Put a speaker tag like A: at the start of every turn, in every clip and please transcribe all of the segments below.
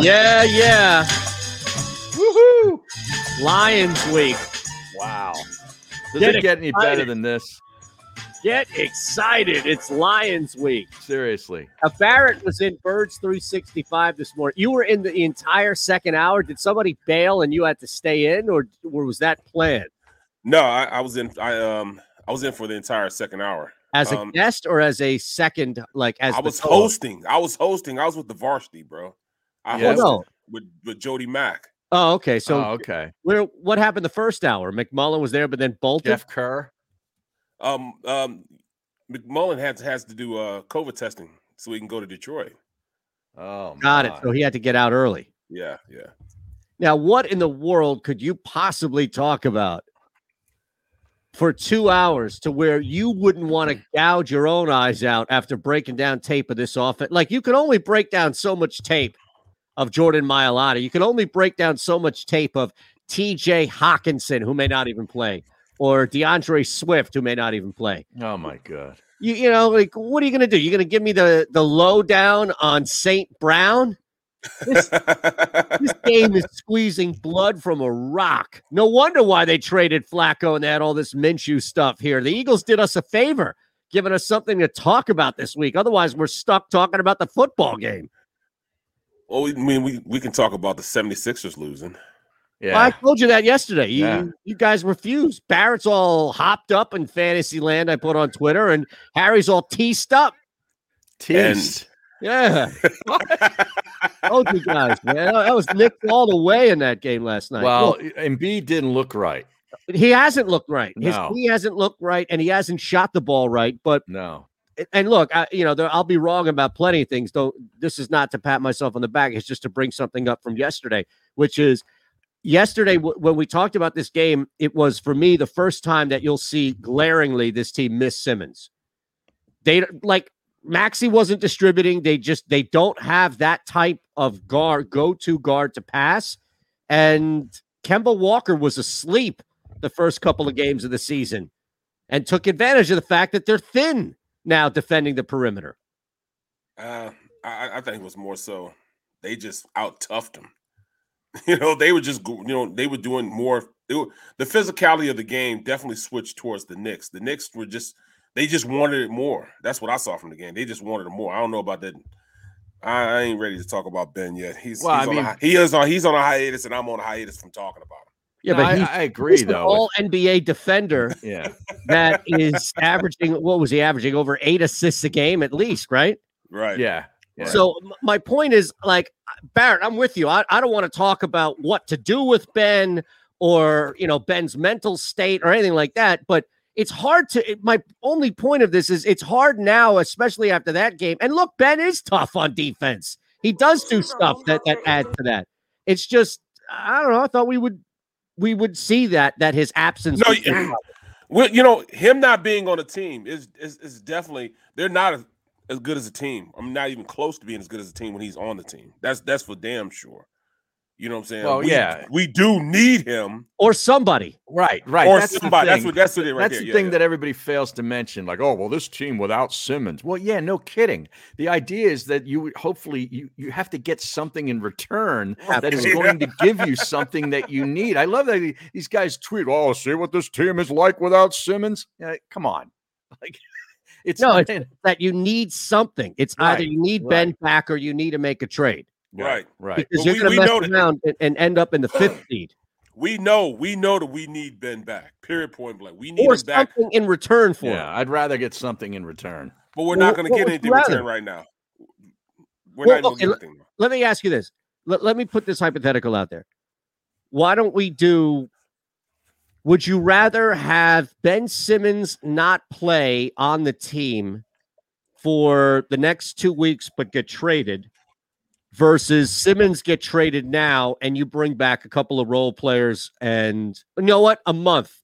A: Yeah, yeah.
B: Woohoo!
A: Lions Week.
B: Wow.
C: Does
A: Get
C: it get any better
A: excited.
C: than this?
A: Get excited. It's Lions Week.
C: Seriously.
A: Uh, Barrett was in Birds 365 this morning. You were in the entire second hour. Did somebody bail and you had to stay in, or, or was that planned?
D: No, I, I was in. I um, I was in for the entire second hour.
A: As a
D: Um,
A: guest or as a second, like as
D: I
A: the
D: was
A: co-host?
D: hosting. I was hosting. I was with the varsity, bro. I
C: Yeah.
A: Oh,
D: hosted
A: no.
D: with with Jody Mack.
A: oh, okay. So
D: Uh,
C: oh, okay.
A: where what happened the first hour? McMullen was there, but then bolted.
C: Jeff Kerr.
D: Um, um, McMullen has has to do uh COVID testing so he can go to Detroit.
C: Oh,
A: Got it.
D: Uh.
C: my.
A: So he had to get out early.
D: Yeah, yeah.
A: Now, what in the world could you possibly talk about for two hours to where you wouldn't want to gouge your own eyes out after breaking down tape of this offense? Like, you can only break down so much tape of Jordan Mailata. You can only break down so much tape of TJ Hawkinson, who may not even play, or DeAndre Swift, who may not even play.
C: Oh, my God.
A: You, you know, like, what are you going to do? You're going to give me the, the lowdown on St. Brown? this game is squeezing blood from a rock. No wonder why they traded Flacco and they had all this Minshew stuff here. The Eagles did us a favor, giving us something to talk about this week. Otherwise, we're stuck talking about the football game.
D: well, we, I mean, we we can talk about the 76ers losing.
A: I
C: Yeah.
A: told you that yesterday. You,
C: Yeah.
A: you guys refused. Barrett's all hopped up in fantasy land. I put on Twitter, and Harry's all teased up.
C: Teased.
A: Yeah, told you guys, man. That was nicked all the way in that game last night.
C: Well, Embiid didn't look right.
A: he hasn't looked right. His
C: No.
A: he hasn't looked right, and he hasn't shot the ball right. But
C: No.
A: and look, I, you know, there, I'll be wrong about plenty of things. Don't. This is not to pat myself on the back. It's just to bring something up from yesterday, which is yesterday w- when we talked about this game. It was for me the first time that you'll see glaringly this team miss Simmons. They don't- like Maxi wasn't distributing. They just they don't have that type of guard go to guard to pass, and Kemba Walker was asleep the first couple of games of the season, and took advantage of the fact that they're thin now defending the perimeter.
D: Uh, I, I think it was more so they just out toughed them. You know, they were just go- you know they were doing more. It were, the physicality of the game definitely switched towards the Knicks. The Knicks were just they just wanted it more. That's what I saw from the game. They just wanted it more. I don't know about that. I, I ain't ready to talk about Ben yet. He's,
C: Well,
D: he's
C: I
D: on
C: mean-
D: a, hi- he is on he's on a hiatus, and I'm on a hiatus from talking about him.
A: Yeah,
C: No,
A: but
C: I,
A: he-
C: I agree,
A: he's an
C: though. with-
A: all NBA defender
C: yeah.
A: that is averaging. What was he averaging? Over eight assists a game at least, right?
D: Right?
C: Yeah. Yeah.
A: So m- my point is, like uh, Barrett, I'm with you. I, I don't want to talk about what to do with Ben or you know Ben's mental state or anything like that, but. It's hard to. it- My only point of this is it's hard now, especially after that game. And look, Ben is tough on defense. He does do stuff that that adds to that. It's just I don't know. I thought we would we would see that that his absence.
D: No,
A: was-
D: you- Well, you know, him not being on a team is is, is definitely they're not as, as good as a team. I'm not even close to being as good as a team when he's on the team. That's that's for damn sure. You know what I'm saying?
C: Well,
D: we,
C: yeah.
D: we do need him
A: or somebody.
C: Right. Right.
D: or
C: that's the
D: somebody. That's
C: thing.
D: what that's what it right
C: That's
D: there.
C: the
D: Yeah,
C: thing
D: yeah.
C: that everybody fails to mention. Like, oh, well, this team without Simmons. Well, yeah, no kidding. The idea is that you would- hopefully you you have to get something in return that is
D: Yeah.
C: going to give you something that you need. I love that the- these guys tweet, "Oh, see what this team is like without Simmons." Yeah, come on, like it's
A: No,
C: not-
A: That you need something. It's either
C: Right,
A: you need
C: right.
A: Ben back or you need to make a trade
D: right.
C: right.
A: because
D: Well, we-
A: you're
D: we
A: going
D: know
A: to mess
D: that-
A: around and, and end up in the fifth seed
D: We know, we know that we need Ben back. Period point blank. We need
A: or
D: him back,
A: something in return for
C: Yeah,
A: him.
C: I'd rather get something in return.
D: but we're
A: Well,
D: not gonna
A: what
D: get
A: would
D: anything
A: you rather?
D: return right now. We're
A: Well,
D: not
A: okay,
D: even
A: let-
D: gonna get anything.
A: Let me ask you this. Let, let me put this hypothetical out there. Why don't we do? Would you rather have Ben Simmons not play on the team for the next two weeks but get traded versus Simmons get traded now and you bring back a couple of role players and you know what? A month.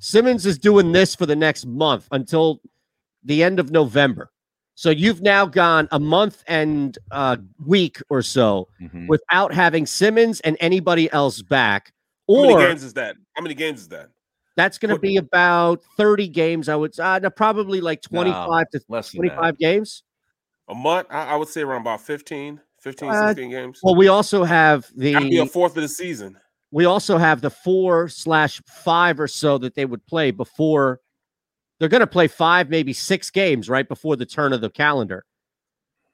A: Simmons is doing this for the next month until the end of November. So you've now gone a month and uh, a week or so
D: Mm-hmm.
C: Mhm.
A: without having Simmons and anybody else back.
D: How many
A: Or
D: games is that? How many games is that?
A: that's going to
D: what-
A: be about 30 games, I would uh, no, probably like 25 to
C: Less than that.
A: 25 games.
D: A month? I, I would say around about 15, 15,
A: Uh,
D: 16 games.
A: Well, we also have
D: That'd be a
A: the
D: fourth of the season.
A: we also have the four slash five or so that they would play before they're going to play five, maybe six games right before the turn of the calendar.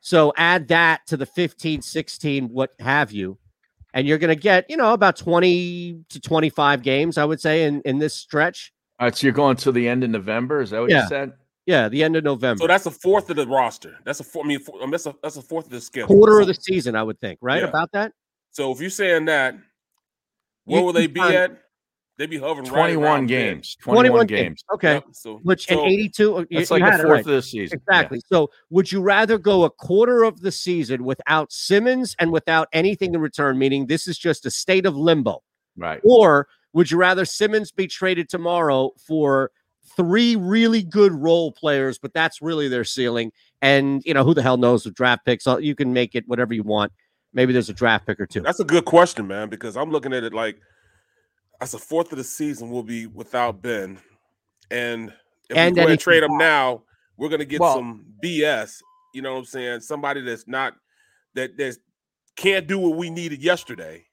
A: So add that to the 15, 16, what have you. And you're going to get, you know, about 20 to 25 games, I would say, in, in this stretch.
C: All right, so you're going to the end of November. Is that what
A: Yeah.
C: you said?
A: Yeah, the end of November.
D: So that's a fourth of the roster. That's a four. I mean, four, um, that's a that's a fourth of the schedule.
A: quarter
D: so,
A: of the season, I would think, right?
D: Yeah.
A: About that?
D: So if you're saying that, where
A: You
D: will they
A: can
D: be
A: find-
D: at? They'd be hovering right
C: 21
D: around there.
C: games. 21,
A: 21 games.
C: games.
A: Okay.
D: Yep, so
A: Which in
D: so
A: 82, you-
C: That's
A: you
C: like
A: had
C: the
A: it
C: fourth
A: right.
C: of the season. Yeah.
A: Exactly. So, would you rather go a quarter of the season without Simmons and without anything in return, meaning this is just a state of limbo?
C: Right.
A: Or would you rather Simmons be traded tomorrow for three really good role players, but that's really their ceiling? And, you know, who the hell knows with draft picks? uh, You can make it whatever you want. Maybe there's a draft pick or two.
D: that's a good question, man, because I'm looking at it like that's a fourth of the season will be without Ben, and
A: And
D: if we go
A: then
D: and
A: if you
D: trade him now, we're gonna get
C: Well-
D: some BS. You know what I'm saying? Somebody that's not that that can't do what we needed yesterday.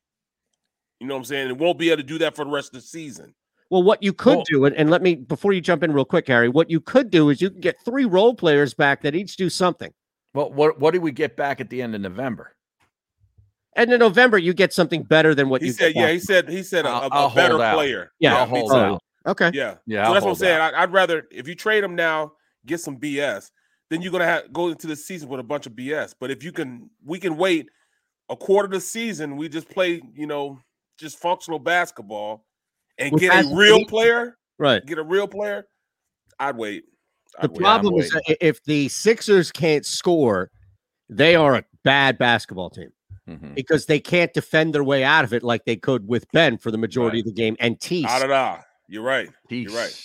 D: You know what I'm saying? And won't be able to do that for the rest of the season.
A: Well, what you could
C: Well-
A: do, and, and let me before you jump in real quick, Harry, what you could do is you can get three role players back that each do something.
C: Well, what what do we get back at the end of November?
A: And in November, you get something better than what
D: He
A: you
D: said,
A: get
D: "Yeah,
A: back.
D: he said he said a,
C: I'll-
D: a- a
C: I'll hold
D: better
C: out.
D: player."
A: Yeah,
C: I'll
D: me
C: hold
D: too.
A: out. Okay.
D: Yeah,
C: Yeah,
D: So
C: I'll
D: that's what I'm
C: hold
D: saying.
C: out.
D: I, I'd rather if you trade him now, get some BS. Then you're gonna have, go into the season with a bunch of BS. But if you can, we can wait a quarter of the season. We just play, you know, just functional basketball, and
A: Which
D: get
A: has-
D: a real player.
A: Right.
D: Get a real player. I'd wait.
A: The
D: I'd wait.
A: problem is that i- if the Sixers can't score, they are a bad basketball team
C: Mhm.
A: because they can't defend their way out of it like they could with Ben for the majority of the game and Tease.
D: Ah, da, da. You're right.
C: Mm-hmm. Peace.
D: right.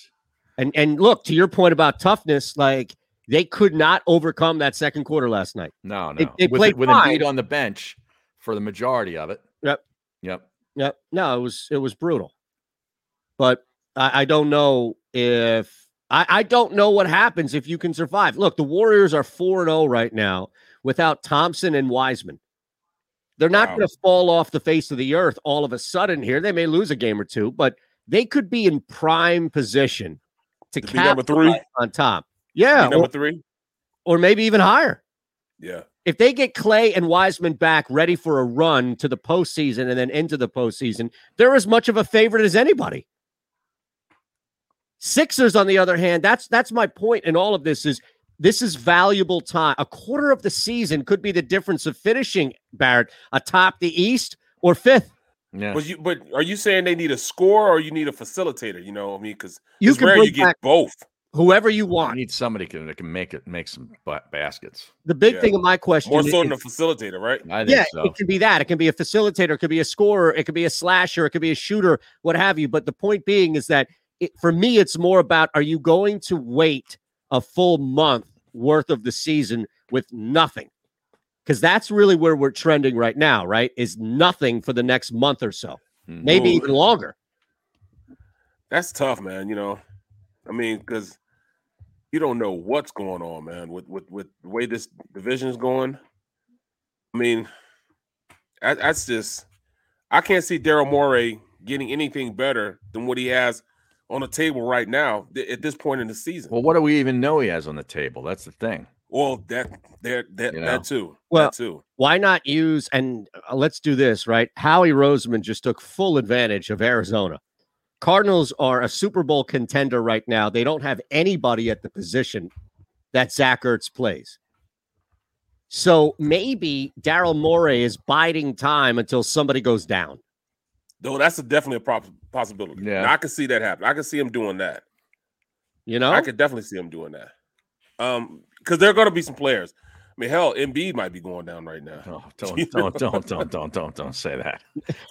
A: And and look to your point about toughness, like they could not overcome that second quarter last night.
C: No, no.
A: They- they
C: with
A: played
C: with
A: fine.
C: Embiid on the bench for the majority of it.
A: Yep.
C: Yep.
A: No, no, it was it was brutal. But I, I don't know if I, I don't know what happens if you can survive. Look, the Warriors are 4 0 right now without Thompson and Wiseman. They're not
D: Wow.
A: going to fall off the face of the earth all of a sudden here. They may lose a game or two, but they could be in prime position to
D: To be number three?
A: capitalize on top. Yeah,
D: Be number
A: or,
D: three.
A: or maybe even higher
D: Yeah.
A: if they get Clay and Wiseman back ready for a run to the postseason and then into the postseason, they're as much of a favorite as anybody. Sixers, on the other hand, that's that's my point in all of this is this is valuable time. A quarter of the season could be the difference of finishing Barrett atop the East or fifth.
C: Yeah.
D: But you. But are you saying they need a score or you need a facilitator? You know, what I mean, because
A: You
D: it's
A: can
D: rare
A: bring
D: you get
A: back
D: both.
A: whoever you
C: You
A: want.
C: need somebody can, that can make it make some ba- baskets.
A: The big
D: Yeah.
A: thing of my question
D: More so
A: is-
D: than a facilitator, right?
C: I think
A: yeah,
C: so.
A: it can be that. It can be a facilitator, it could be a scorer, it could be a slasher, it could be a shooter, what have you. But the point being is that it, for me, it's more about are you going to wait a full month worth of the season with nothing? Because that's really where we're trending right now, right? Is nothing for the next month or so,
C: Mhm.
A: maybe
D: Ooh.
A: even longer.
D: That's tough, man. You know, I mean, because you don't know what's going on, man. With with with the way this division is going, I mean, that, that's just I can't see Daryl Morey getting anything better than what he has on the table right now th- at this point in the season. Well,
C: Well, what do we even know he has on the table? That's the thing.
D: that that that
C: You know.
D: that too.
A: Well,
D: that too.
A: Why not use and uh, let's do this, right? Howie Roseman just took full advantage of Arizona. Cardinals are a Super Bowl contender right now. They don't have anybody at the position that Zach Ertz plays. So maybe Daryl Morey is biding time until somebody goes down.
D: Though that's a, definitely a prop- possibility.
C: Yeah.
D: Now, I can see that happen. I can see him doing that.
A: You know,
D: I could definitely see him doing that. Um, because there are going to be some players. I mean, hell, Embiid might be going down right now.
C: Oh, don't, don't, don't, don't, don't, don't, don't say that.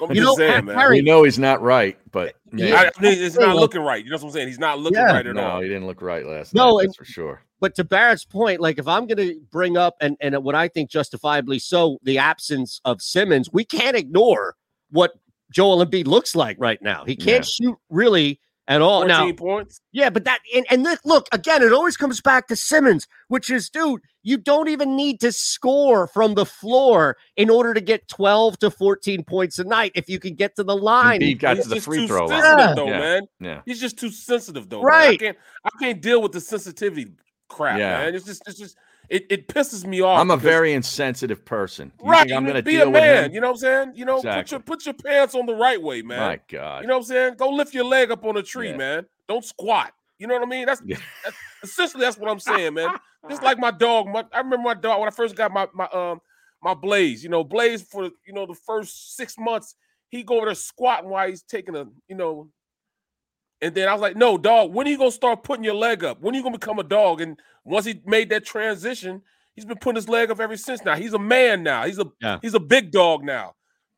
D: I'm
A: You
D: just
A: know,
D: saying,
A: Ha-
D: man.
A: Harry-
C: We know he's not right, but
A: Yeah.
C: yeah,
D: I, I mean, it's
A: Yeah.
D: not looking right. You know what I'm saying? He's not looking
A: Yeah.
D: right at
C: no,
D: all.
C: he didn't look right last
A: No,
C: night.
A: and-
C: That's for sure.
A: but to Barrett's point, like if I'm going to bring up and and what I think justifiably so, the absence of Simmons, we can't ignore what Joel Embiid looks like right now. He can't shoot really at all. Now,
D: points.
A: yeah, but that and, and look, look again, it always comes back to Simmons, which is, dude, you don't even need to score from the floor in order to get 12 to 14 points a night if you can get to the line.
C: Embiid got
D: He's
C: to the
D: just
C: free
D: too
C: throw line.
D: sensitive,
A: Yeah.
D: though,
C: Yeah.
D: man.
C: Yeah.
D: He's just too sensitive, though. man. I
A: Right.
D: can't. I can't deal with the sensitivity crap,
C: Yeah.
D: man. It's just. It's just. It, it pisses me off.
C: I'm a
D: because-
C: very insensitive person. You
D: right.
C: think I'm
D: you
C: going to
D: be
C: deal
D: a
C: with
D: man.
C: him?
D: You know what I'm saying? You know, put
C: Exactly.
D: your put your pants on the right way, man.
C: My God.
D: You know what I'm saying? Go lift your leg up on a tree,
C: Yeah.
D: man. Don't squat. You know what I mean? That's,
C: Yeah.
D: that's essentially that's what I'm saying, man. Just like my dog. My, I remember my dog when I first got my my um my blaze. You know, blaze for you know the first six months he go over there squatting while he's taking a you know. And then I was like, no, dog. When are you gonna start putting your leg up? When are you gonna become a dog? And once he made that transition, he's been putting his leg up ever since. Now he's a man. Now he's a
A: Yeah.
D: he's a big dog. Now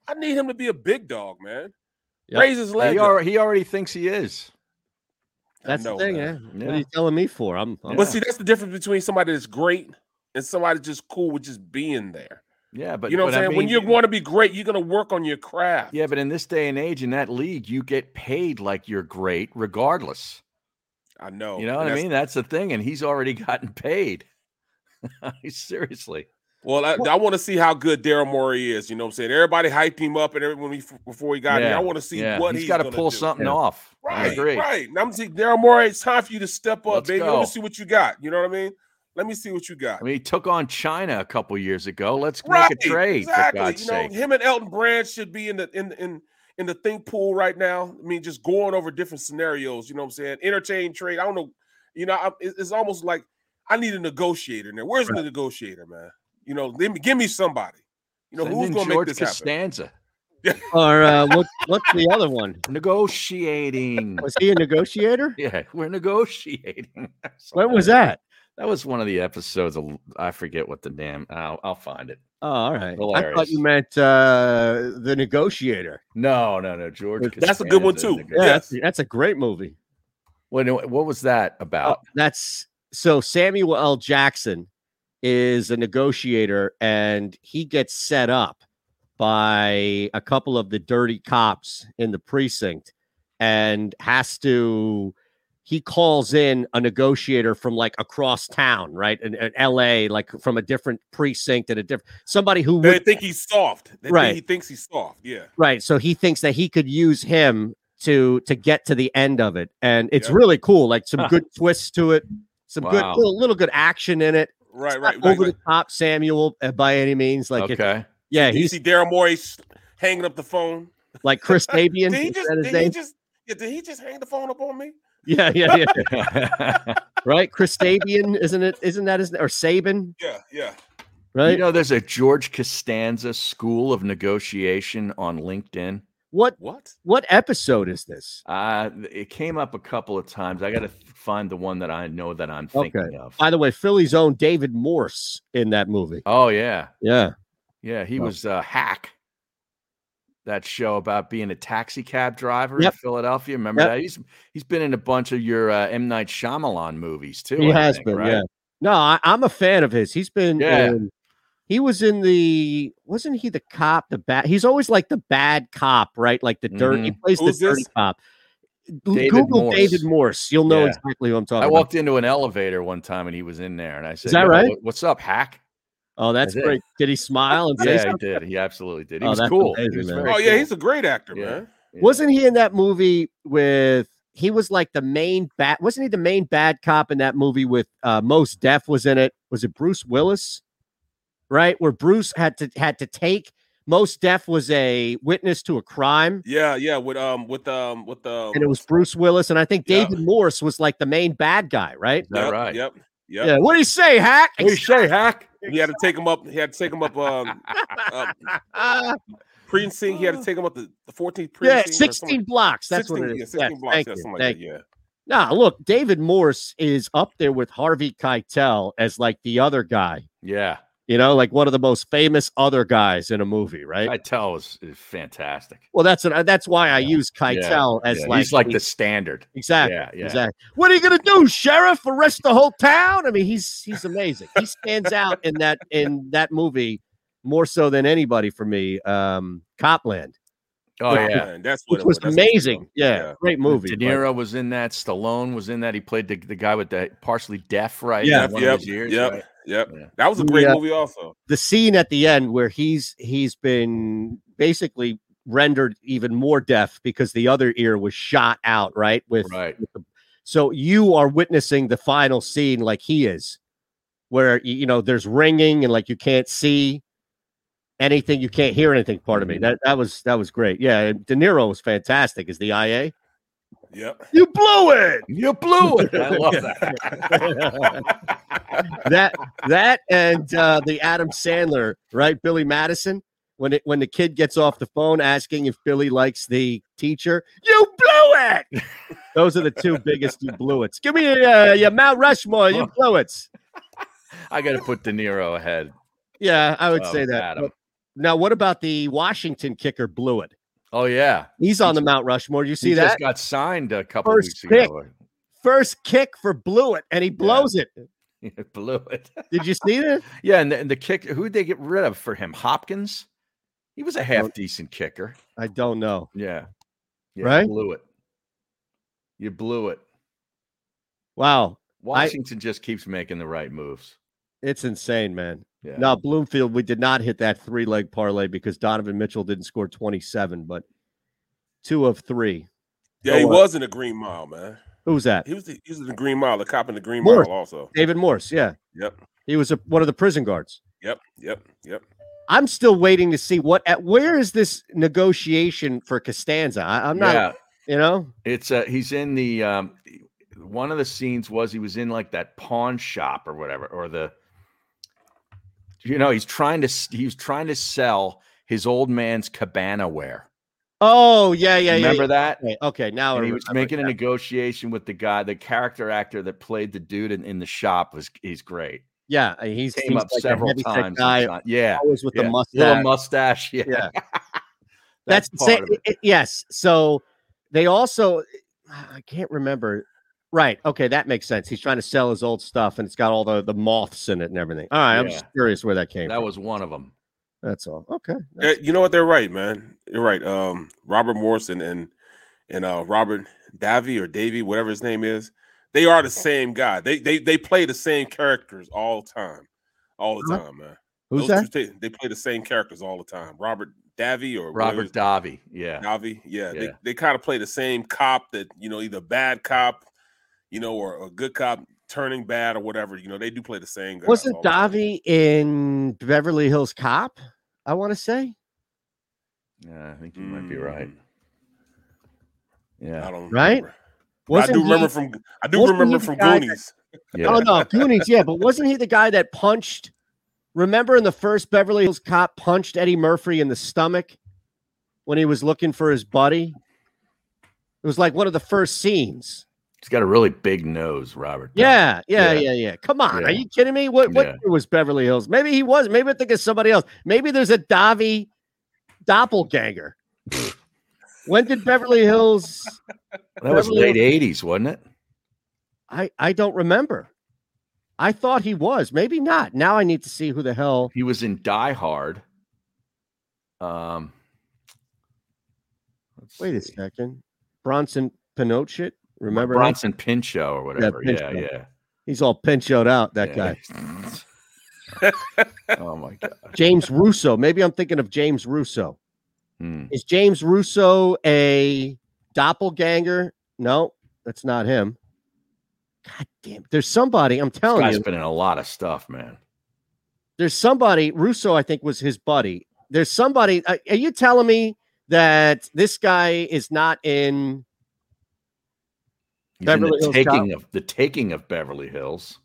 D: I need him to be a big dog, man.
A: Yep.
D: Raise his leg.
C: he,
D: up.
C: alre- he already thinks he is.
A: That's
D: No,
A: the thing,
D: man.
A: yeah. What are
C: Yeah.
A: you telling me for? I'm, I'm
D: But see, that's the difference between somebody that's great and somebody just cool with just being there.
C: Yeah, but
D: you know
C: but
D: what I'm
C: I
D: saying? when
C: mean-
D: you want to be great, you're gonna work on your craft.
C: Yeah, but in this day and age, in that league, you get paid like you're great, regardless.
D: I know.
C: you know
D: Oh, and
C: what I
D: that's-
C: mean? That's the thing, and he's already gotten paid. Seriously,
D: Well, I,
A: Well-
D: I want to see how good Daryl Morey is. You know what I'm saying? Everybody hyped him up and everyone he, before he got here.
C: Yeah,
D: I want to see
C: yeah,
D: what
C: he's
D: he's
C: got to
D: gonna
C: pull
D: do.
C: something
A: Yeah.
C: off. I
D: Right,
C: agree.
D: right. Now I'm saying Daryl Morey, it's time for you to step up,
C: Let's
D: baby. Let
C: go.
D: me see what you got. You know what I mean? Let me see what you got.
C: I mean, he took on China a couple years ago. Let's
D: right,
C: make a trade
D: exactly.
C: for God's
D: you know,
C: sake.
D: him and Elton Brand should be in the in in in the think pool right now. I mean, just going over different scenarios. You know what I'm saying? Interchange trade. I don't know. You know, I, it's it's almost like I need a negotiator in there. Where's the negotiator, man? You know, give me, give me somebody. You know,
C: Send
D: who's
C: in
D: going to make
C: George
D: this happen?
C: Costanza
A: or uh, what, what's the other one?
C: negotiating?
A: Was he a negotiator?
C: yeah, we're negotiating.
A: When was that?
C: That was one of the episodes. Of, I forget what the damn. I'll, I'll find it.
A: Oh, all right. I thought
C: Hilarious.
A: you meant uh, the negotiator.
C: No, no, no. George.
D: That's a good one,
C: Costanza,
D: too.
A: Yeah, that's,
D: Yes.
A: that's a great movie.
C: Wait, no, what was that about?
A: Oh, That's so Samuel L. Jackson is a negotiator and he gets set up by a couple of the dirty cops in the precinct and has to he calls in a negotiator from like across town, right? In, in LA, like from a different precinct and a different somebody who
D: They
A: would
D: think he's soft. They
A: Right.
D: Think he thinks he's soft. Yeah.
A: Right. So he thinks that he could use him to to get to the end of it, and it's
D: Yep.
A: really cool. Like some
C: Huh.
A: good twists to it, some good
C: Wow.
A: little, little good action in it.
D: Right.
A: It's not
D: Right.
A: over
D: right,
A: the top, Samuel uh, by any means. Like it's
C: okay.
A: yeah,
D: right. You
A: he's
D: see Daryl Morey s- hanging up the phone.
A: like Chris Fabian.
D: Did he
A: is
D: just?
A: that his
D: Did he
A: name?
D: just? Yeah, did he just hang the phone up on me?
A: Yeah, yeah, yeah. right, Chris Fabian, isn't it? Isn't that his or Saban?
D: Yeah, yeah.
A: Right.
C: You know, there's a George Costanza School of Negotiation on LinkedIn.
A: what
D: What?
A: what episode is this?
C: Uh, it came up a couple of times. I got to find the one that I know that I'm
A: Okay.
C: thinking of.
A: By the way, Philly's own David Morse in that movie.
C: Oh yeah,
A: Yeah.
C: yeah. He
A: Oh.
C: was uh, hack. That show about being a taxi cab driver
A: Yep.
C: in Philadelphia. Remember
A: Yep.
C: that? He's he's been in a bunch of your uh, M Night Shyamalan movies too.
A: He
C: I
A: has
C: think,
A: been,
C: right?
A: yeah. No, I, I'm a fan of his. He's been,
C: Yeah.
A: in- he was in the, wasn't he the cop, the bad? He's always like the bad cop, right? Like the dirty.
C: Mm-hmm.
A: He plays
D: Who's
A: the dirty
D: this?
A: cop. L-
C: David
A: Google
C: Morse.
A: David Morse. You'll know
C: Yeah.
A: exactly who I'm
C: I
A: talking about.
C: walked into an elevator one time and he was in there, and I said,
A: that
C: "Yo,
A: right?
C: wh- What's up, hack?"
A: Oh, that's
C: That's it.
A: great. Did he smile and say
C: Yeah, he
A: something?
C: did. He absolutely did. He
A: Oh,
C: was
A: that's
C: cool.
A: amazing,
C: he was
A: man.
C: very
D: Oh yeah,
C: cool.
D: he's a great actor,
C: Yeah.
D: man.
C: Yeah.
A: Wasn't he in that movie with, he was like the main bat, wasn't he the main bad cop in that movie with uh, Most Def was in it? Was it Bruce Willis? Right? Where Bruce had to, had to take, Most Def was a witness to a crime.
D: Yeah, yeah, with um, with um, with um,
A: and it was Bruce Willis, and I think
D: Yeah.
A: David Morse was like the main bad guy, right?
C: Is that
D: yep,
C: right?
D: Yep, yep.
A: Yeah. What do you say, Hack?
C: What do you say, hack?
D: He had to take him up. He had to take him up. Um, uh,
A: Ah,
D: precinct. He had to take him up the the 14th
A: yeah,
D: precinct. or
A: sixteen
D: something.
A: blocks. That's what
D: 16,
A: it is.
D: Yeah, 16
A: Yes,
D: blocks.
A: thank
D: yeah,
A: you,
D: something like
A: thank
D: that. Yeah.
A: you. Nah, look, David Morse is up there with Harvey Keitel as like the other guy.
C: Yeah,
A: You know, like one of the most famous other guys in a movie, right?
C: I tell is, is fantastic.
A: well, that's an, uh, that's why I use Keitel as
C: Yeah,
A: like
C: he's like
A: the-
C: the standard.
A: exactly.
C: Yeah, yeah.
A: Exactly. What are you gonna do, sheriff? Arrest the whole town? I mean, he's he's amazing. He stands out in that in that movie more so than anybody for me. Um, Copland.
C: Oh
A: Which
C: yeah,
D: And that's what
A: which
D: it
A: was
D: That's what it
A: amazing. Yeah, great movie.
C: De
A: but-
C: Niro was in that. Stallone was in that. He played the, the guy with the partially deaf, right?
A: Yeah.
C: In one
D: Yep,
C: of his ears,
D: yep.
C: right?
D: Yep.
C: Yeah.
D: That was a great
A: Yeah.
D: movie, also.
A: the scene at the end where he's he's been basically rendered even more deaf because the other ear was shot out right with,
C: Right.
A: with the, so you are witnessing the final scene like he is where y- you know there's ringing and like you can't see anything you can't hear anything part of me
C: Mhm.
A: that that was that was great yeah and de niro was fantastic as the ia
D: Yep.
A: you blew it
C: You blew it. I love that.
A: that that and uh, the Adam Sandler, right? Billy Madison. When it when the kid gets off the phone asking if Billy likes the teacher, you blew it. Those are the two biggest you blew it. Give me uh, your Mount Rushmore. You blew it.
C: I got to put De Niro ahead.
A: Yeah, I would
C: of
A: say that.
C: Adam.
A: But Now, what about the Washington kicker blew it?
C: Oh yeah.
A: He's on the Mount Rushmore. You see
C: he
A: that
C: Just got signed a couple
A: First
C: weeks
A: pick.
C: ago.
A: first kick for blew it, and he blows it.
C: It blew it.
A: Did you see that?
C: Yeah, and the, and the kick. Who did they get rid of for him? Hopkins. He was a half decent kicker.
A: I don't know.
C: Yeah. yeah
A: Right?
C: Blew it. You blew it.
A: Wow,
C: Washington just keeps making the right moves.
A: it's insane, man.
C: Yeah.
A: Now Bloomfield, we did not hit that three leg parlay because Donovan Mitchell didn't score 27, but two of three.
D: Yeah, he
A: So, uh,
D: was in the Green Mile, man.
A: Who's that?
D: He was the, he was in the Green Mile, the cop in the Green
A: Morris.
D: Mile, also.
A: David Morse. Yeah,
D: Yep.
A: he was a, one of the prison guards.
D: Yep. Yep. Yep.
A: I'm still waiting to see what at where is this negotiation for Costanza. I, I'm not,
C: Yeah,
A: you know,
C: it's uh he's in the um one of the scenes was he was in like that pawn shop or whatever or the you know he's trying to s- he was trying to sell his old man's cabana wear.
A: oh, yeah, yeah, yeah,
C: Remember that?
A: yeah. Okay, okay, now I
C: and he was
A: remember.
C: making a negotiation with the guy, the character actor that played the dude in, in the shop was he's great.
A: yeah, he's
C: Came
A: he's
C: up
A: like a
C: several
A: heavyset
C: times.
A: guy,
C: It's not- yeah,
A: always with
C: yeah.
A: the mustache.
C: little mustache. Yeah,
A: Yeah. That's,
C: That's,
A: the same.
C: part of it.
A: it- yes. So they also, I can't remember. Right. Okay, that makes sense. He's trying to sell his old stuff, and it's got all the the moths in it and everything. All right, I'm just
C: Yeah.
A: curious where that came.
C: That
A: from.
C: was one of them.
A: That's all. Okay.
D: Yeah, you know what? They're right, man. You're right. Um, Robert Morrison and and uh Robert Davy or Davy, whatever his name is, they are the same guy. They they they play the same characters all the time, all the
C: Uh-huh.
A: Huh?
D: time, man.
A: Who's
D: Those
A: that?
D: two- they, they play the same characters all the time. Robert Davy or
C: Robert Davi. Yeah.
D: Davy, yeah, They,
C: Yeah.
D: they kind of play the same cop that you know either bad cop, you know, or a good cop turning bad or whatever. You know, they do play the same. guys
A: Wasn't
D: all the time.
A: Davi in Beverly Hills Cop? I want to say.
C: Yeah, I think
D: Mm,
C: you might be
A: Mm.
C: right.
D: I
C: Yeah.
D: don't
A: Right?
D: remember. But I
A: Wasn't
D: do remember
A: he-
D: from I do
A: wasn't he
D: remember
A: the
D: from
A: guy that-
D: Goonies.
C: Yeah.
A: Oh no, Goonies. Yeah, but wasn't he the guy that punched? Remember in the first Beverly Hills Cop, punched Eddie Murphy in the stomach when he was looking for his buddy. It was like one of the first scenes.
C: He's got a really big nose, Robert. Davi.
A: Yeah, yeah,
C: Yeah.
A: yeah, yeah. Come on,
C: Yeah.
A: are you kidding me? What what
C: Yeah.
A: year was Beverly Hills? Maybe he was. Maybe I think it's somebody else. Maybe there's a Davi doppelganger. when did Beverly Hills?
C: That was
A: Beverly-
C: late 80s, wasn't it?
A: I I don't remember. I thought he was. Maybe not. Now I need to see who the hell.
C: He was in Die Hard. Um let's
A: Wait a
C: see.
A: second. Bronson Pinochet. Remember him?
C: Bronson Pinchot or whatever. Yeah,
A: Pinchot.
C: yeah.
A: He's all pinchoed out. That
C: yeah.
A: guy.
C: oh my god.
A: James Russo. Maybe I'm thinking of James Russo.
C: Hmm.
A: Is James Russo a doppelganger? No, that's not him. God damn, there's somebody. I'm
C: This
A: telling
C: guy's
A: you,
C: been in a lot of stuff, man.
A: there's somebody. Russo, I think, was his buddy. There's somebody. uh, Are are you telling me that this guy is not in?
C: He's in
A: Beverly
C: the
A: Hills
C: taking of the taking of Beverly Hills.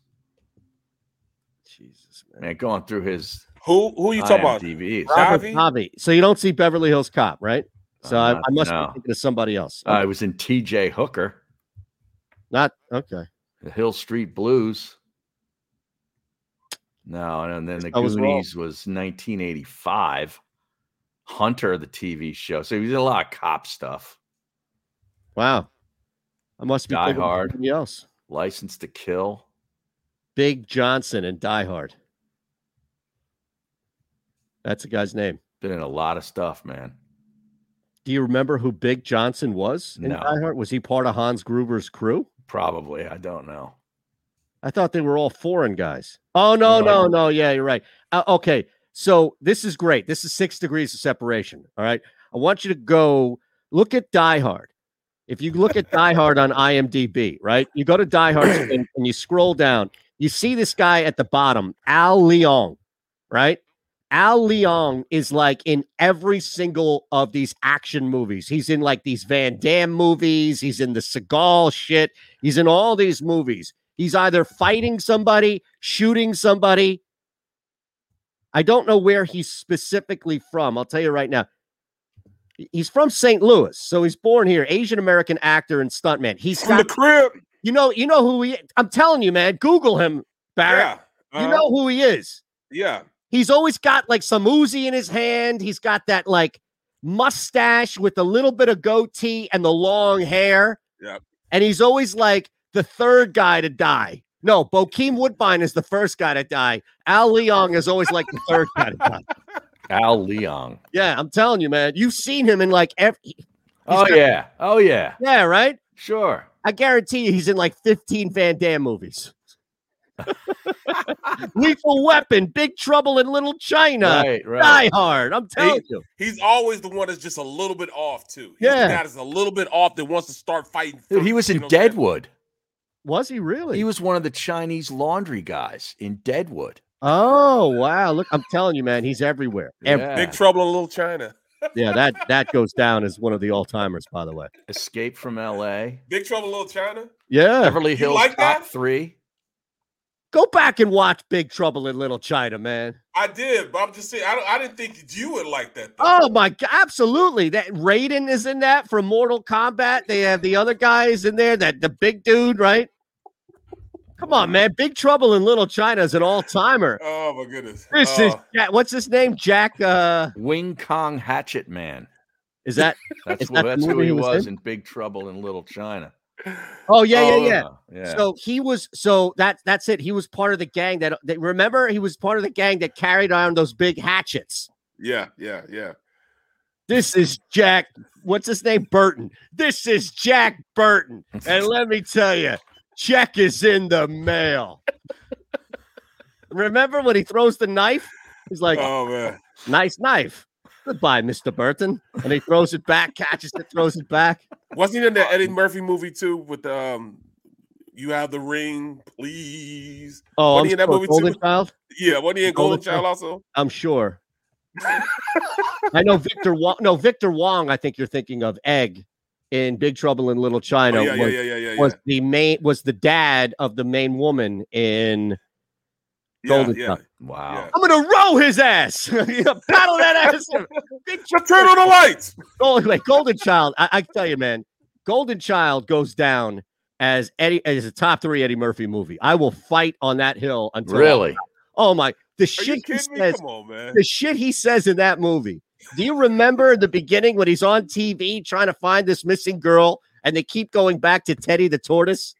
A: Jesus, man.
C: Man, going through his
D: Who who are you talking about?
C: IMDb's.
D: Rob-
A: Robert
D: Davi?
A: Davi. So you don't see Beverly Hills Cop, right? So
C: I'm
A: I,
C: Uh, not-
A: I must
C: no.
A: be thinking of somebody else.
C: Uh, I was in T.J. Hooker,
A: not okay.
C: the Hill Street Blues. No, and then the
A: I was wrong.
C: Goonies was 1985. Hunter, the TV show. So he was in a lot of cop stuff.
A: Wow, I must be
C: Die
A: thinking of
C: Hard.
A: somebody else.
C: License to Kill.
A: Big Johnson and Die Hard. That's the guy's name.
C: Been in a lot of stuff, man.
A: Do you remember who Big Johnson was in
C: No.
A: Die Hard? Was he part of Hans Gruber's crew?
C: Probably. I don't know.
A: I thought they were all foreign guys. Oh no,
C: No.
A: no, no. Yeah, you're right. Uh, okay, so this is great. This is six degrees of separation. All right, I want you to go look at Die Hard. If you look at Die Hard on IMDb, right, you go to Die Hard and, and you scroll down, you see this guy at the bottom, Al Leong, right? Al Leong is like in every single of these action movies. He's in like these Van Damme movies. He's in the Seagal shit. He's in all these movies. He's either fighting somebody, shooting somebody. I don't know where he's specifically from. I'll tell you right now. He- He's from St. Louis, so he's born here. Asian American actor and stuntman. He's
D: From the
A: got,
D: crib.
A: you know, you know who he. I'm telling you, man. Google him, Barrett.
D: Yeah.
A: You
D: Uh-huh.
A: know who he is.
D: Yeah.
A: He's always got like some Uzi in his hand. He's got that like mustache with a little bit of goatee and the long hair.
D: Yep.
A: And he's always like the third guy to die. No, Bokeem Woodbine is the first guy to die. Al Leong is always like the third guy to die.
C: Al Leong.
A: Yeah, I'm telling you, man. You've seen him in like every
C: Oh
A: got-
C: yeah. Oh yeah.
A: yeah, right?
C: Sure.
A: I guarantee you he's in like 15 Van Damme movies. Lethal Weapon, Big Trouble in Little China,
C: Right. Right.
A: Die Hard. I'm telling you.
D: He's always the one that's just a little bit off too. He's
A: Yeah.
D: the guy that's a little bit off that wants to start fighting.
C: Dude, he
D: first,
C: was
D: you
C: in
D: know what I'm saying?
C: Deadwood.
A: Was he really?
C: He was one of the Chinese laundry guys in Deadwood.
A: Oh wow! Look, I'm telling you, man, he's everywhere. Ev- Yeah,
C: Yeah.
D: Big Trouble in Little China.
A: that that goes down as one of the all timers, by the way.
C: Escape from L.A.
D: Big Trouble in Little China.
A: Yeah,
C: Beverly Hills
D: like
C: Top
D: that?
C: Three.
A: go back and watch Big Trouble in Little China, man.
D: I did, but I'm just saying. I, don't, I didn't think you would like that. Though.
A: Oh my god, absolutely! That Raiden is in that from Mortal Kombat. They have the other guys in there. That the big dude, right? Come on, man! Big Trouble in Little China is an all timer.
D: Oh, my goodness.
A: This is
D: Oh,
A: Jack, what's his name? Jack? Uh,
C: Wing Kong Hatchet Man.
A: is that?
C: That's,
A: Is
C: wh-
A: that the
C: that's who
A: movie he
C: he
A: was
C: was in Big Trouble in Little China.
A: Oh yeah, yeah, yeah.
C: yeah.
A: So he was so that that's it. He was part of the gang that, that remember he was part of the gang that carried around those big hatchets.
D: yeah, yeah, yeah.
A: This is Jack. What's his name? Burton. This is Jack Burton. And let me tell you, check is in the mail. Remember when he throws the knife? He's like,
D: oh man.
A: nice knife. Goodbye, Mr. Burton. And he throws it back, catches it, throws it back.
D: Wasn't he in that Eddie Murphy movie too? With um, you have the ring, please.
A: Oh,
D: Wasn't
A: I'm
D: he in that
A: sure
D: movie
A: Golden
D: too?
A: Child.
D: Yeah, wasn't he in
A: Golden
D: Golden Child also?
A: I'm sure. I know Victor Wong. No, Victor Wong. I think you're thinking of Egg in Big Trouble in Little
D: Oh,
A: China.
D: yeah, yeah,
A: was,
D: yeah, yeah, yeah, yeah.
A: was the main was the dad of the main woman in. Golden
D: yeah, yeah.
A: Child.
C: wow.
A: I'm gonna row his ass. You know, Paddle that ass. Big
D: Just turn on the lights.
A: Golden, wait, Golden Child. I, I tell you, man, Golden Child goes down as Eddie as a top three Eddie Murphy movie. I will fight on that hill until.
C: Really?
A: Oh my! The
D: Are you
A: shit he
D: kidding me?
A: says
D: Come on, man.
A: the shit he says in that movie. Do you remember the beginning when he's on TV trying to find this missing girl and they keep going back to Teddy the tortoise?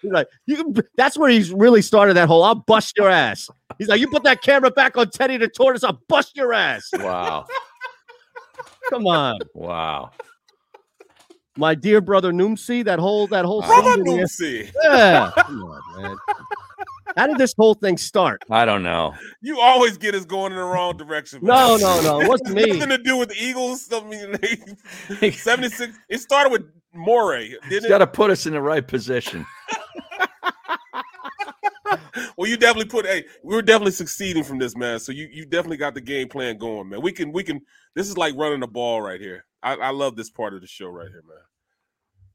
A: He's like, you, that's where he's really started that whole I'll bust your ass. He's like, you put that camera back on Teddy the tortoise, I'll bust your ass.
C: Wow.
A: Come on,
C: Wow.
A: my dear brother Noomsi, that whole that whole
C: Brother
A: scene
D: Brother
A: in the-
D: Noopsy,
A: Yeah. Come on, man. How did this whole thing start?
C: I don't know.
D: you always get us going in the wrong direction.
A: No,
D: man.
A: no, no, it wasn't me.
D: Nothing to do with the Eagles. Something seventy six. It started with Morey,
C: He's
D: didn't
C: got
D: it?
C: to put us in the right position.
D: Well, you definitely put. Hey, we were definitely succeeding from this, man. So you you definitely got the game plan going, man. We can we can. This is like running the ball right here. I, I love this part of the show right here, man.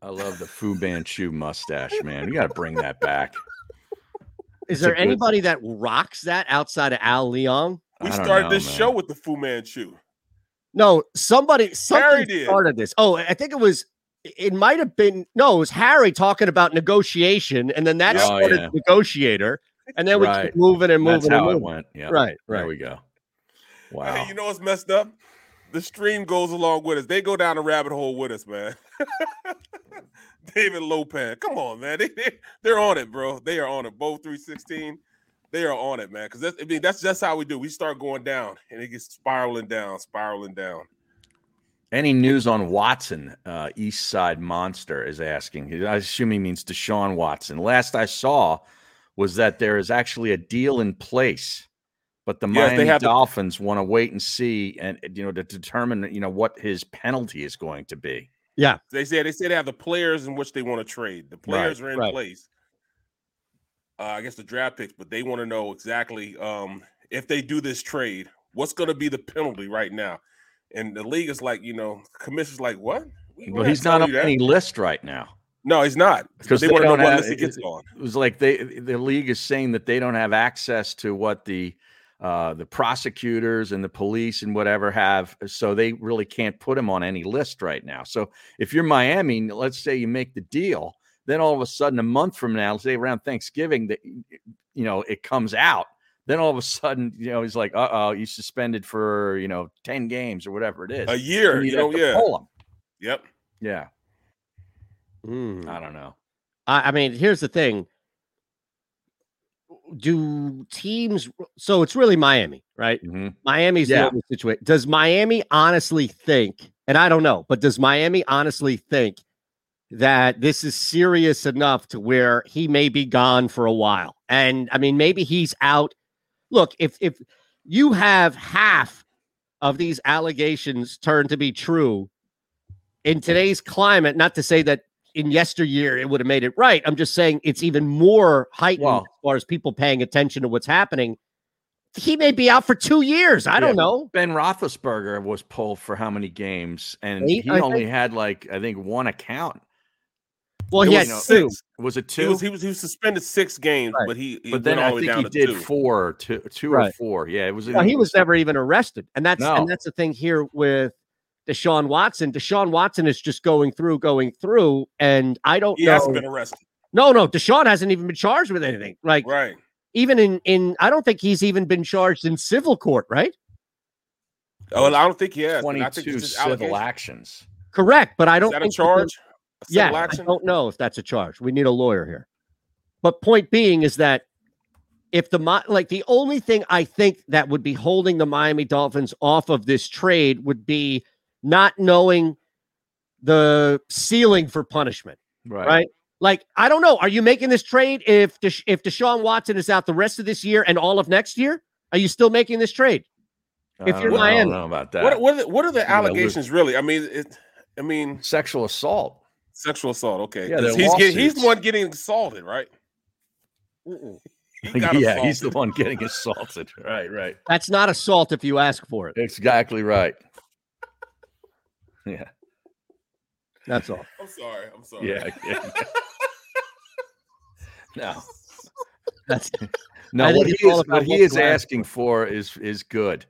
C: I love the Fu Manchu mustache, man. We got to bring that back.
A: Is
C: a
A: there
C: good-
A: anybody that rocks that outside of Al Leong?
D: We
C: I don't
D: started
C: know,
D: this
C: man.
D: show with the Fu Manchu.
A: No, somebody
D: Harry
A: somebody
D: did.
A: started this. Oh, I think it was it might have been no, it was Harry talking about negotiation, and then that
C: Oh,
A: started
C: yeah.
A: negotiator, and then we
C: Right.
A: keep moving and
C: That's
A: moving
C: how
A: and
C: it
A: moving.
C: went. Yeah.
A: Right,
C: There
A: right.
C: we go.
D: Hey,
C: Wow.
D: you know what's messed up? The stream goes along with us. They go down a rabbit hole with us, man. David Lopez. Come on, man. They, they, they're on it, bro. They are on it. Both 316. They are on it, man. Because that's I mean, that's just how we do. We start going down and it gets spiraling down, spiraling down.
C: Any news on Watson? Uh, East Side Monster is asking. I assume he means Deshaun Watson. Last I saw was that there is actually a deal in place, but the
D: Yeah, they
C: Miami
D: have to-
C: Dolphins want to wait and see, and you know, to determine you know what his penalty is going to be.
D: They say they say they have the players in which they want to trade. The players are in
A: right.
D: place. Uh, I guess the draft picks, but they want to know exactly um, if they do this trade, what's going to be the penalty right now? And the league is like, you know, commissioners like, what? We- we're
C: Well, he's not
D: telling
C: on
D: you that.
C: any list right now.
D: No, he's not. Because
C: 'Cause
D: they,
C: they
D: want to know
C: don't
D: what
C: have-
D: list he gets on.
C: It was like they the league is saying that they don't have access to what the uh, the prosecutors and the police and whatever have, so they really can't put him on any list right now. So if you're Miami, let's say you make the deal, then all of a sudden a month from now, say around Thanksgiving, that you know it comes out. Then all of a sudden, you know, he's like, "Uh oh, you suspended for you know ten games or whatever it is."
D: A
C: Then
D: year,
C: you'd
D: you
C: have
D: know,
C: to
D: yeah,
C: pull him.
D: yep.
C: yeah.
D: Hmm.
A: Mm.
C: I don't know.
A: I, I mean, here's the thing. Do teams so it's really Miami, right?
C: Mhm.
A: Miami's
C: Yeah.
A: the only situation. Does Miami honestly think, and I don't know, but does Miami honestly think that this is serious enough to where he may be gone for a while? And I mean, maybe he's out. Look, if if you have half of these allegations turn to be true in today's climate, not to say that in yesteryear it would have made it right. I'm just saying it's even more heightened
C: Well-
A: as far as people paying attention to what's happening. He may be out for two years. I don't
C: Yeah.
A: know.
C: Ben Roethlisberger was pulled for how many games, and
A: Eight,
C: he
A: I
C: only had like I think one account.
A: Well,
C: It
A: oh, he
C: was
A: had
C: no-
A: two.
C: Was it
D: He
C: two?
D: was, he was he was suspended six games,
A: Right.
D: but he, he
C: but then I
D: went all the way
C: think
D: down
C: he
D: to
C: did
D: two.
C: four, two, two or
A: Right.
C: four. Yeah, it was.
A: No, he was never even arrested, and that's
C: No.
A: and that's the thing here with Deshaun Watson. Deshaun Watson is just going through, going through, and I don't
D: He
A: know.
D: hasn't been arrested,
A: no, no, Deshaun hasn't even been charged with anything. Like
D: right?
A: even in in, I don't think he's even been charged in civil court, right?
D: Oh, well, I don't think he has. but I think
C: twenty-two
D: it's just
C: civil
D: allegations.
C: actions.
A: Correct, but I
D: Is
A: don't
D: that a
A: think
D: charge? A
A: Yeah,
D: civil action?
A: I don't know if that's a charge. We need a lawyer here. But point being is that if the Mi- like the only thing I think that would be holding the Miami Dolphins off of this trade would be not knowing the ceiling for punishment,
C: Right.
A: right? Like I don't know. Are you making this trade if Desha- if Deshaun Watson is out the rest of this year and all of next year? Are you still making this trade?
C: I
A: If
C: don't
A: you're
C: know, Oh, I
A: Miami-
C: don't know about that.
D: What, what, are the, what are the
C: Yeah, Luke.
D: allegations really? I mean, it, I mean,
C: Sexual assault.
D: sexual assault. Okay,
C: Yeah,
D: 'Cause
C: they're
D: he's get, he's the
C: lawsuits.
D: one getting assaulted, right? He
C: yeah,
D: got
C: he's the
D: assaulted.
C: one getting assaulted. Right. Right.
A: That's not assault if you ask for it.
C: Exactly right. Yeah.
A: That's all.
D: I'm sorry. I'm sorry.
C: Yeah. yeah, yeah. no.
A: That's I
C: No,
A: think
C: what he
A: it's all
C: is,
A: about what
C: what he is
A: you ask
C: asking for is is good.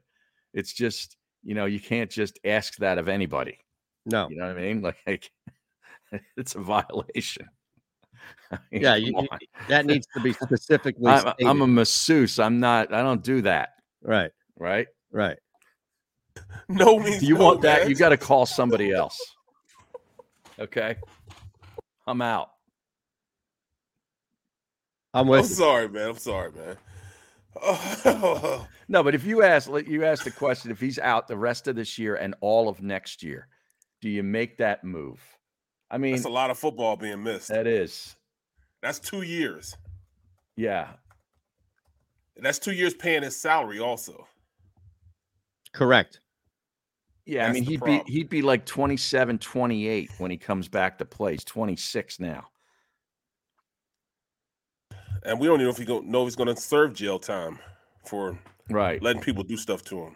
C: It's just you know you can't just ask that of anybody.
A: no.
C: You know what I mean? Like, like, it's a violation. I mean,
A: Yeah, you-
C: come
A: you-
C: on.
A: That needs to be specifically.
C: I'm, I'm
A: stated.
C: a masseuse. I'm not. I don't do that.
A: right,
C: Right?
A: right.
D: No means
C: If you
D: no,
C: want that?
D: man.
C: You got to call somebody else. Okay, I'm out.
A: I'm
D: I'm
A: with you.
D: sorry, man. I'm sorry, man. Oh,
C: No, but if you ask, like, you ask the question: if he's out the rest of this year and all of next year, do you make that move? I mean,
D: that's a lot of football being missed.
C: that is,
D: That's two years.
C: yeah.
D: And that's two years paying his salary, also.
A: Correct.
C: Yeah, I
D: That's
C: mean
D: the
C: he'd
D: problem.
C: be he'd be like 27, 28 when he comes back to play. He's 26 now.
D: And we don't even know if he go, know if he's going to serve jail time for
C: Right.
D: letting people do stuff to him.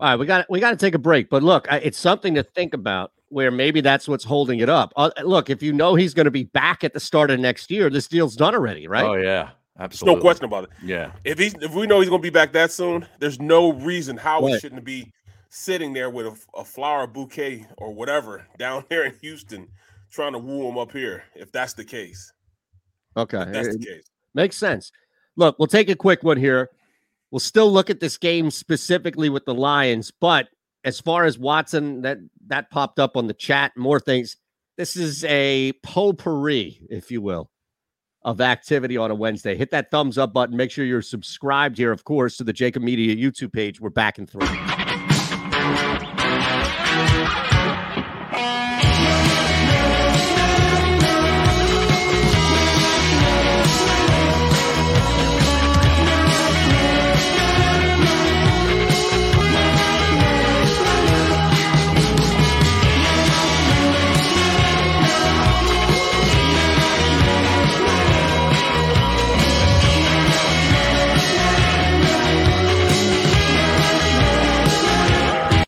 A: All right, we got we got to take a break, but look, I, it's something to think about. Where maybe that's what's holding it up. Uh, look, if you know he's going to be back at the start of next year, this deal's done already, right?
C: Oh yeah.
D: There's
C: Absolutely.
D: no question about it.
C: Yeah.
D: If he's if we know he's going to be back that soon, there's no reason how we
A: Right.
D: shouldn't be sitting there with a, a flower bouquet or whatever down there in Houston, trying to woo him up here. If that's the case,
A: okay,
D: if that's
A: it-
D: the case.
A: makes sense. Look, we'll take a quick one here. We'll still look at this game specifically with the Lions, but as far as Watson, that that popped up on the chat. More things. This is a potpourri, if you will. of activity on a Wednesday. Hit that thumbs up button. Make sure you're subscribed here, of course, to the Jacob Media YouTube page. We're back in three.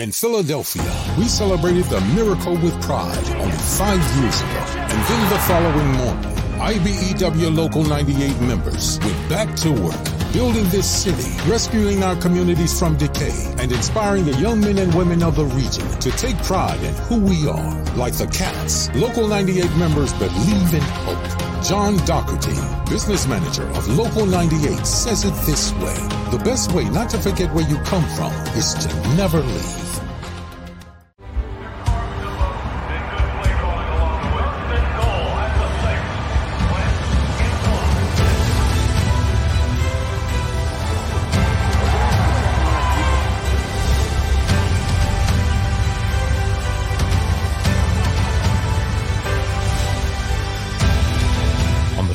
E: In Philadelphia, we celebrated the miracle with pride only five years ago. And then the following morning, IBEW Local 98 members went back to work, building this city, rescuing our communities from decay, and inspiring the young men and women of the region to take pride in who we are. Like the cats, Local 98 members believe in hope. John Doherty, business manager of Local 98, says it this way The best way not to forget where you come from is to never leave.
F: on the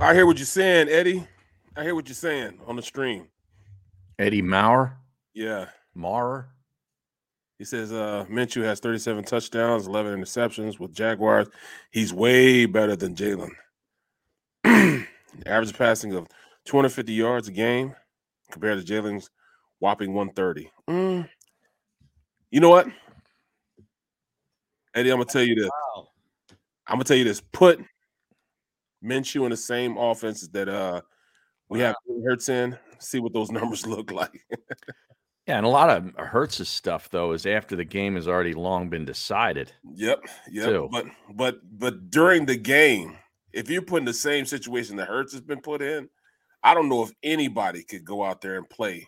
D: I hear what you're saying, Eddie. I hear what you're saying on the stream.
C: Eddie Maurer.
D: Yeah.
C: Maurer.
D: He says uh Minshew has 37 touchdowns, 11 interceptions with Jaguars. He's way better than Jalen. Average passing of 250 yards a game compared to Jalen's whopping 130. Mm. You know what? Eddie, I'm gonna tell you this. I'm gonna tell you this. Put Minshew in the same offenses that uh we have Hurts in. See what those numbers look like.
C: Yeah, and a lot of Hertz's stuff though is after the game has already long been decided.
D: Yep, yep.
C: Too.
D: But but but during the game, if you're put in the same situation that Hertz has been put in, I don't know if anybody could go out there and play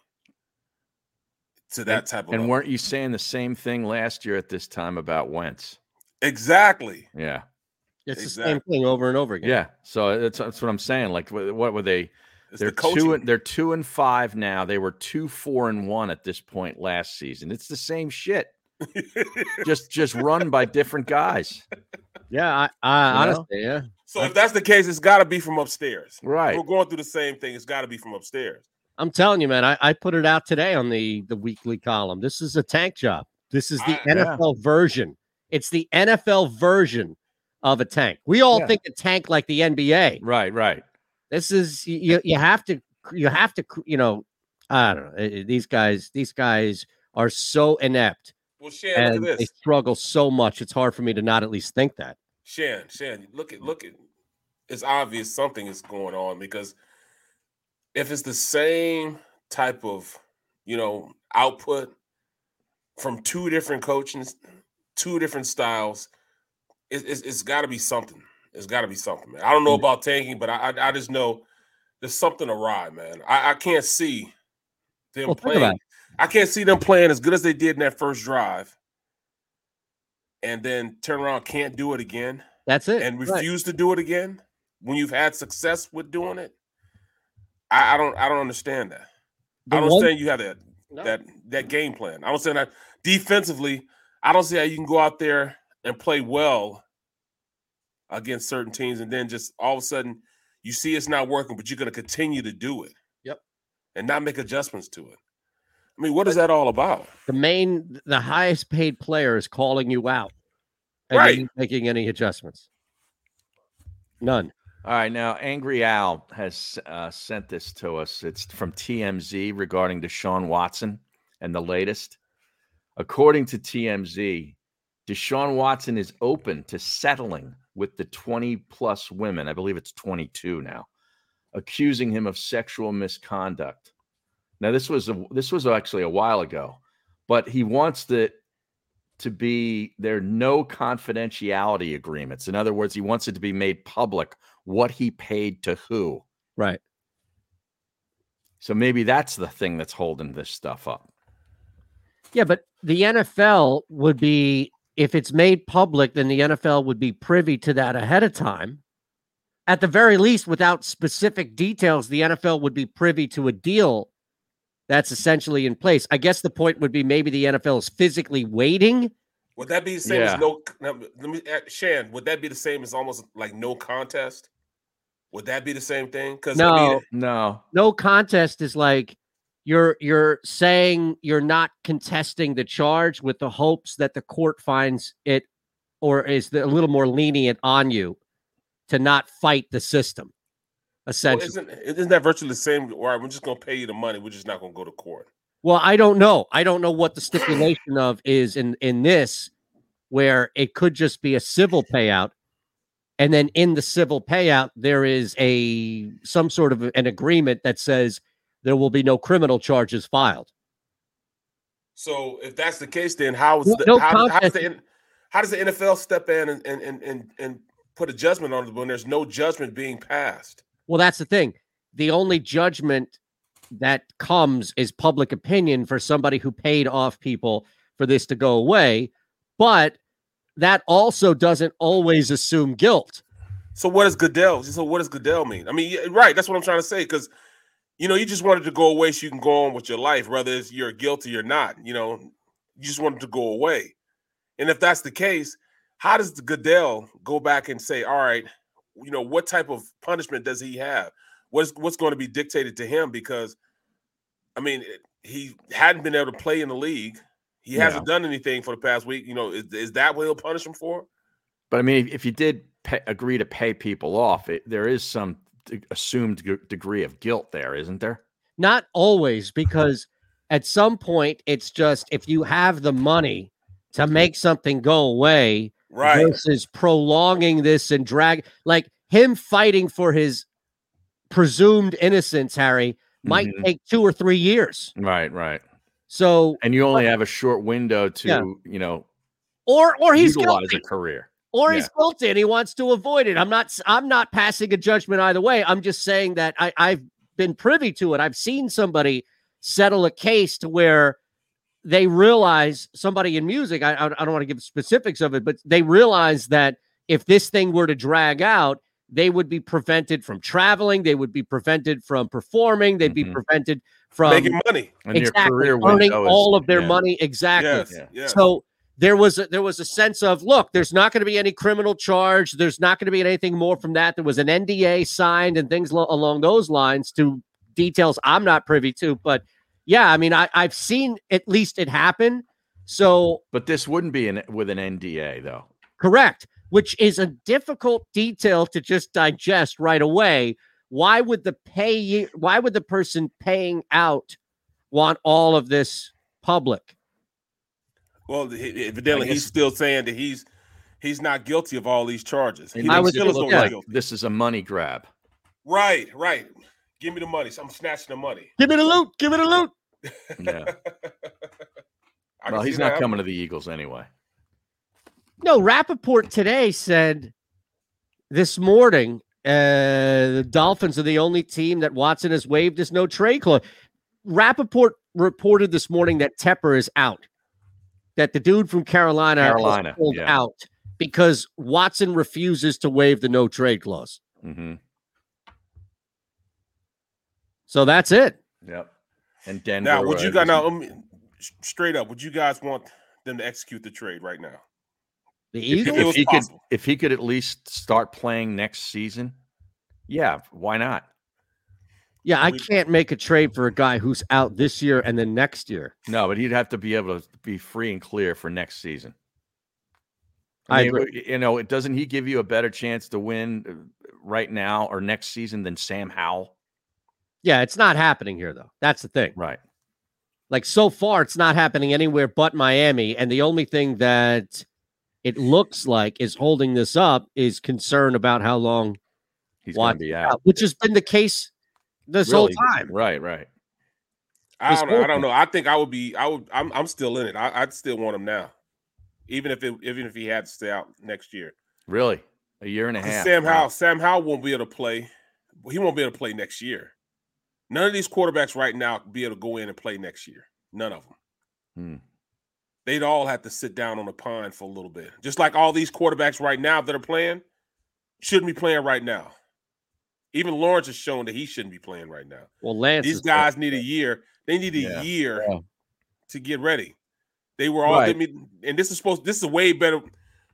D: to that type of
C: And
D: level.
C: weren't you saying the same thing last year at this time about Wentz?
D: exactly.
C: Yeah,
A: It's the same
D: Exactly.
A: thing over and over again.
C: yeah. So that's that's what I'm saying. Like, wh- what were they?
D: It's
C: They're
D: the coaching.
C: two. and- They're two and five now. They were two, four, and one at this point last season. It's the same shit. just just run by different guys.
A: Yeah, I, I
C: You know?
A: honestly, yeah.
D: so if that's the case, it's got to be from upstairs.
C: Right.
D: We're going through the same thing. It's got to be from upstairs.
A: I'm telling you, man. I, I put it out today on the the weekly column. This is a tank job. This is the
D: I-
C: yeah.
A: NFL version. It's the NFL version of a tank. We all
C: Yeah.
A: think a tank like the NBA.
C: Right. Right.
A: This is you. You have to. You have to. You know. I don't know. Eh, eh, These guys. These guys are so inept
D: Well, Shan,
A: and
D: look at
A: they
D: this.
A: struggle so much. It's hard for me to not at least think that.
D: Shan, Shan, look at look at. It's obvious something is going on because if it's the same type of you know output from two different coaches, two different styles. It, it's it's got to be something. It's got to be something, man. I
A: Mm.
D: don't know about tanking, but I I, I just know there's something awry, man. I, I can't see them
A: Well, think about
D: playing.
A: it.
D: I can't see them playing as good as they did in that first drive, and then turn around can't do it again,
A: That's it.
D: and
A: Right.
D: refuse to do it again when you've had success with doing it. I, I don't I don't understand that.
A: The
D: I don't
A: one-
D: understand you have that
A: No.
D: that that game plan. I don't say that defensively. I don't see how you can go out there and play well against certain teams, and then just all of a sudden you see it's not working, but you're going to continue to do it.
A: Yep.
D: And not make adjustments to it. I mean, what is that all about?
A: the main the highest paid player is calling you out and
D: Right.
A: you're not making any adjustments none
C: All right, now Angry Al has uh, sent this to us. It's from TMZ regarding Deshaun Watson and the latest. According to TMZ, Deshaun Watson is open to settling with the 20 plus women, I believe it's 22 now, accusing him of sexual misconduct. Now this was a, this was actually a while ago, but he wants the to be there are no confidentiality agreements. In other words, he wants it to be made public what he paid to who.
A: right
C: So maybe that's the thing that's holding this stuff up.
A: yeah but the nfl would be if it's made public then the nfl would be privy to that ahead of time at the very least without specific details the nfl would be privy to a deal that's essentially in place i guess the point would be maybe the nfl is physically waiting
D: Would that be the same
C: Yeah.
D: as no? Now, let me, uh, Shan. Would that be the same as almost like no contest? Would that be the same thing? Because
A: No.
C: No.
A: no contest is like you're you're saying you're not contesting the charge with the hopes that the court finds it or is a little more lenient on you to not fight the system
D: well,
A: essentially
D: isn't isn't that virtually the same? All right, we're just going to pay you the money. We're just not going to go to court.
A: Well, I don't know. I don't know what the stipulation of is in in this, where it could just be a civil payout, and then in the civil payout there is a some sort of an agreement that says there will be no criminal charges filed.
D: So if that's the case, then how is
A: Well,
D: the,
A: no
D: how, how does
A: contest.
D: the N- how does the NFL step in and and and and, and put a judgment on it when there's no judgment being passed?
A: Well, that's the thing. The only judgment that comes is public opinion for somebody who paid off people for this to go away, but that also doesn't always assume guilt.
D: So what does Goodell? So what does Goodell mean? I mean, yeah, right? That's what I'm trying to say because you know you just wanted to go away so you can go on with your life, whether it's you're guilty or not. You know, you just wanted to go away, and if that's the case, how does the Goodell go back and say, all right, you know, what type of punishment does he have? What's what's going to be dictated to him? Because I mean, it- he hadn't been able to play in the league. He hasn't done anything for the past week. You know, is, is that what he'll punish him for?
C: But I mean, if, if you did pay, agree to pay people off, it, there is some d- assumed g- degree of guilt there, isn't there?
A: not always because at some point it's just if you have the money to make something go away
D: Right.
A: versus prolonging this and drag like him fighting for his presumed innocence harry might
D: Mm-hmm.
C: Mhm.
A: take 2 or 3 years
C: Right, right.
A: so
C: And you only have a short window to,
A: Yeah.
C: you know,
A: or or he's
C: utilize
A: guilty
C: a career.
A: or
C: yeah.
A: he's guilty and he wants to avoid it i'm not s- i'm not passing a judgment either way i'm just saying that i i've been privy to it i've seen somebody settle a case to where they realize somebody in music i i, I don't want to give specifics of it but they realize that if this thing were to drag out they would be prevented from traveling they would be prevented from performing they'd
C: Mhm.
A: be prevented from
D: Making money.
C: And
A: exactly,
C: your career
A: earning
C: window is-
A: all of their
C: yeah.
A: money exactly
D: Yes.
C: Yeah.
D: yes.
A: so there was a, there was a sense of look, there's not going to be any criminal charge. There's not going to be anything more from that. There was an NDA signed and things lo- along those lines to details I'm not privy to. But yeah, I mean, I, I've seen at least it happen. So
C: But this wouldn't be an, with an NDA, though.
A: correct, which is a difficult detail to just digest right away. Why would the pay? Why would the person paying out want all of this public?
D: Well, th- he- evidently
C: guess-
D: he's still saying that he's he's not guilty of all these charges. He
C: And
A: I
D: thinks
A: was-
D: still is
A: look,
D: not
A: yeah.
C: like
D: guilty.
C: this is a money grab.
D: Right, right. Give me the money. So I'm snatching the money.
A: Give me the loot. Give me the loot.
C: Yeah.
D: I
C: Well,
D: can
C: he's
D: see
C: not
D: that.
C: coming to the Eagles anyway.
A: No, Rappaport today said this morning uh, the Dolphins are the only team that Watson has waived is no trade clause. Rappaport reported this morning that Tepper is out, that the dude from Carolina, was
C: Carolina,
A: pulled
C: yeah.
A: out because Watson refuses to waive the no trade clause.
C: Mm-hmm.
A: So that's it.
C: Yep. And Denver.
D: Now, would you
C: uh,
D: guys
C: is-
D: now um, s- straight up? Would you guys want them to execute the trade right now?
A: The
C: if,
D: it
A: Eagles.
C: if
D: was
C: he could,
D: possible.
C: if he could at least start playing next season, yeah, why not?
A: Yeah, I
D: we-
A: can't make a trade for a guy who's out this year and then next year.
C: No, but he'd have to be able to be free and clear for next season.
A: I
C: mean, You know, it doesn't he give you a better chance to win uh, right now or next season than Sam Howell?
A: Yeah, it's not happening here though. That's the thing.
C: Right.
A: Like so far, it's not happening anywhere but Miami. And the only thing that it looks like is holding this up is concern about how long
C: He's going to
A: Watson's
C: be
A: out,
C: out.
A: which has been the case this
C: Really,
A: whole time.
C: Right, right.
D: I
A: This
D: don't know. I
A: whole
D: don't
A: thing.
D: know. I think I would be. I would. I'm. I'm still in it. I, I'd still want him now, even if it, even if he had to stay out next year.
C: Really. A year and a half.
D: Sam
C: Wow.
D: Howell. Sam Howell won't be able to play. He won't be able to play next year. None of these quarterbacks right now be able to go in and play next year. None of them.
C: Hmm.
D: They'd all have to sit down on the pine for a little bit, just like all these quarterbacks right now that are playing shouldn't be playing right now. Even Lawrence has shown that he shouldn't be playing right now.
A: Well, Lance,
D: These
A: is there.
D: guys need a year. They need a
C: Yeah.
D: year
C: Yeah.
D: to get ready. They were all.
C: Right.
D: I mean, and this is supposed. This is a way better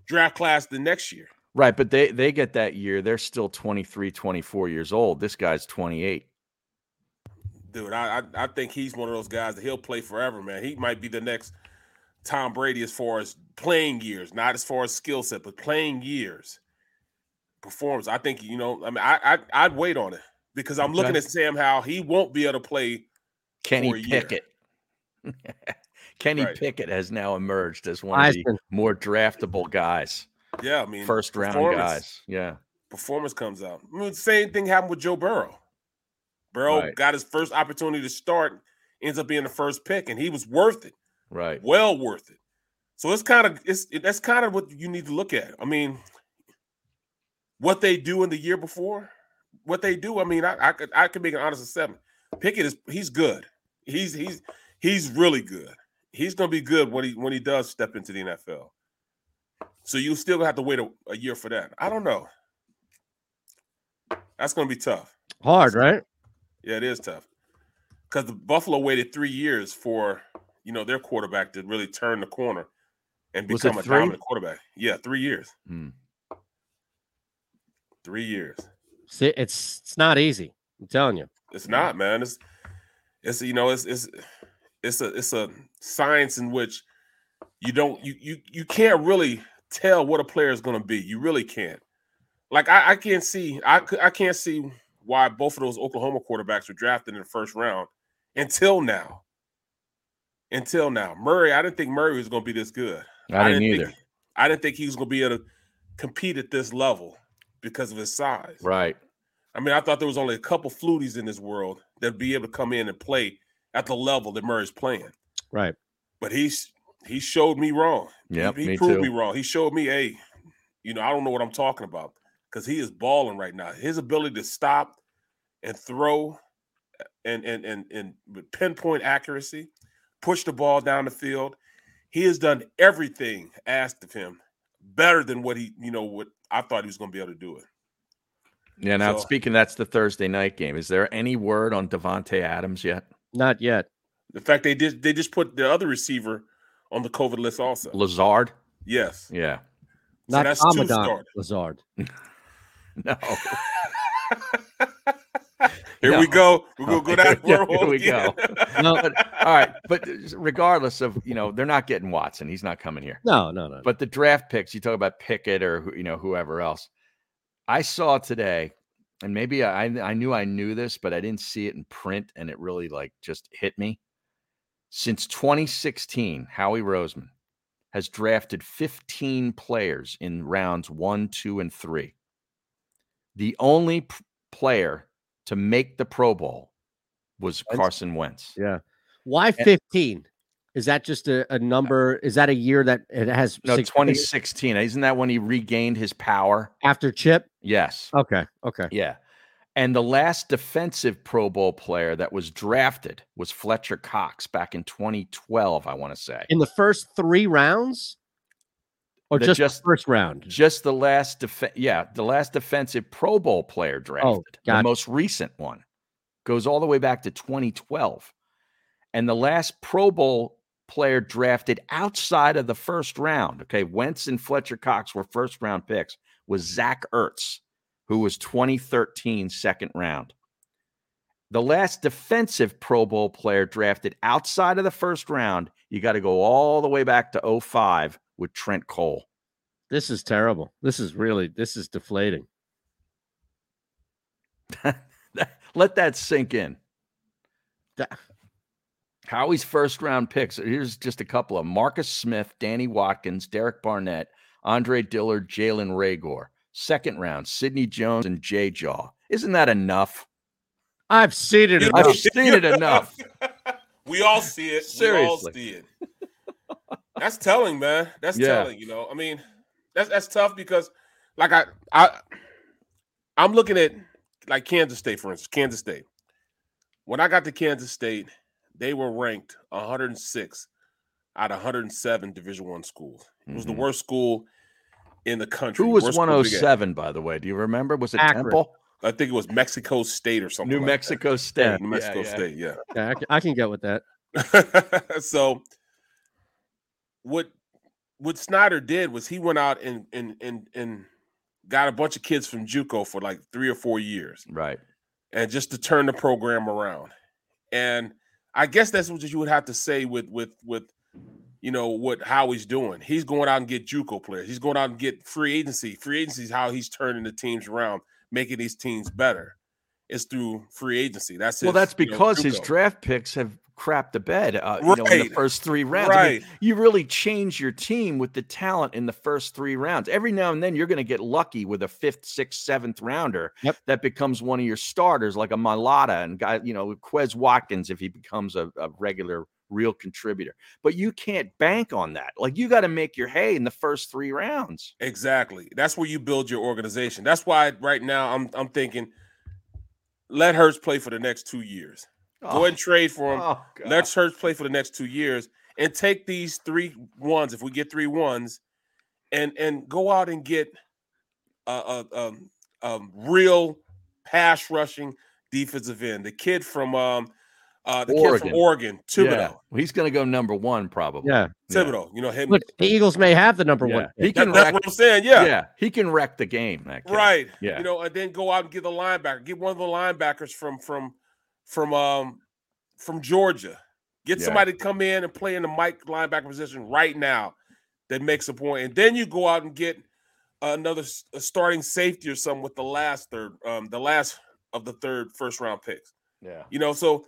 D: draft class than next year.
C: Right, but they they get that year. They're still 23, 24 years old. This guy's 28.
D: dude. I, I I think he's one of those guys that he'll play forever, man. He might be the next Tom Brady as far as playing years, not as far as skill set, but playing years, performance. I think you know. I mean, I, I I'd wait on it because I'm looking
C: Okay.
D: at Sam Howell. He won't be able to play.
C: Kenny
D: For a year.
C: Pickett. Kenny
D: Right.
C: Pickett has now emerged as one of the
A: Heisman.
C: more draftable guys,
D: Yeah, I mean,
C: first round
D: performance-
C: guys. Yeah.
D: Performance comes out. I mean, same thing happened with Joe Burrow. Burrow
C: Right.
D: got his first opportunity to start, ends up being the first pick, and he was worth it.
C: Right.
D: well worth it. So it's kind of it's it- that's kind of what you need to look at. I mean, what they do in the year before, what they do. I mean, I, I could I could make an honest assessment. Pickett is he's good. He's he's he's really good. He's gonna be good when he when he does step into the NFL. So you still gonna have to wait a, a year for that. I don't know. That's gonna be tough.
A: hard, right?
D: Yeah, it is tough. Because the Buffalo waited three years for you know their quarterback to really turn the corner and
C: Was it
D: become a
C: three?
D: dominant quarterback. Yeah, three years.
C: Mm.
D: Three years.
A: See, it's it's not easy. I'm telling you.
D: It's not, man. It's it's you know, it's it's it's a it's a science in which you don't you you you can't really tell what a player is going to be. You really can't. Like I, I can't see I c- I can't see why both of those Oklahoma quarterbacks were drafted in the first round until now. Until now, Murray. I didn't think Murray was going to be this good.
C: I didn't, either.
D: Think, I didn't think he was going to be able to compete at this level because of his size.
C: Right.
D: I mean, I thought there was only a couple fluties in this world that'd be able to come in and play at the level that Murray's playing.
A: Right.
D: But he's he showed me wrong. He-
C: Yep,
D: he,
C: me
D: proved
C: too.
D: me wrong. He showed me, hey, you know, I don't know what I'm talking about because he is balling right now. His ability to stop and throw and and and and with pinpoint accuracy, push the ball down the field. He has done everything asked of him better than what he, you know, what I thought he was going to be able to do it.
C: Yeah. Now
D: So-
C: speaking, that's the Thursday night game. Is there any word on Devonte Adams yet?
A: Not yet.
D: In fact, they did. They just put the other receiver on the COVID list also.
C: Lazard?
D: Yes.
C: Yeah.
D: So
A: Not
D: that's two
A: Ramadan
D: starters.
A: Lazard.
C: No.
D: Here
C: No.
D: we go. We're gonna go down.
C: Yeah,
D: the
C: here
D: wormhole
C: we go.
D: again.
A: No.
C: But, all right. But regardless of you know, they're not getting Watson. He's not coming here.
A: No, no, no. no.
C: But the draft picks, you talk about Pickett or who- you know whoever else. I saw today, and maybe I I knew I knew this, but I didn't see it in print, and it really like just hit me. Since 2016, Howie Roseman has drafted 15 players in rounds one, two, and three. The only p- player to make the Pro Bowl was
A: Wentz?
C: Carson Wentz.
A: yeah. Why
C: And-
A: 15? Is that just a, a number? Is that a year that it has?
C: No,
A: six
C: 2016. Isn't that when he regained his power?
A: after Chip.
C: Yes.
A: Okay, okay.
C: Yeah. And the last defensive Pro Bowl player that was drafted was Fletcher Cox back in 2012, I want to say.
A: In the first three rounds, or
C: The
A: just,
C: just-
A: the first round?
C: Just the last defense, yeah, the last defensive Pro Bowl player drafted,
A: Oh,
C: the
A: gotcha.
C: most recent one, goes all the way back to 2012, and the last Pro Bowl player drafted outside of the first round. Okay, Wentz and Fletcher Cox were first round picks. Was Zach Ertz, who was 2013 second round. The last defensive Pro Bowl player drafted outside of the first round, you got to go all the way back to 05 with Trent Cole.
A: This is terrible. This is really this is deflating.
C: Let that sink in.
A: That-
C: Howie's first round picks. Here's just a couple of 'em. Marcus Smith, Danny Watkins, Derek Barnett, Andre Dillard, Jalen Rager. Second round, Sidney Jones and Jay Jaw. Isn't that enough?
A: I've seen it.
D: Yeah.
A: enough.
C: I've seen it enough.
D: we all see it. We all
C: Seriously.
D: see it. That's telling, man. That's
C: Yeah.
D: telling. You know, I mean, that's that's tough because, like, I I I'm looking at like Kansas State, for instance. Kansas State. When I got to Kansas State, they were ranked 106 out of 107 Division One schools. It was
C: Mhm.
D: the worst school in the country.
C: Who was
D: worst school to get.
C: 107, by the way? Do you remember? Was it
A: Akron.
C: Temple?
D: I think it was Mexico State or something.
C: New
D: like that.
C: Mexico
D: Yeah,
C: State.
D: New
C: Yeah,
D: Mexico
C: yeah.
D: State. Yeah.
A: Yeah, I can, I can get with that.
D: so what what Snyder did was he went out and and and and got a bunch of kids from JUCO for like three or four years
C: Right.
D: and just to turn the program around. And I guess that's what you would have to say with with with you know what Howie's doing. He's going out and get JUCO players. He's going out and get free agency. Free agency is how he's turning the teams around, making these teams better. It's through free agency. That's
C: Well,
D: his,
C: that's
D: you know,
C: because his
D: JUCO.
C: draft picks have crapped the bed uh, you know, in the
D: Right.
C: first three rounds. I mean,
D: Right.
C: you really change your team with the talent in the first three rounds. Every now and then, you're going to get lucky with a fifth, sixth, seventh rounder
A: Yep.
C: that becomes one of your starters, like a Malata and guy, you know, Quez Watkins if he becomes a, a regular real contributor. But you can't bank on that. Like you got to make your hay in the first three rounds.
D: Exactly. That's where you build your organization. That's why right now I'm I'm thinking let Hurts play for the next two years. Go ahead and trade for him.
C: Oh, God.
D: let Hurts play for the next two years and take these three ones. If we get three ones, and and go out and get a, a, um um, real pass rushing defensive end. The kid from um uh the kid
C: Oregon.
D: from Oregon, Thibodeau.
C: Yeah. Well, he's going to go number one probably.
A: Yeah.
C: Yeah.
D: Thibodeau, you know him.
A: Look, the Eagles may have the number
C: Yeah.
A: one.
C: He
A: pick.
C: can
D: That- that's
C: wreck-
D: what I'm saying.
C: Yeah.
D: yeah.
C: he can wreck the game. That kid.
D: Right.
C: Yeah.
D: You know, and then go out and get the linebacker. Get one of the linebackers from from from um from Georgia. Get
C: Yeah.
D: somebody to come in and play in the Mike linebacker position right now that makes a point. And then you go out and get another s- a starting safety or something with the last third um the last of the third first round picks.
C: Yeah.
D: You know, so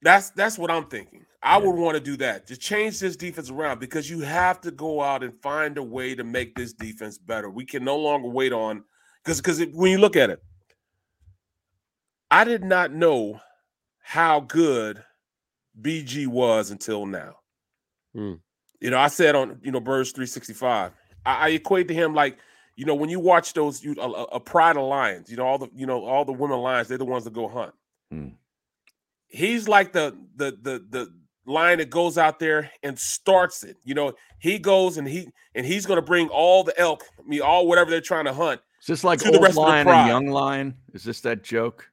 D: that's that's what I'm thinking. I
C: Yeah.
D: would want to do that to change this defense around because you have to go out and find a way to make this defense better. We can no longer wait on because because when you look at it, I did not know how good BG was until now.
A: Hmm.
D: You know, I said on you know Birds 365, I, I equate to him like you know when you watch those you a, a a pride of lions, you know all the you know all the women lions, they're the ones that go hunt.
C: Hmm.
D: He's like the the the the lion that goes out there and starts it. You know, he goes and he and he's going to bring all the elk, I mean all whatever they're trying to hunt.
C: Is this like
D: to the
C: old
D: rest of the
C: lion and
D: pride.
C: young lion? Is this that joke?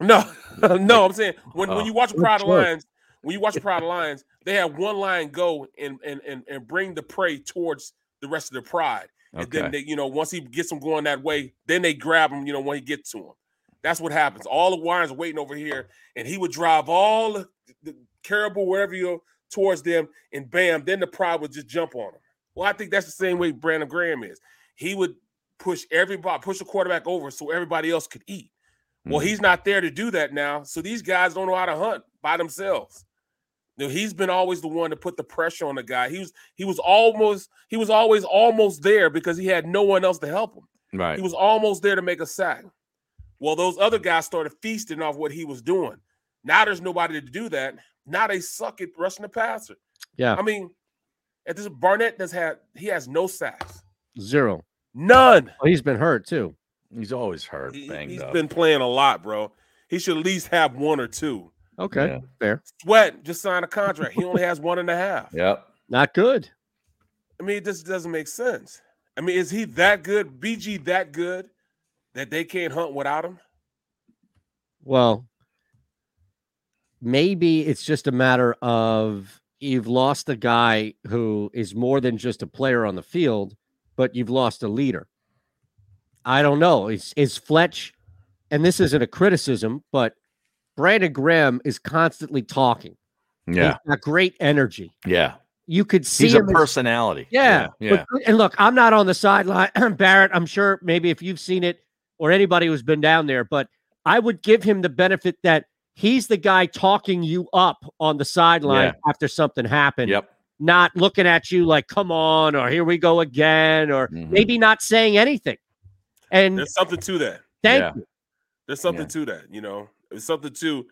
D: No, no, I'm saying when,
C: Oh.
D: when you watch
A: Good
D: Pride of
A: choice.
D: Lions, when you watch Pride of Lions, they have one lion go and and and, and bring the prey towards the rest of the pride. And
C: Okay.
D: then they, you know, once he gets them going that way, then they grab him, you know, when he gets to him. That's what happens. All the lions are waiting over here, and he would drive all the, the caribou wherever you're towards them, and bam, then the pride would just jump on him. Well, I think that's the same way Brandon Graham is. He would push everybody, push the quarterback over so everybody else could eat. Well,
C: Mhm.
D: he's not there to do that now. So these guys don't know how to hunt by themselves. You know, he's been always the one to put the pressure on the guy. He was he was almost he was always almost there because he had no one else to help him.
C: right.
D: He was almost there to make a sack. Well, those other guys started feasting off what he was doing. Now there's nobody to do that. Now they suck at rushing the passer.
A: Yeah.
D: I mean, at this Barnett has had he has no sacks.
A: Zero.
D: None.
A: Oh, he's been hurt too.
C: He's always hurt.
D: He,
C: Banged
D: has
C: up.
D: been playing a lot, bro. He should at least have one or two.
A: Okay.
C: Yeah.
A: Fair.
D: Sweat just signed a contract. He only has one and a half.
C: Yep.
A: Not good.
D: I mean, it just doesn't make sense. I mean, is he that good? BG that good that they can't hunt without him?
A: Well, maybe it's just a matter of you've lost a guy who is more than just a player on the field, but you've lost a leader. I don't know. Is is Fletch, and this isn't a criticism, but Brandon Graham is constantly talking.
C: Yeah.
A: He's got great energy.
C: Yeah.
A: You could see
C: He's a
A: him as-
C: personality.
A: Yeah.
C: Yeah.
A: But- and look, I'm not on the sideline. Barrett, I'm sure maybe if you've seen it or anybody who's been down there, but I would give him the benefit that he's the guy talking you up on the sideline after something happened,
C: Yep.
A: not looking at you like, come on, or here we go again, or
C: Mhm.
A: maybe not saying anything.
C: Mm.
A: And
D: There's something to that.
A: thank
C: Yeah.
A: you.
D: There's something to that, you know. There's something to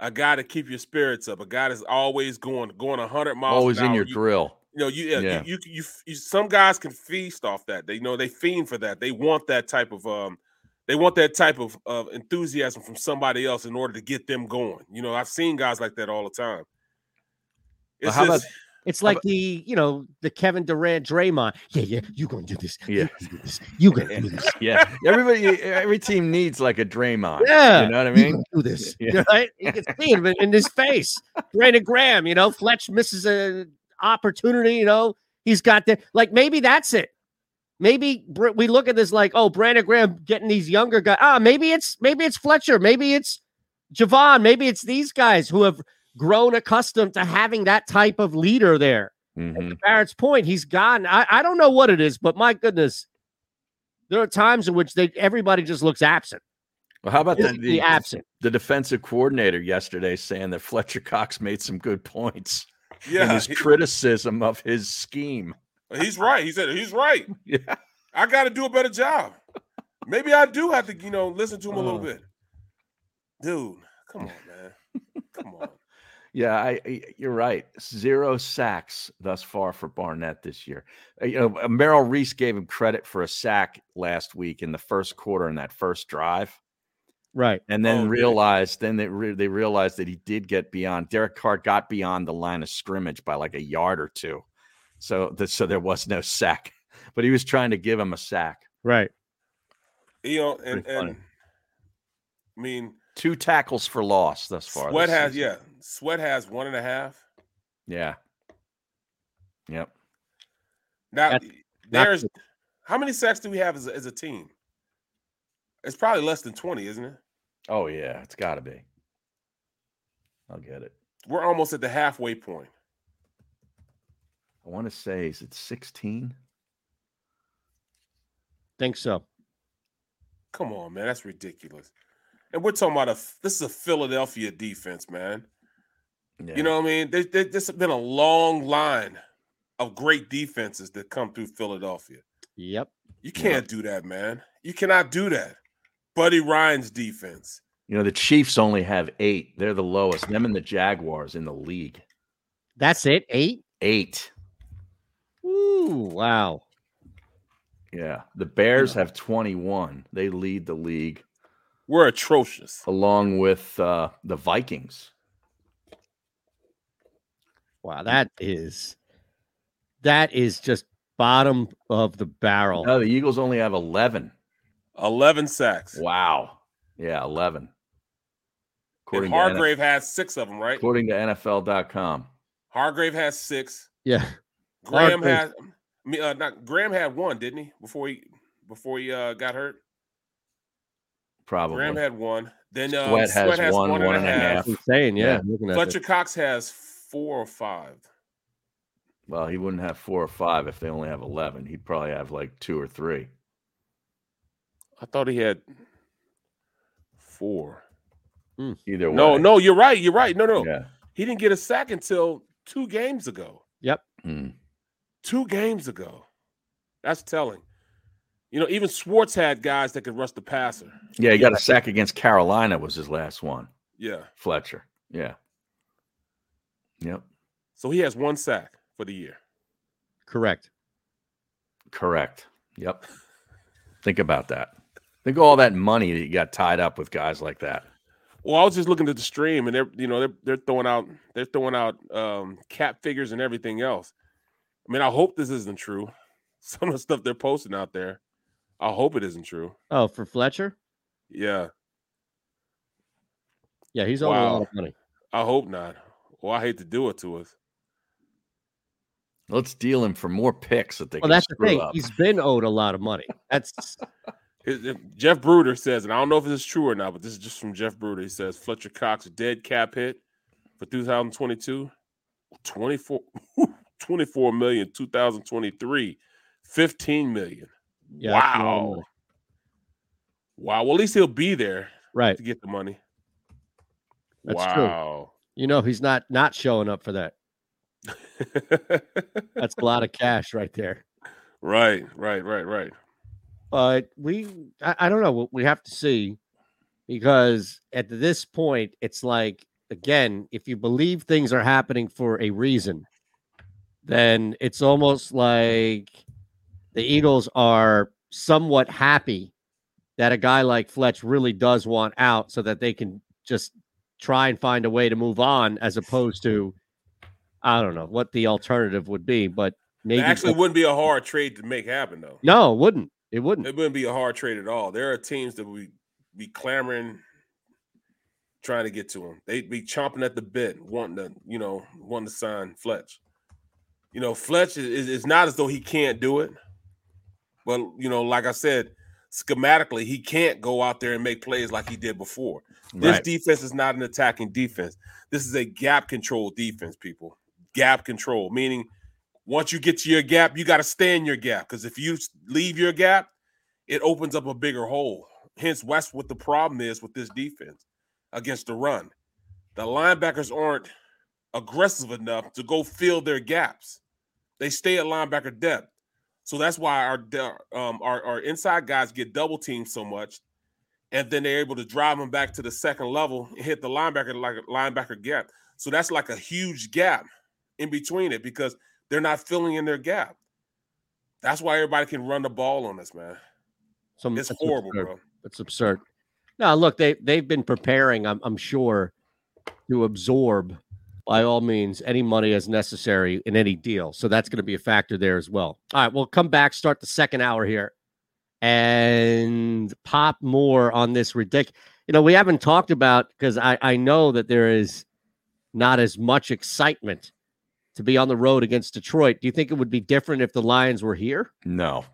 D: a guy to keep your spirits up. A guy that's always going going 100 miles.
C: Always
D: an
C: in
D: hour.
C: your
D: you,
C: drill.
D: you know, you, yeah,
C: Yeah.
D: You, you, you, you, some guys can feast off that. They you know they fiend for that. They want that type of um, they want that type of of enthusiasm from somebody else in order to get them going. You know, I've seen guys like that all the time.
C: But
D: It's
C: how
D: just-
A: It's like the, you know, the Kevin Durant Draymond. Yeah, yeah, you're going to do this. You're
C: Yeah.
A: gonna do this. You're going to do this.
C: Yeah. Everybody, e, every team needs like a Draymond.
A: Yeah.
C: You know what I
A: You
C: mean?
A: can do this.
C: Yeah.
A: Right? You can see him in- in his face. Brandon Graham, you know, Fletch misses an opportunity, you know, he's got the like maybe that's it. Maybe Br- we look at this like, oh, Brandon Graham getting these younger guys. Ah, maybe it's maybe it's Fletcher, maybe it's Javon, maybe it's these guys who have grown accustomed to having that type of leader there.
C: Mhm.
A: To Barrett's point, he's gone. I, I don't know what it is, but my goodness, there are times in which they everybody just looks absent,
C: Well, how about the,
A: physically
C: the,
A: absent.
C: the defensive coordinator yesterday saying that Fletcher Cox made some good points in
D: yeah,
C: his
D: he-
C: criticism of his scheme.
D: he's right. He said he's right.
C: Yeah.
D: I got to do a better job. Maybe I do have to, you know, listen to him a little
A: Oh.
C: Uh-huh.
D: bit. Dude, come on, man. Come on.
C: Yeah, I, I- you're right. Zero sacks thus far for Barnett this year. Uh, You know, uh, Merrill Reese gave him credit for a sack last week in the first quarter in that first drive,
A: Right.
C: and then
D: Oh, yeah.
C: realized then they re- they realized that he did get beyond. Derek Carr got beyond the line of scrimmage by like a yard or two, so that so there was no sack. But he was trying to give him a sack.
A: Right.
D: You know,
C: Pretty
D: and,
C: funny.
D: and I mean,
C: Two tackles for loss thus far.
D: Sweat
C: this
D: has,
C: season.
D: yeah, Sweat has one and a half.
C: yeah, yep.
D: Now,
A: That's not
D: there's how many sacks do we have as a, as a team? It's probably less than 20, isn't it?
C: Oh yeah, it's got to be. I'll get it.
D: We're almost at the halfway point.
C: I want to say, is it 16?
A: Think so.
D: Come on, man. That's ridiculous. And we're talking about a, this is a Philadelphia defense, man.
C: Yeah.
D: You know what I mean? There, there, there's been a long line of great defenses that come through Philadelphia.
A: Yep.
D: You can't do that, man. You cannot do that. Buddy Ryan's defense.
C: you know, the Chiefs only have eight. They're the lowest. Them and the Jaguars in the league.
A: That's it. Eight.
C: Eight.
A: Ooh, wow.
C: Yeah. The Bears have 21. They lead the league
D: We're atrocious.
C: along with uh, the Vikings.
A: Wow, that is that is just bottom of the
D: Oh.
A: barrel.
C: No, the Eagles only have 11.
D: 11 sacks.
C: Wow. Yeah, 11.
D: And
C: According to, N-
D: Hargrave has six of them, right?
C: according to NFL.com.
D: Hargrave has six.
A: Yeah.
D: Graham
A: Hargrave.
D: had, I mean, uh, not Graham had one, didn't he? Before he before he uh, got hurt,
C: Probably.
D: Graham had one. Then um,
C: Sweat has
D: Sweat has
C: one,
D: one and a
C: one and a half.
D: half.
A: That's insane. Yeah.
C: Yeah.
A: I'm looking at
D: Fletcher
A: this.
D: Cox has four or five.
C: Well, he wouldn't have four or five if they only have 11. He'd probably have like two or three.
D: I thought he had four.
C: Either way.
D: No, no, you're right. You're right. No, no,
C: Yeah.
D: he didn't get a sack until two games ago.
C: Mm.
D: Two games ago, that's telling. You know, even Schwartz had guys that could rush the passer.
C: Yeah, he got a sack against Carolina was his last one.
D: Yeah,
C: Fletcher. Yeah. Yep.
D: So he has one sack for the year.
A: Correct.
C: Correct. Yep. Think about that. Think of all that money that you got tied up with guys like that.
D: Well, I was just looking at the stream, and they're you know they're they're throwing out they're throwing out um, cap figures and everything else. I mean, I hope this isn't true. Some of the stuff they're posting out there, I hope it isn't true.
A: Oh, for Fletcher?
D: Yeah,
A: Yeah, he's owed a lot
D: Wow.
A: of money.
D: I hope not. Well, I hate to do it to us.
C: Let's deal him for more picks that they
A: Well,
C: can
A: that's the
C: screw
A: thing.
C: up.
A: He's been owed a lot of money. That's
D: His- if- Jeff Bruder says, and I don't know if this is true or not, but this is just from Jeff Bruder. He says Fletcher Cox dead cap hit for 2022, 24, 24 million, 2023, 15 million.
A: yeah, that's a lot of
D: wow.
A: money.
D: Wow. Well, at least he'll be there
A: Right.
D: to get the money.
A: That's true.
D: wow.
A: You know, he's not not showing up for that. That's a lot of cash right there.
D: right, right, right, right.
A: But we, I, I don't know. We have to see because at this point, it's like again, if you believe things are happening for a reason, then it's almost like the Eagles are somewhat happy that a guy like Fletch really does want out so that they can just try and find a way to move on as opposed to I don't know what the alternative would be, but
D: It
A: maybe
D: actually wouldn't be a hard trade to make happen, though.
A: no, it wouldn't. It wouldn't.
D: It wouldn't be a hard trade at all. There are teams that would be clamoring, trying to get to him. They'd be chomping at the bit, wanting to, you know, wanting to sign Fletch. You know, Fletch is, is, is not as though he can't do it, but you know, like I said, schematically he can't go out there and make plays like he did before. This
C: Right.
D: defense is not an attacking defense. This is a gap control defense, people. Gap control, meaning once you get to your gap, you got to stay in your gap because if you s- leave your gap, it opens up a bigger hole. Hence, West, what the problem is with this defense against the run. The linebackers aren't aggressive enough to go fill their gaps. They stay at linebacker depth. So that's why our de- um, our, our inside guys get double teamed so much, and then they're able to drive them back to the second level and hit the linebacker like a linebacker gap. So that's like a huge gap in between it because they're not filling in their gap. That's why everybody can run the ball on us, man.
C: Mm,
A: Some,
D: It's
A: that's
D: horrible,
A: absurd.
D: bro.
A: It's absurd. Now, look, they they've been preparing. I'm I'm sure to absorb by all means any money as necessary in any deal. So that's going to be a factor there as well. All right, we'll come back, start the second hour here, and pop more on this ridiculous. You know, we haven't talked about because I I know that there is not as much excitement to be on the road against Detroit. Do you think it would be different if the Lions were here?
C: no,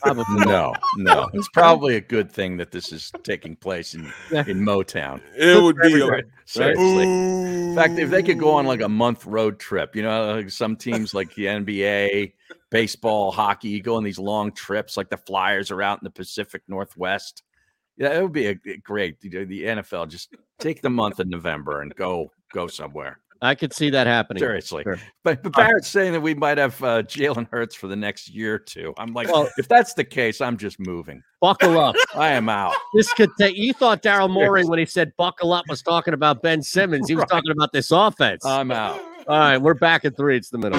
A: Probably.
C: no, no. It's probably a good thing that this is taking place in,
A: Yeah.
C: in Motown.
D: It would be a
C: Right. Seriously. In fact, if they could go on like a month road trip, you know, like some teams like the NBA, baseball, hockey, you go on these long trips, like the Flyers are out in the Pacific Northwest. Yeah, it would be a, a great. you know, The NFL just take the month of November and go go somewhere.
A: I could see that happening.
C: Seriously,
A: Sure. Um,
C: but, but Barrett's saying that we might have uh, Jalen Hurts for the next year or two. I'm like,
A: Well-
C: if that's the case, I'm just moving.
A: Buckle up.
C: I am out.
A: this could take. You thought Daryl Morey when he said "buckle up" was talking about Ben Simmons. He was talking about this offense.
C: I'm out.
A: All right, we're back at three. It's the middle.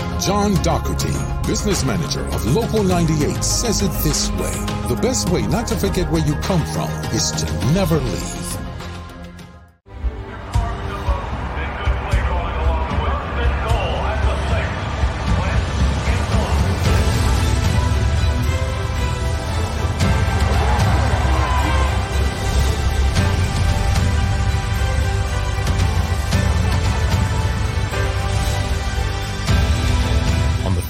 E: John Doherty, business manager of Local 98, says it this way The best way not to forget where you come from is to never leave.
F: on the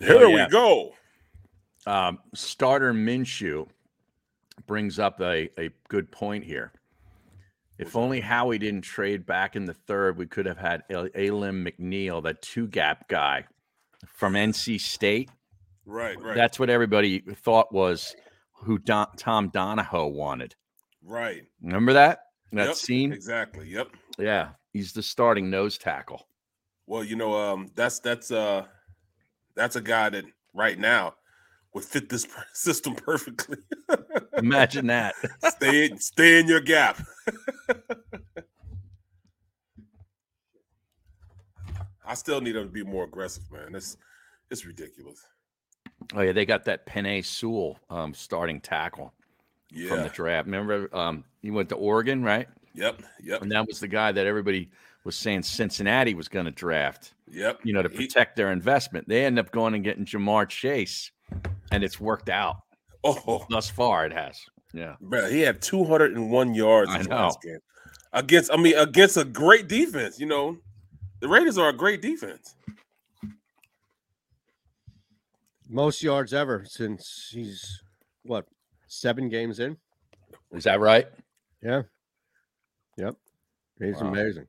D: Here
C: Oh, yeah.
D: we go.
C: Um, starter Minshew brings up a, a good point here. If only Howie didn't trade back in the third, we could have had Al- Alim McNeil, that two gap guy from NC State.
D: Right, right,
C: That's what everybody thought was who Don, Tom Donahoe wanted.
D: right.
C: Remember that? That
D: Yep,
C: scene?
D: Exactly. Yep.
C: Yeah. He's the starting nose tackle.
D: Well, you know, um, that's that's uh, that's a guy that right now would fit this per- system perfectly.
C: Imagine that.
D: stay, stay in your gap. I still need him to be more aggressive, man. It's it's ridiculous.
C: Oh, yeah. They got that Pene Sewell um, starting tackle. from
D: Yeah.
C: the draft. Remember, um, he went to Oregon, right?
D: Yep. Yep.
C: And that was the guy that everybody was saying Cincinnati was going to draft,
D: Yep.
C: you know, to
D: He-
C: protect their investment. They end up going and getting Jamar Chase, and it's worked out
D: oh,
C: thus far. It has. Yeah.
D: bro, he had 201 yards
C: I
D: this
C: know.
D: last game against. I mean, against a great defense. You know, the Raiders are a great defense.
A: Most yards ever since he's what seven games in.
C: Is that right?
A: Yeah. Yep. He's
C: Wow.
A: amazing.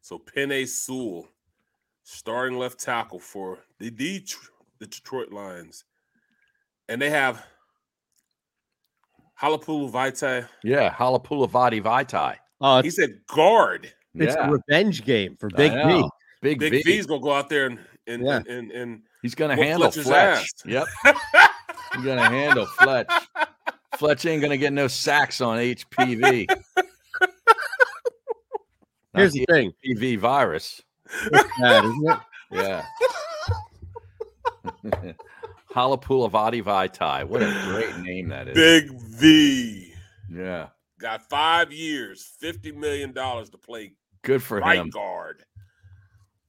D: So Penny Sewell, starting left tackle for the Detr- the Detroit Lions, and they have Halapulu Vitae.
C: Yeah. Halapulavati Vitae.
A: Uh,
D: He
A: it's,
D: said guard.
A: it's
C: yeah.
A: a revenge game for
C: I
A: Big B.
C: know. Big,
D: Big
C: V.
D: V's gonna go out there and and
A: Yeah.
D: and, and, and
C: He's going to
D: Whoop
C: handle
D: Fletcher's
C: Fletch.
D: ass.
C: Yep. He's going to handle Fletch. Fletch ain't going to get no sacks on HPV. Not
A: Here's the thing.
C: HPV virus.
A: Bad, isn't it?
C: Yeah. Halapulavati Vitae. What a great name that is.
D: Big V
C: Yeah.
D: got five years, fifty million dollars to play
C: Good for
D: right
C: him.
D: guard.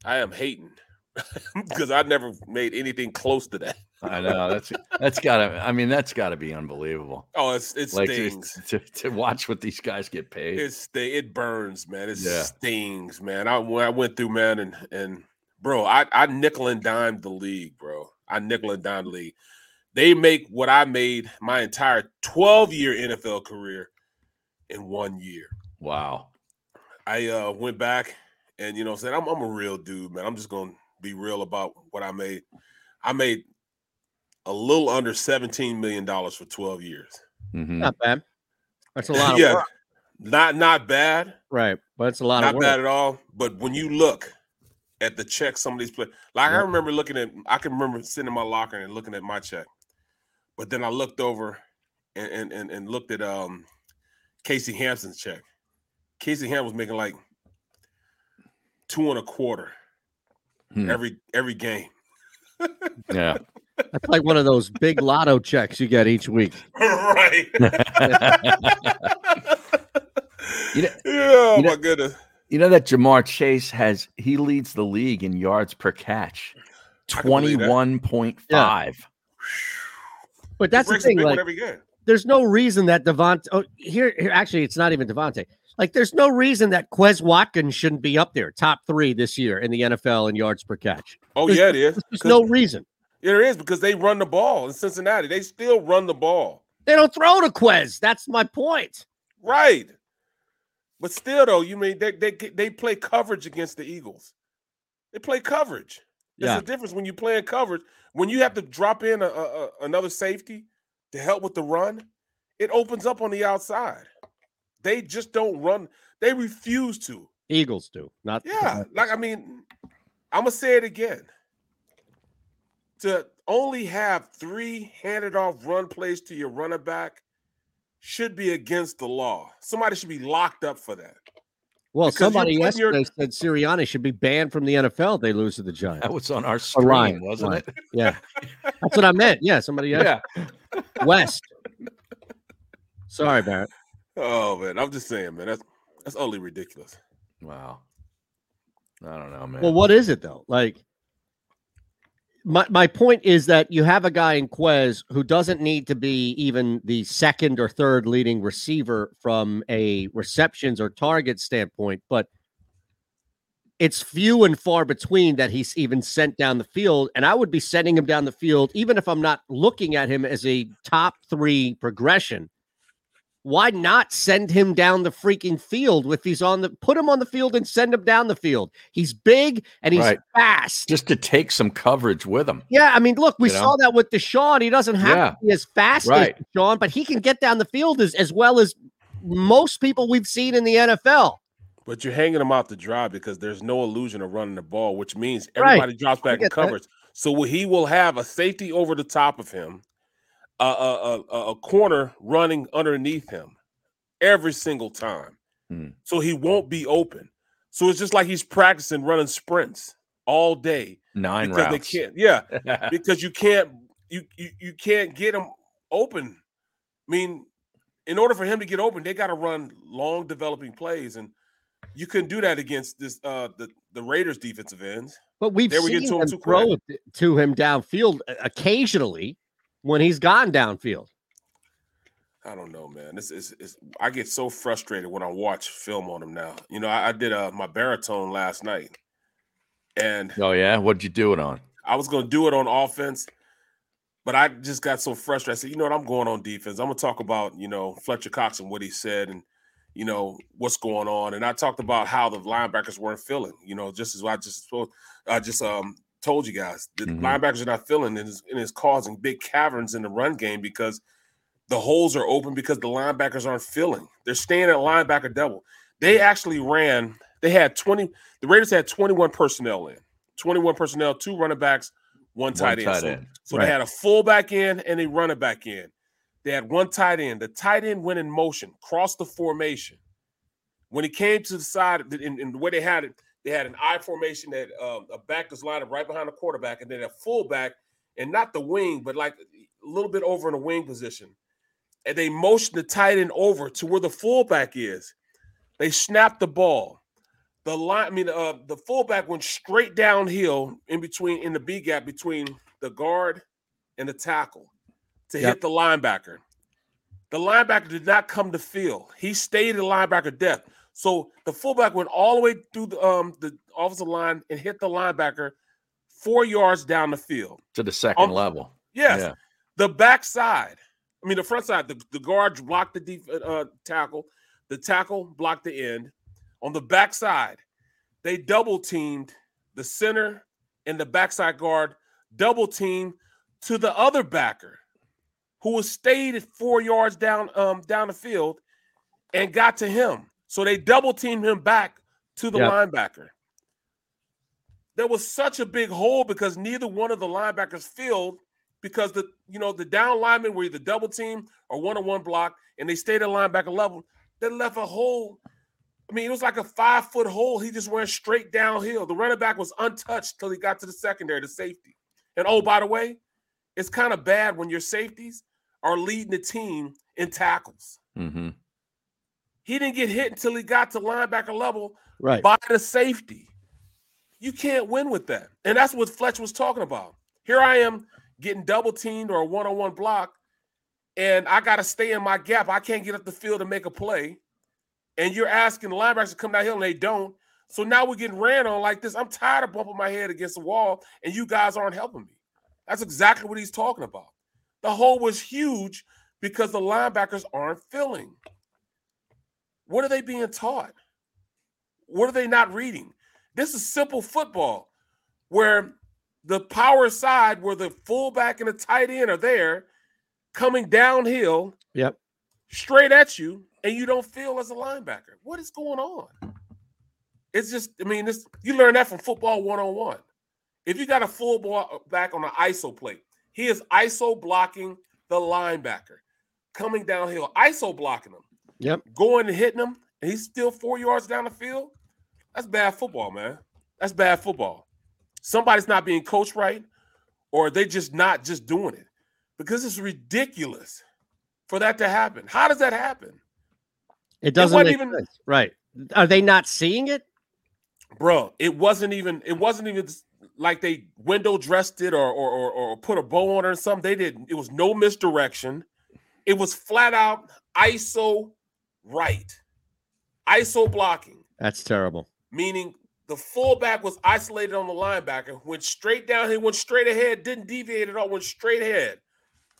D: I am hating because I never made anything close to that.
C: I know. That's that's gotta I mean, that's gotta be unbelievable.
D: Oh, it's it
C: Like to,
D: stings.
C: to, to watch what these guys get paid.
D: It sti- it burns, man. It
C: Yeah.
D: stings, man. I when I went through, man, and and bro, I I nickel and dime the league, bro. I nickel and dime the league. They make what I made my entire 12 year NFL career in one year.
C: wow.
D: I uh went back and you know what I'm saying I'm, I'm a real dude, man. I'm just gonna be real about what I made. I made a little under $17 million for 12 years.
C: Mhm.
A: Not bad. That's a lot of
D: yeah.
A: work.
D: Not not bad.
A: Right. But it's a lot
D: not
A: of work.
D: bad at all. But when you look at the check, some of these players, like I remember looking at, I can remember sitting in my locker and looking at my check, but then I looked over and and and, and looked at um Casey Hampson's check. Casey Ham was making like two and a quarter
C: Hmm.
D: every every game.
C: Yeah.
A: That's like one of those big lotto checks you get each week.
D: right.
C: You know,
D: yeah, oh
C: you know-
D: my goodness.
C: you know that Jamar Chase has he leads the league in yards per catch.
D: I can believe that.
C: 21.5.
A: But that's the
D: breaks a
A: thing.
D: big one
A: Like,
D: every game.
A: there's no reason that Devontae. Oh, here, here, actually, it's not even Devontae. Like, there's no reason that Quez Watkins shouldn't be up there, top three this year in the NFL in yards per catch.
D: Oh yeah, it is.
A: There's
D: 'Cause-
A: no reason.
D: It is because they run the ball in Cincinnati. They still run the ball.
A: They don't throw to Quez. That's my point.
D: Right. But still though, you mean they they they play coverage against the Eagles. They play coverage. There's
A: Yeah.
D: a difference when you play in coverage. When you have to drop in a, a, a- another safety to help with the run, it opens up on the outside. They just don't run. They refuse to.
A: Eagles do not.
D: Yeah, like I mean, I'm gonna say it again. To only have three handed off run plays to your running back should be against the law. Somebody should be locked up for that.
A: Well,
D: because you're
A: somebody
D: putting your-
A: yesterday said Sirianni should be banned from the NFL. if They lose to the Giants.
C: That was on our
A: Or
C: screen,
A: Ryan,
C: wasn't
A: Ryan.
C: it?
A: Yeah, that's what I meant. Yeah, somebody else.
C: Yeah.
A: West. Sorry, Barrett.
D: Oh man, I'm just saying, man, that's that's utterly ridiculous.
C: Wow. I don't know, man.
A: Well, what is it though? Like, my my point is that you have a guy in Quez who doesn't need to be even the second or third leading receiver from a receptions or target standpoint, but it's few and far between that he's even sent down the field. And I would be sending him down the field, even if I'm not looking at him as a top three progression. Why not send him down the freaking field if he's on the put him on the field and send him down the field? He's big and he's
C: Right.
A: fast.
C: Just to take some coverage with him.
A: Yeah, I mean, look, we
C: You know?
A: saw that with Deshaun. He doesn't have
C: Yeah.
A: to be as fast
C: Right.
A: as Deshaun, but he can get down the field as, as well as most people we've seen in the NFL.
D: But you're hanging them out to dry because there's no illusion of running the ball, which means
A: Right.
D: everybody drops back
A: get
D: and
A: that.
D: covers. So he will have a safety over the top of him, a, a, a- a, a corner running underneath him every single time.
C: Hmm.
D: So he won't be open. So it's just like he's practicing running sprints all day
C: Nine
D: because
C: rounds.
D: they can't. Yeah, because you can't you, you you can't get him open. I mean, in order for him to get open, they got to run long developing plays, and you couldn't do that against this uh the the Raiders defensive ends.
A: But we've
D: There we
A: seen
D: get to him
A: him
D: too
A: throw
D: quick.
A: it to him downfield uh, occasionally when he's gone downfield.
D: I don't know, man. This is it's, I get so frustrated when I watch film on them now. You know, I, I did uh, my baritone last night, and
C: oh yeah. What'd you do it on?
D: I was going to do it on offense, but I just got so frustrated. I said, you know what? I'm going on defense. I'm going to talk about, you know, Fletcher Cox and what he said and, you know, what's going on. And I talked about how the linebackers weren't feeling, you know, just as I just spoke, I just um told you guys the
C: Mhm.
D: linebackers are not feeling and it's, and it's causing big caverns in the run game because the holes are open because the linebackers aren't filling. They're staying at linebacker double. They actually ran, they had 20, the Raiders had 21 personnel in, 21 personnel, two running backs, one
C: One
D: tight end.
C: tight
D: So-
C: end.
D: So,
C: Right.
D: they had a fullback in and a running back in. They had one tight end. The tight end went in motion, crossed the formation. When it came to the side, in, in the way they had it, they had an I formation that um, a back was lined up right behind the quarterback, and then a fullback, and not the wing, but like a little bit over in a wing position and they motioned the tight end over to where the fullback is. They snapped the ball. The line, I mean, uh, the fullback went straight downhill in between in the B gap between the guard and the tackle to
A: Yep.
D: hit the linebacker. The linebacker did not come to field. He stayed in linebacker depth. So the fullback went all the way through the um the offensive line and hit the linebacker four yards down the field.
C: To the second
D: Um,
C: level.
D: Yes.
C: Yeah.
D: The backside. I mean, the front side. The, the guard blocked the def- uh, tackle. The tackle blocked the end. On the backside, they double teamed the center and the backside guard. Double team to the other backer, who was stayed at four yards down um, down the field, and got to him. So they double teamed him back to the
A: Yeah.
D: linebacker. There was such a big hole because neither one of the linebackers filled because the you know the down linemen were either double team or one on one block, and they stayed at linebacker level. that left a hole. I mean, it was like a five foot hole. He just ran straight downhill. The running back was untouched till he got to the secondary, the safety. And oh, by the way, it's kind of bad when your safeties are leading the team in tackles.
C: Mm-hmm.
D: He didn't get hit until he got to linebacker level
A: Right.
D: by the safety. You can't win with that. And that's what Fletch was talking about. Here I am getting double teamed or a one on one block, and I got to stay in my gap. I can't get up the field to make a play. And you're asking the linebackers to come downhill, and they don't. So now we're getting ran on like this. I'm tired of bumping my head against the wall, and you guys aren't helping me. That's exactly what he's talking about. The hole was huge because the linebackers aren't filling. What are they being taught? What are they not reading? This is simple football where the power side, where the fullback and the tight end are there coming downhill
A: Yep.
D: straight at you, and you don't feel as a linebacker. What is going on? It's just, I mean, this you learn that from football one on one. If you got a full ball uh, back on an ISO plate, he is ISO blocking the linebacker coming downhill, ISO blocking him,
A: Yep.
D: going and hitting him, and he's still four yards down the field. That's bad football, man. That's bad football. Somebody's not being coached right, or they just not just doing it because it's ridiculous for that to happen. How does that happen,
A: It doesn't
D: wasn't
A: make
D: even-
A: sense. Right. Are they not seeing it?
D: bro? It wasn't even. It wasn't even like they window dressed it or or or, or put a bow on it or something. They didn't. It was no misdirection. It was flat out ISO right, ISO blocking.
A: That's terrible.
D: meaning the fullback was isolated on the linebacker, went straight down, he went straight ahead, didn't deviate at all, went straight ahead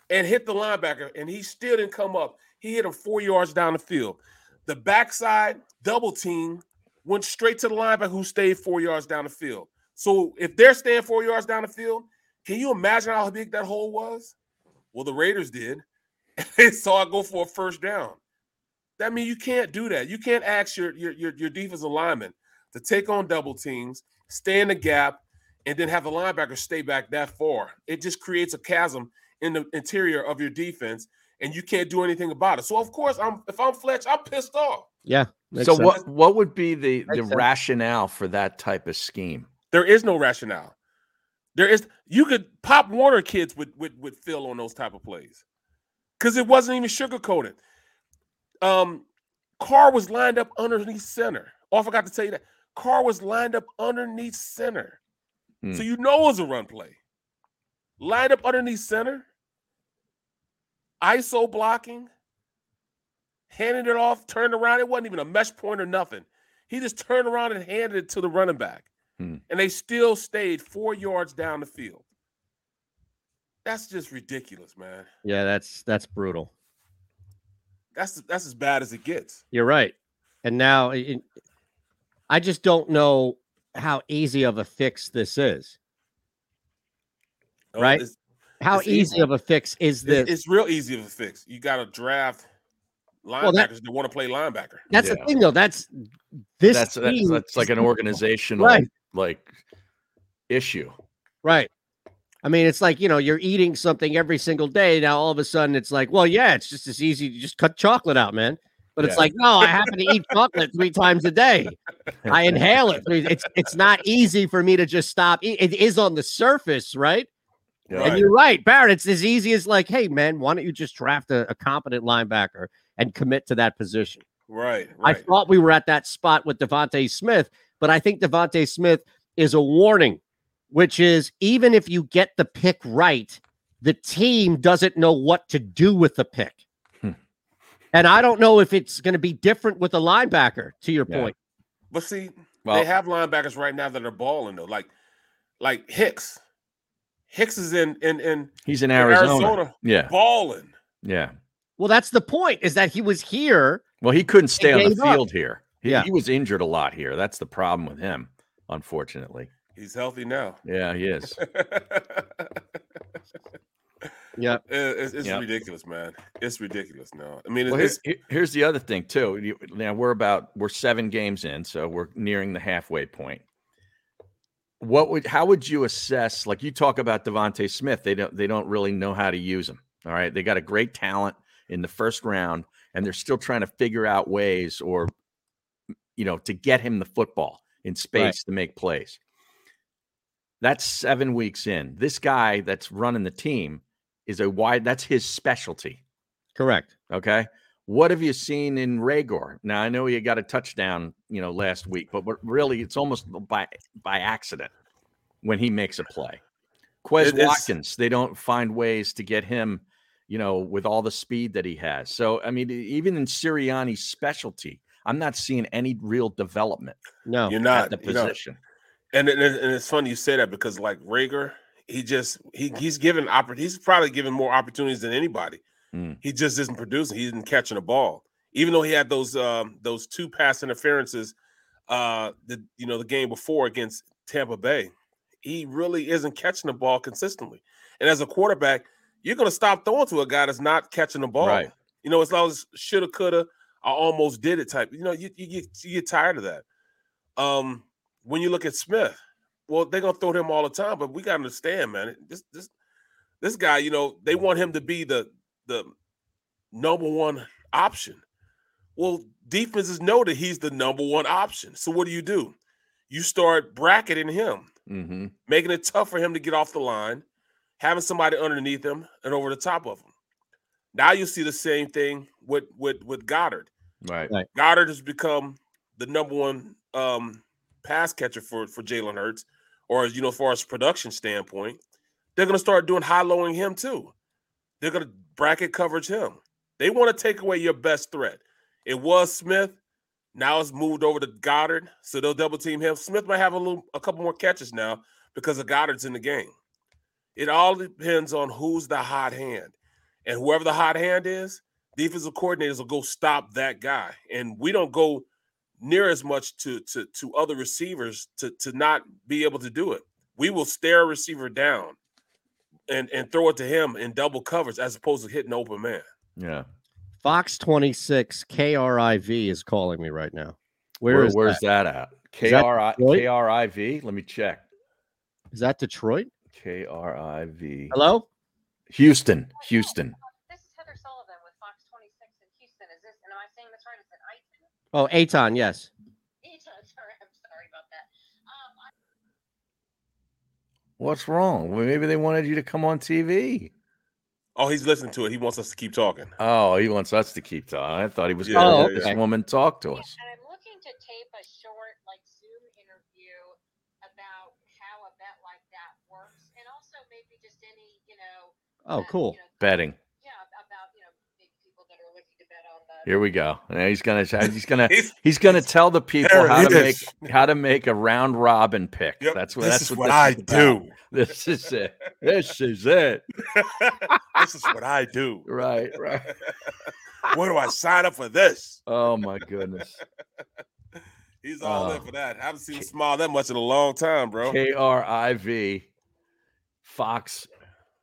D: and hit the linebacker, and he still didn't come up. He hit him four yards down the field. The backside double team went straight to the linebacker who stayed four yards down the field. So if they're staying four yards down the field, can you imagine how big that hole was? Well, the Raiders did. they saw it go for a first down. That means you can't do that. You can't ask your your your, your defensive lineman to take on double teams, stay in the gap, and then have the linebacker stay back that far. It just creates a chasm in the interior of your defense, and you can't do anything about it. So of course, I'm if I'm Fletch, I'm pissed off.
A: Yeah. makes
C: so
A: sense.
C: what what would be the the
A: Makes sense.
C: rationale for that type of scheme?
D: There is no rationale. There is you could pop Warner kids with with with Phil on those type of plays because it wasn't even sugarcoated. Um, Carr was lined up underneath center. Oh, I forgot to tell you that Carr was lined up underneath center,
C: Hmm.
D: so you know it was a run play. Lined up underneath center, ISO blocking, handed it off, turned around. It wasn't even a mesh point or nothing. He just turned around and handed it to the running back and they still stayed four yards down the field. That's just ridiculous, man.
A: Yeah, that's that's brutal.
D: That's that's as bad as it gets.
A: You're right. And now i- in- I just don't know how easy of a fix this is.
D: Oh,
A: Right.
D: It's,
A: How
D: It's
A: easy,
D: easy.
A: of a fix is
D: it's,
A: this?
D: it's real easy to fix. You got to draft linebackers
A: that-
D: that want to play linebacker.
A: that's
C: Yeah.
A: the thing, though. That's this.
C: that's that's,
A: team
C: that's like
A: is
C: an
A: evil.
C: organizational
A: Right.
C: like issue.
A: Right. I mean, it's like you know, you're eating something every single day. Now all of a sudden, it's like, well, yeah, it's just as easy to just cut chocolate out, man. But it's
C: Yeah.
A: like, no, I happen to eat chocolate three times a day. I inhale it. three- It's it's not easy for me to just stop. eat- It is on the surface, right?
D: Right.
A: And you're right, Barrett. It's as easy as like, hey, man, why don't you just draft a, a competent linebacker and commit to that position?
D: Right,
A: I
D: right.
A: thought we were at that spot with Devontae Smith, but I think Devontae Smith is a warning, which is even if you get the pick right, the team doesn't know what to do with the pick.
C: Hmm.
A: And I don't know if it's going to be different with a linebacker, to your
C: Yeah.
A: point.
D: But see,
C: Well,
D: they have linebackers right now that are balling though. Like like Hicks. Hicks is in in in
C: he's in Arizona.
D: Arizona.
C: Yeah,
D: balling.
C: yeah.
A: Well, that's the point is that he was here.
C: Well, he couldn't stay on the
A: gave up.
C: field here. He,
A: Yeah.
C: he was injured a lot here. That's the problem with him, unfortunately.
D: He's healthy now.
C: Yeah, he is.
A: Yeah.
D: It- it's it's
C: Yep.
D: ridiculous, man. It's ridiculous now. I mean, it's,
C: Well,
D: it's
C: here's, here's the other thing too. You- Now we're about we're seven games in, so we're nearing the halfway point. What would how would you assess? Like you talk about Devonte Smith, they don't they don't really know how to use him. All right, they got a great talent in the first round, and they're still trying to figure out ways or you know to get him the football in space
A: Right.
C: to make plays. That's 7 weeks in. This guy that's running the team is a wide that's his specialty.
A: Correct.
C: Okay. What have you seen in Ragor? Now I know you got a touchdown, you know, last week, but what really it's almost by by accident when he makes a play. Quez
D: It is-
C: Watkins, they don't find ways to get him, you know, with all the speed that he has. So I mean, e, even in Sirianni's specialty, I'm not seeing any real development
A: No,
D: You're not
C: at the
D: you're not.
C: position.
D: And, it- and it's funny you say that because like Rager, he just he he's given oppor- he's probably given more opportunities than anybody.
C: Mm.
D: He just isn't producing. He isn't catching a ball, even though he had those um, those two pass interferences. Uh, the you know the game before against Tampa Bay, he really isn't catching the ball consistently. And as a quarterback, you're going to stop throwing to a guy that's not catching the ball.
C: Right.
D: You know, it's always shoulda, coulda, I almost did it type. You know, you you get you get tired of that. Um, when you look at Smith, well, they're gonna throw him all the time, but we gotta understand, man. This this this guy, you know, they want him to be the the number one option. Well, defenses know that he's the number one option. So what do you do? You start bracketing him
C: Mm-hmm.
D: making it tough for him to get off the line, having somebody underneath him and over the top of him. Now you see the same thing with with with Goddard.
C: Right.
A: Right.
D: Goddard has become the number one um, pass catcher for for Jalen Hurts, or you know, as far as production standpoint, they're going to start doing high lowing him too. They're going to bracket coverage him. They want to take away your best threat. It was Smith. Now it's moved over to Goddard, so they'll double team him. Smith might have a little, a couple more catches now because of Goddard's in the game. It all depends on who's the hot hand, and whoever the hot hand is, defensive coordinators will go stop that guy. And we don't go near as much to to to other receivers to to not be able to do it. We will stare a receiver down and and throw it to him in double coverage as opposed to hitting open man.
C: Yeah.
A: Fox 26 KRIV is calling me right now.
C: Where-
A: Where is
C: where's
A: that?
C: that, at?
A: Is that
C: KRI
A: Detroit?
C: KRIV. Let me check.
A: Is that Detroit?
C: KRIV.
A: Hello?
C: Houston. Houston.
G: This is Heather Sullivan with Fox 26 in Houston. Is this, and am I saying this right? Is it Eitan?
A: Oh, Aton, yes.
G: Eitan, sorry, I'm sorry about that. Um, I,
C: What's wrong? Well, maybe they wanted you to come on TV.
D: Oh, he's listening to it. He wants us to keep talking.
C: Oh, he wants us to keep talking. I thought he was
D: Yeah,
C: going to
A: yeah,
C: let this
A: yeah.
C: woman talk to us.
G: and I'm looking to tape a short, like, Zoom interview about how a bet like that works, and also maybe just any, you know,
A: Oh, cool.
C: Betting.
G: yeah, about, you know, maybe people that are looking to bet on the.
C: Here we go. Now he's going to he's going to
D: He's-
C: he's going to tell the people
D: There
C: how to
D: it
C: make
D: is.
C: how to make a round robin pick.
D: Yep,
C: That's what
D: this
C: that's what,
D: is what
C: this
D: I
C: is about.
D: do.
C: This is it. This is it.
D: this is what I do.
C: Right, right.
D: Where do I sign up for this?
C: Oh my goodness.
D: He's all in
C: Oh.
D: for that. I haven't seen him smile that much in a long time, bro.
C: KRIV Fox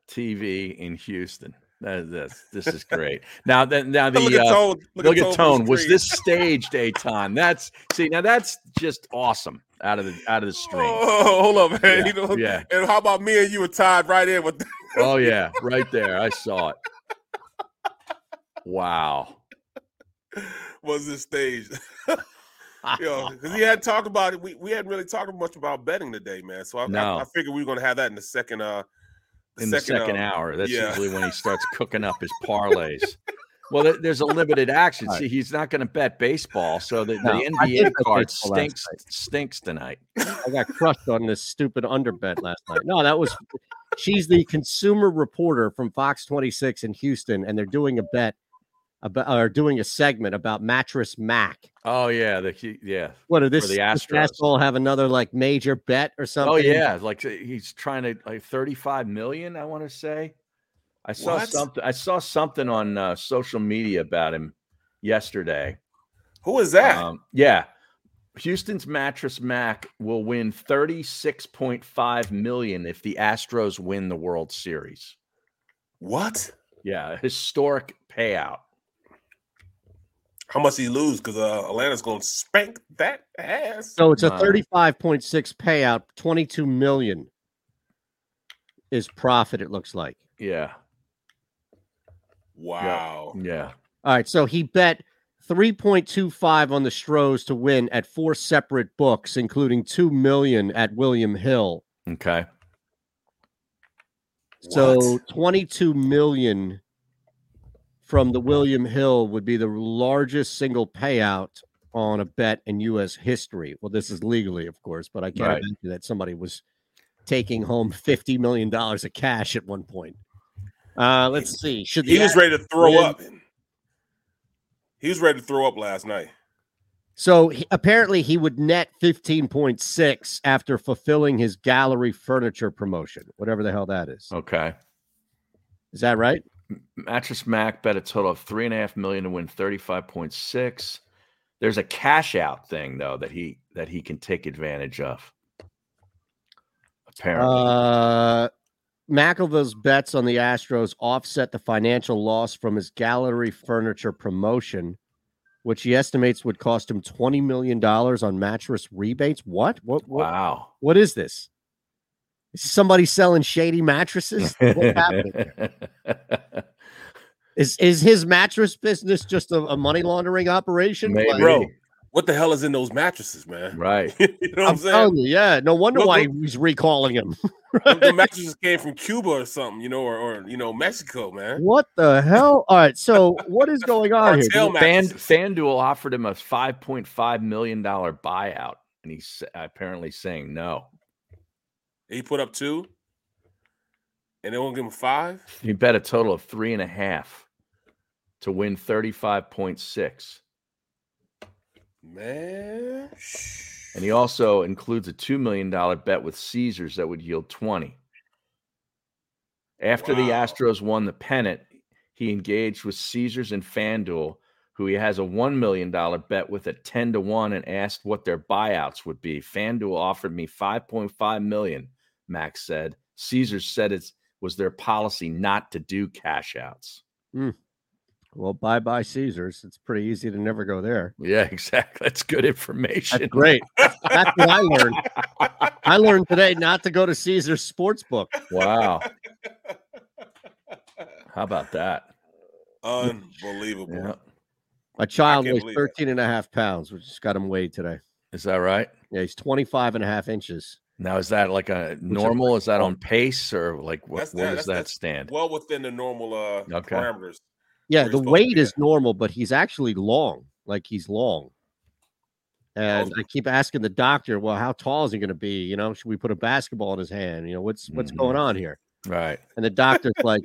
C: TV in Houston. That is this. This is great. Now then now the
D: look at
C: uh,
D: tone.
C: Look, at, tone. Was this staged, Aton? That's see now that's just awesome out of the out of the
D: Oh,
C: string.
D: hold on, man.
C: Yeah,
D: You know,
C: yeah.
D: And how about me and you were tied right in with?
C: Oh yeah, right there. I saw it. Wow.
D: was this stage? because he hadn't talked about it. We, we hadn't really talked much about betting today, man. So I, I-
C: No.
D: I, figured we were gonna have that in the second. Uh,
C: In the second
D: uh,
C: hour. That's
D: yeah.
C: usually when he starts cooking up his parlays. Well, there- there's a limited action. See, he's not going to bet baseball, so the,
A: No, I
C: the
A: did
C: NBA
A: bet
C: card
A: baseball last
C: stinks stinks tonight.
A: I got crushed on this stupid underbet last night. No, that was she's the consumer reporter from Fox 26 in Houston, and they're doing a bet about or doing a segment about mattress Mac.
C: Oh yeah, the he- yeah.
A: What are this,
C: the
A: this
C: Astros.
A: asshole have another like major bet or something?
C: Oh yeah, like uh, he's trying to like 35 million, I want to say. I saw
D: What?
C: something I saw something on uh, social media about him yesterday.
D: who is that?
C: Um, yeah. Houston's mattress Mac will win 36.5 million if the Astros win the World Series.
D: what?
C: Yeah, a historic payout.
D: How much he lose? Because uh, Atlanta's gonna spank that ass.
A: So it's a
C: Wow.
A: 35.6 payout, 22 million is profit, it looks like.
C: Yeah.
D: wow.
C: Yeah.
A: All right, so he bet 3.25 on the Stros to win at four separate books, including 2 million at William Hill.
C: Okay.
A: So 22 million from the William Hill would be the largest single payout on a bet in US history. Well, this is legally, of course, but I can't
C: Right.
A: imagine that somebody was taking home 50 million dollars of cash at one point. Uh, let's see. Should the
D: He was ready to throw
A: win?
D: up. He was ready to throw up last night.
A: So he, apparently he would net 15.6 after fulfilling his gallery furniture promotion, whatever the hell that is.
D: Oh.
C: Okay.
A: Is that right?
C: Mattress Mac bet a total of three and a half million to win thirty five point six. There's a cash out thing though that he that he can take advantage of. Apparently,
A: Uh, McElville's bets on the Astros offset the financial loss from his gallery furniture promotion, which he estimates would cost him $20 million on mattress rebates. What? What? what
C: wow.
A: What is this? Is somebody selling shady mattresses? What's happening? Is is his mattress business just a, a money laundering operation? Like-
D: Bro, what the hell is in those mattresses, man?
C: Right.
D: you know what I'm
A: I'm
D: saying?
A: telling you, yeah. No wonder
D: Look,
A: why
D: look.
A: he's recalling him.
D: The mattresses came from Cuba or something, you know, or, or you know, Mexico, man.
A: What the hell? All right. So what is going on here?
D: Cartel
C: Fan, FanDuel offered him a five point five million dollar buyout, and he's apparently saying no.
D: He put up two, and they won't give him five.
C: He bet a total of three and a half to win thirty five point six.
D: Man,
C: And he also includes a $2 million bet with Caesars that would yield 20. After the Astros won the pennant, he engaged with Caesars and FanDuel, who he has a $1 million bet with at 10 to 1 and asked what their buyouts would be. FanDuel offered me 5.5 million, Max said. Caesars said it was their policy not to do cash outs.
A: Mm. Well, bye bye Caesars. It's pretty easy to never go there.
C: Yeah, exactly. That's good information.
A: That's great. That's what I learned. I learned today not to go to Caesar's Sportsbook.
C: Wow. How about that?
D: unbelievable.
C: Yeah.
A: My child
D: can't
A: weighs
D: believe that.
A: 13 and a half pounds, which just got him weighed today.
C: Is that right?
A: Yeah, he's 25 and a half inches.
C: Now is that like a normal? Is that on pace or like what?
D: That's-
C: where
D: yeah,
C: does
D: that's-
C: that
D: that's-
C: stand?
D: Well within the normal uh
C: Okay.
D: parameters.
A: Yeah, the weight is normal, but he's actually long. Like he's long. And I keep asking the doctor, well, how tall is he going to be? You know, should we put a basketball in his hand? You know, what's what's going on here?
C: Right.
A: And the doctor's like,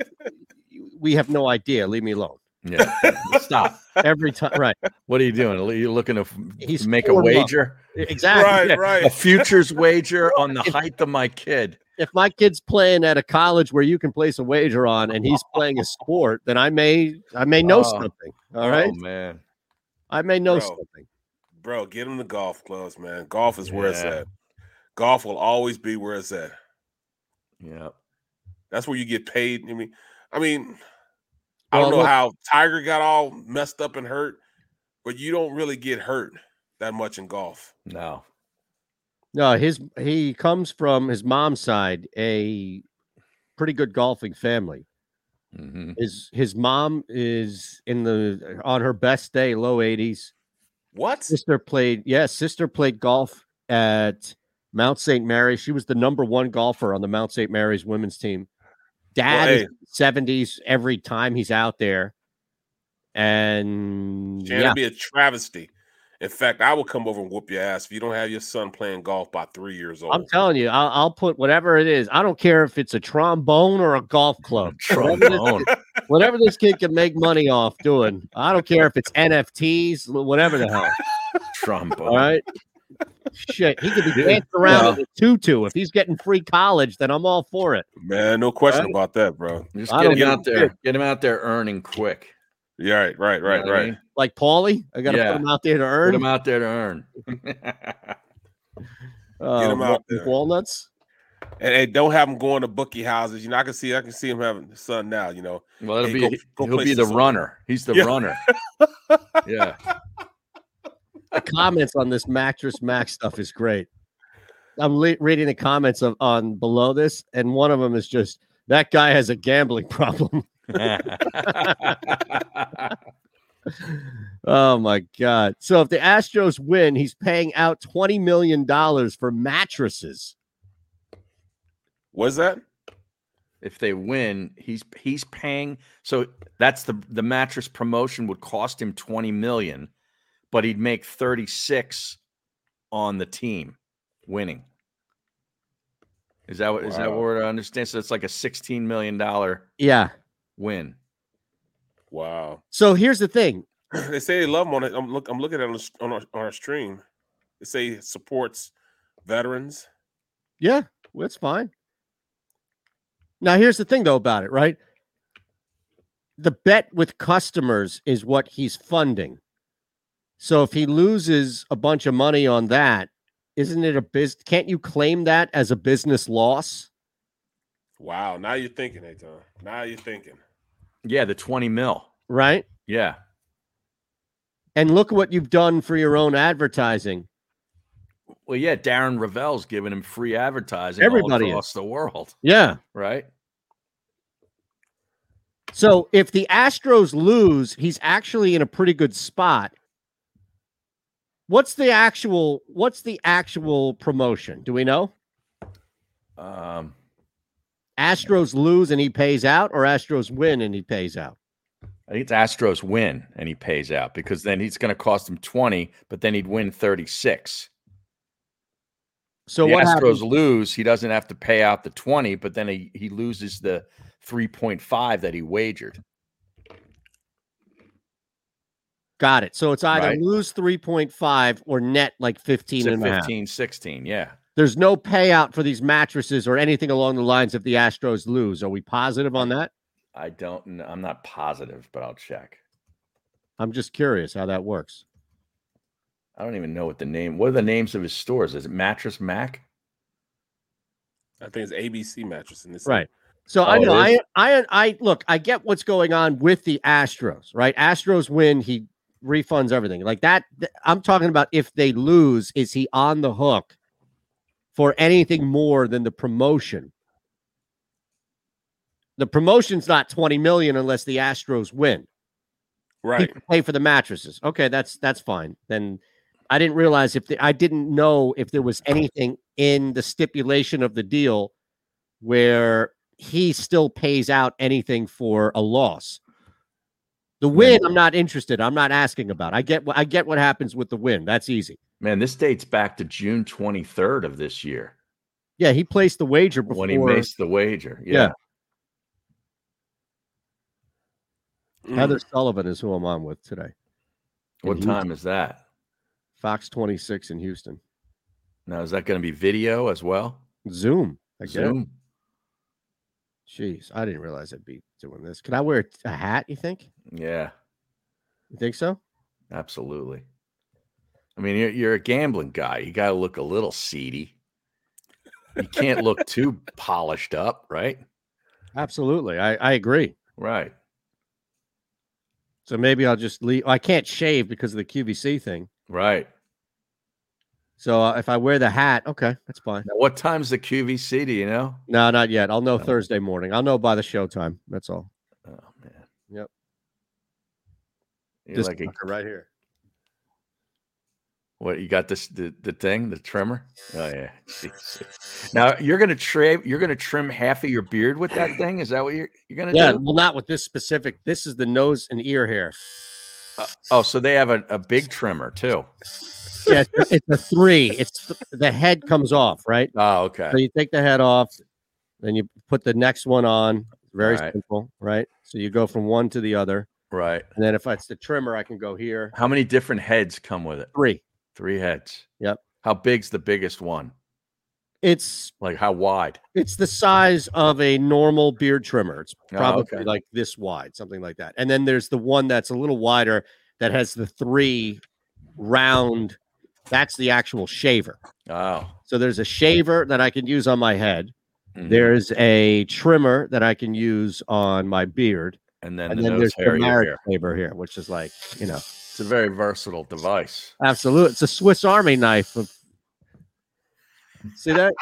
A: we have no idea. Leave me alone.
C: Yeah. Stop.
A: Every time. Right.
C: What are you doing? Are you looking to f-
A: He's
C: make a
A: four months.
C: wager?
A: Exactly.
C: Yeah, A futures wager on the height of my kid.
A: if my kid's playing at a college where you can place a wager on and he's playing a sport, then I may I may know
C: Oh.
A: something. All right.
C: Oh man.
A: I may know
D: Bro.
A: something.
D: Bro, get him the golf clubs, man. Golf is where it's
C: Yeah.
D: at. Golf will always be where it's at.
C: Yeah.
D: That's where you get paid. I mean, I mean, I
A: Well,
D: don't know
A: look-
D: how Tiger got all messed up and hurt, but you don't really get hurt that much in golf.
C: No.
A: No, his he comes from his mom's side, a pretty good golfing family.
C: hmm
A: His his mom is in the on her best day, low 80s.
D: What?
A: Sister played, yeah, sister played golf at Mount St. Mary's. She was the number one golfer on the Mount St. Mary's women's team. Dad
D: Well,
A: is
D: hey.
A: in his 70s every time he's out there. And
D: Shannon,
A: yeah,
D: it'd be a travesty. In fact, I will come over and whoop your ass if you don't have your son playing golf by three years old.
A: I'm telling you, I'll, I'll put whatever it is. I don't care if it's a trombone or a golf club. Whatever this-
C: Trombone.
A: whatever this kid can make money off doing. I don't care if it's NFTs, whatever the hell.
C: trombone.
A: All right. Shit, he could be dancing around in a tutu. If he's getting free college, then I'm all for it.
D: Man, no question about that, bro.
C: Just
A: I
C: get
A: don't
C: him
A: give
C: out
A: a
C: there. Get him out there earning quick.
D: Yeah, right, right,
C: You know
D: right,
C: what I
D: right.
C: mean?
A: Like Paulie, I got to
C: Yeah.
A: put him out there to
C: Put
A: earn
C: him out there to earn.
A: uh,
D: Get him out
A: wa-
D: there.
A: walnuts.
D: And hey, don't have him going to bookie houses. You know, I can see, I can see him having a son now. You know,
C: Well, it'll
D: Hey,
C: be
D: go- go
C: he'll
D: play
C: be the
D: some-
C: runner. He's the
D: Yeah.
C: runner. Yeah.
A: The comments on this mattress max stuff is great. I'm le- reading the comments of, on below this, and one of them is just that guy has a gambling problem. Oh my God. So if the Astros win, he's paying out $20 million for mattresses.
D: Was that?
C: If they win, he's he's paying. So that's the the mattress promotion would cost him twenty million, but he'd make thirty six on the team winning. Is that what is that what
D: Wow.
C: we're to understand? So it's like a sixteen million dollar
A: Yeah.
C: win.
D: Wow.
A: So here's the thing
D: they say they love him on it. I'm look. I'm looking at it on, the s- on our, on our stream. They say it supports veterans.
A: Yeah, well, that's fine. Now, here's the thing, though, about it, right? The bet with customers is what he's funding. So if he loses a bunch of money on that, isn't it a biz? Can't you claim that as a business loss?
D: Wow. Now you're thinking, Aton. Now you're thinking.
C: Yeah, the twenty mil.
A: Right.
C: Yeah.
A: And look what you've done for your own advertising.
C: Well, yeah, Darren Ravel's giving him free advertising
A: Everybody
C: all
A: is.
C: across the world,
A: Yeah.
C: right?
A: So if the Astros lose, he's actually in a pretty good spot. What's the actual what's the actual promotion? Do we know?
C: Um,
A: Astros lose and he pays out or Astros win and he pays out?
C: I think it's Astros win and he pays out because then he's going to cost him 20, but then he'd win 36.
A: So
C: the
A: what
C: Astros
A: happens?
C: lose, he doesn't have to pay out the 20, but then he, he loses the 3.5 that he wagered.
A: Got it. So it's either
C: Right.
A: lose 3.5 or net like 15
C: So
A: and a half.
C: 15, 16, yeah.
A: There's no payout for these mattresses or anything along the lines if the Astros lose. Are we positive on that?
C: I don't know. I'm not positive, but I'll check.
A: I'm just curious how that works.
C: I don't even know what the name, what are the names of his stores? Is it Mattress Mac?
D: I think it's ABC mattress in this.
A: Right. So
C: Oh,
A: I
C: it
A: know I,
C: is?
A: I I look, I get what's going on with the Astros, right? Astros win, he refunds everything. Like that th- I'm talking about if they lose, is he on the hook for anything more than the promotion? The promotion's not 20 million unless the Astros win. He
D: Right.
A: can pay for the mattresses. Okay, that's that's fine. Then I didn't realize if the, I didn't know if there was anything in the stipulation of the deal where he still pays out anything for a loss. The win, I'm not interested. I'm not asking about. I get what I get what happens with the win. That's easy.
C: Man, this dates back to June 23rd of this year
A: Yeah, he placed the wager before.
C: when he missed the wager.
A: Yeah.
C: Yeah.
D: Mm.
A: Heather Sullivan is who I'm on with today. in
C: What
A: Houston.
C: time is that?
A: Fox 26 in Houston.
C: Now, is that going to be video as well?
A: Zoom. I guess.
C: Zoom?
A: Jeez, I didn't realize I'd be doing this. Can I wear a t- a hat? You think?
C: Yeah,
A: You think so?
C: absolutely. I mean, you're, you're a gambling guy. You got to look a little seedy. You can't look too polished up, right?
A: Absolutely. I, I agree.
C: Right.
A: So maybe I'll just leave. I can't shave because of the QVC thing.
C: Right.
A: So uh, if I wear the hat, okay, that's fine.
C: Now, what time's the QVC? Do you know?
A: No, not yet. I'll know Thursday morning. I'll know by the show time. That's all.
C: Oh, man.
A: Yep.
C: You're
A: This
C: like, a,
A: fucker right here.
C: what? You got this, the, the thing, the trimmer? Oh, yeah. now, you're going to trim, you're going to trim half of your beard with that thing? Is that what you're, you're going to
A: Yeah,
C: do?
A: well, not with this specific. This is the nose and ear hair.
C: Uh, oh, so they have a, a big trimmer too.
A: Yeah, it's, it's a three. It's th- the head comes off, right?
C: Oh, okay.
A: So you take the head off, then you put the next one on. Very
C: Right.
A: simple, right? So you go from one to the other,
C: Right.
A: and then if it's the trimmer, I can go here.
C: How many different heads come with it?
A: Three.
C: Three heads.
A: Yep.
C: How big's the biggest one?
A: It's
C: Like how wide?
A: It's the size of a normal beard trimmer. It's
C: Oh,
A: probably
C: okay.
A: like this wide, something like that. And then there's the one that's a little wider that has the three round. That's the actual shaver.
C: Oh.
A: So there's a shaver that I can use on my head.
C: mhm.
A: There's a trimmer that I can use on my beard.
C: and then
A: And,
C: the
A: then
C: nose
A: there's the
C: hair. your
A: marriage
C: hair.
A: shaver here, which is like, you know,
C: It's a very versatile device.
A: absolute. It's a Swiss Army knife. Of, see that?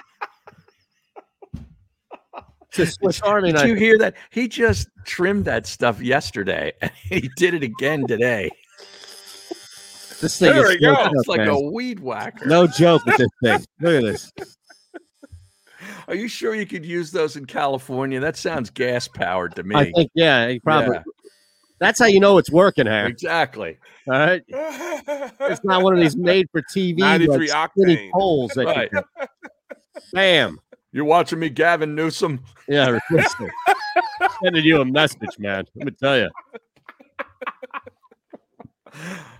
A: a Swiss Army
C: Did
A: knife.
C: you hear that? He just trimmed that stuff yesterday, and he did it again today.
A: This thing is
C: There we go.
A: smoked
C: It's like
A: man.
C: a weed whacker.
A: No joke with this thing. Look at this.
C: Are you sure you could use those in California? That sounds gas powered to me.
A: I think yeah, he probably.
C: Yeah.
A: That's how you know it's working, Harry.
C: Exactly.
A: All right,
D: Mm.
A: it's not one of these made for TV
C: 93
A: like, skinny
C: octane.
A: poles that
C: Right.
A: you can- Bam.
C: You're watching me, Gavin Newsom.
A: Yeah, seriously. sending you a message, man. Let me tell you.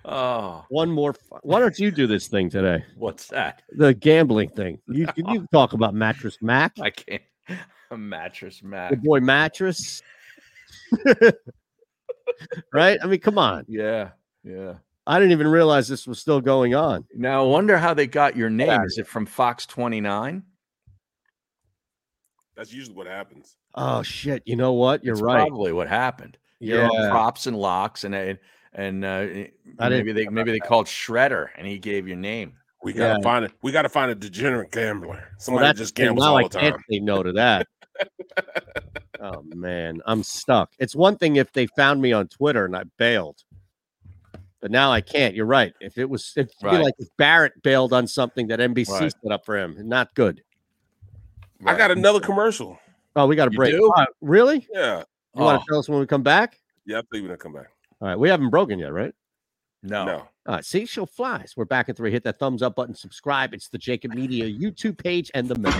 C: Oh,
A: One more. fu- Why don't you do this thing today?
C: what's that?
A: The gambling thing. You can you can talk about mattress Mac,
C: I can't. A mattress Mac.
A: the boy mattress. right? I mean, come on.
C: Yeah. Yeah.
A: I didn't even realize this was still going on.
C: Now I wonder how they got your name. Is it from Fox 29?
D: That's usually what happens.
A: Oh shit! You know what? You're
C: It's
A: right.
C: Probably what happened. You're on
A: Yeah.
C: props and locks and and, and uh,
A: I didn't
C: maybe they maybe they called Shredder and he gave your name.
D: We gotta
A: Yeah.
D: find it. We gotta find a degenerate gambler.
A: Well,
D: Somebody that
A: that's
D: just
A: the thing.
D: gambles
A: now
D: all
A: I
D: the
A: can't
D: time.
A: say no to that. oh man, I'm stuck. It's one thing if they found me on Twitter and I bailed, but now I can't. You're right. If it was, it'd be
C: Right.
A: like if Barrett bailed on something that NBC
C: Right.
A: set up for him, not good.
D: I got another commercial.
A: Oh, we got a
C: You
A: break.
C: do?
A: Uh, really? You
D: Yeah,
A: want
C: Oh.
A: to tell us when we come back?
D: yeah. I think we're gonna come back.
A: All right, we haven't broken yet, right?
C: No.
D: No,
A: All right, see, she'll flies. We're back in three. Hit that thumbs up button. Subscribe. It's the Jacob Media YouTube page and the middle.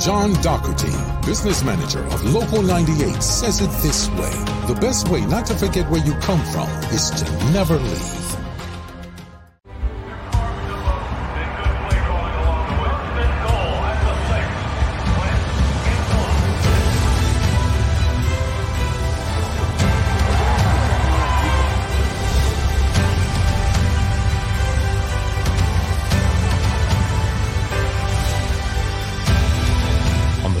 E: John Doherty, business manager of Local 98, says it this way The best way not to forget where you come from is to never leave.
F: On the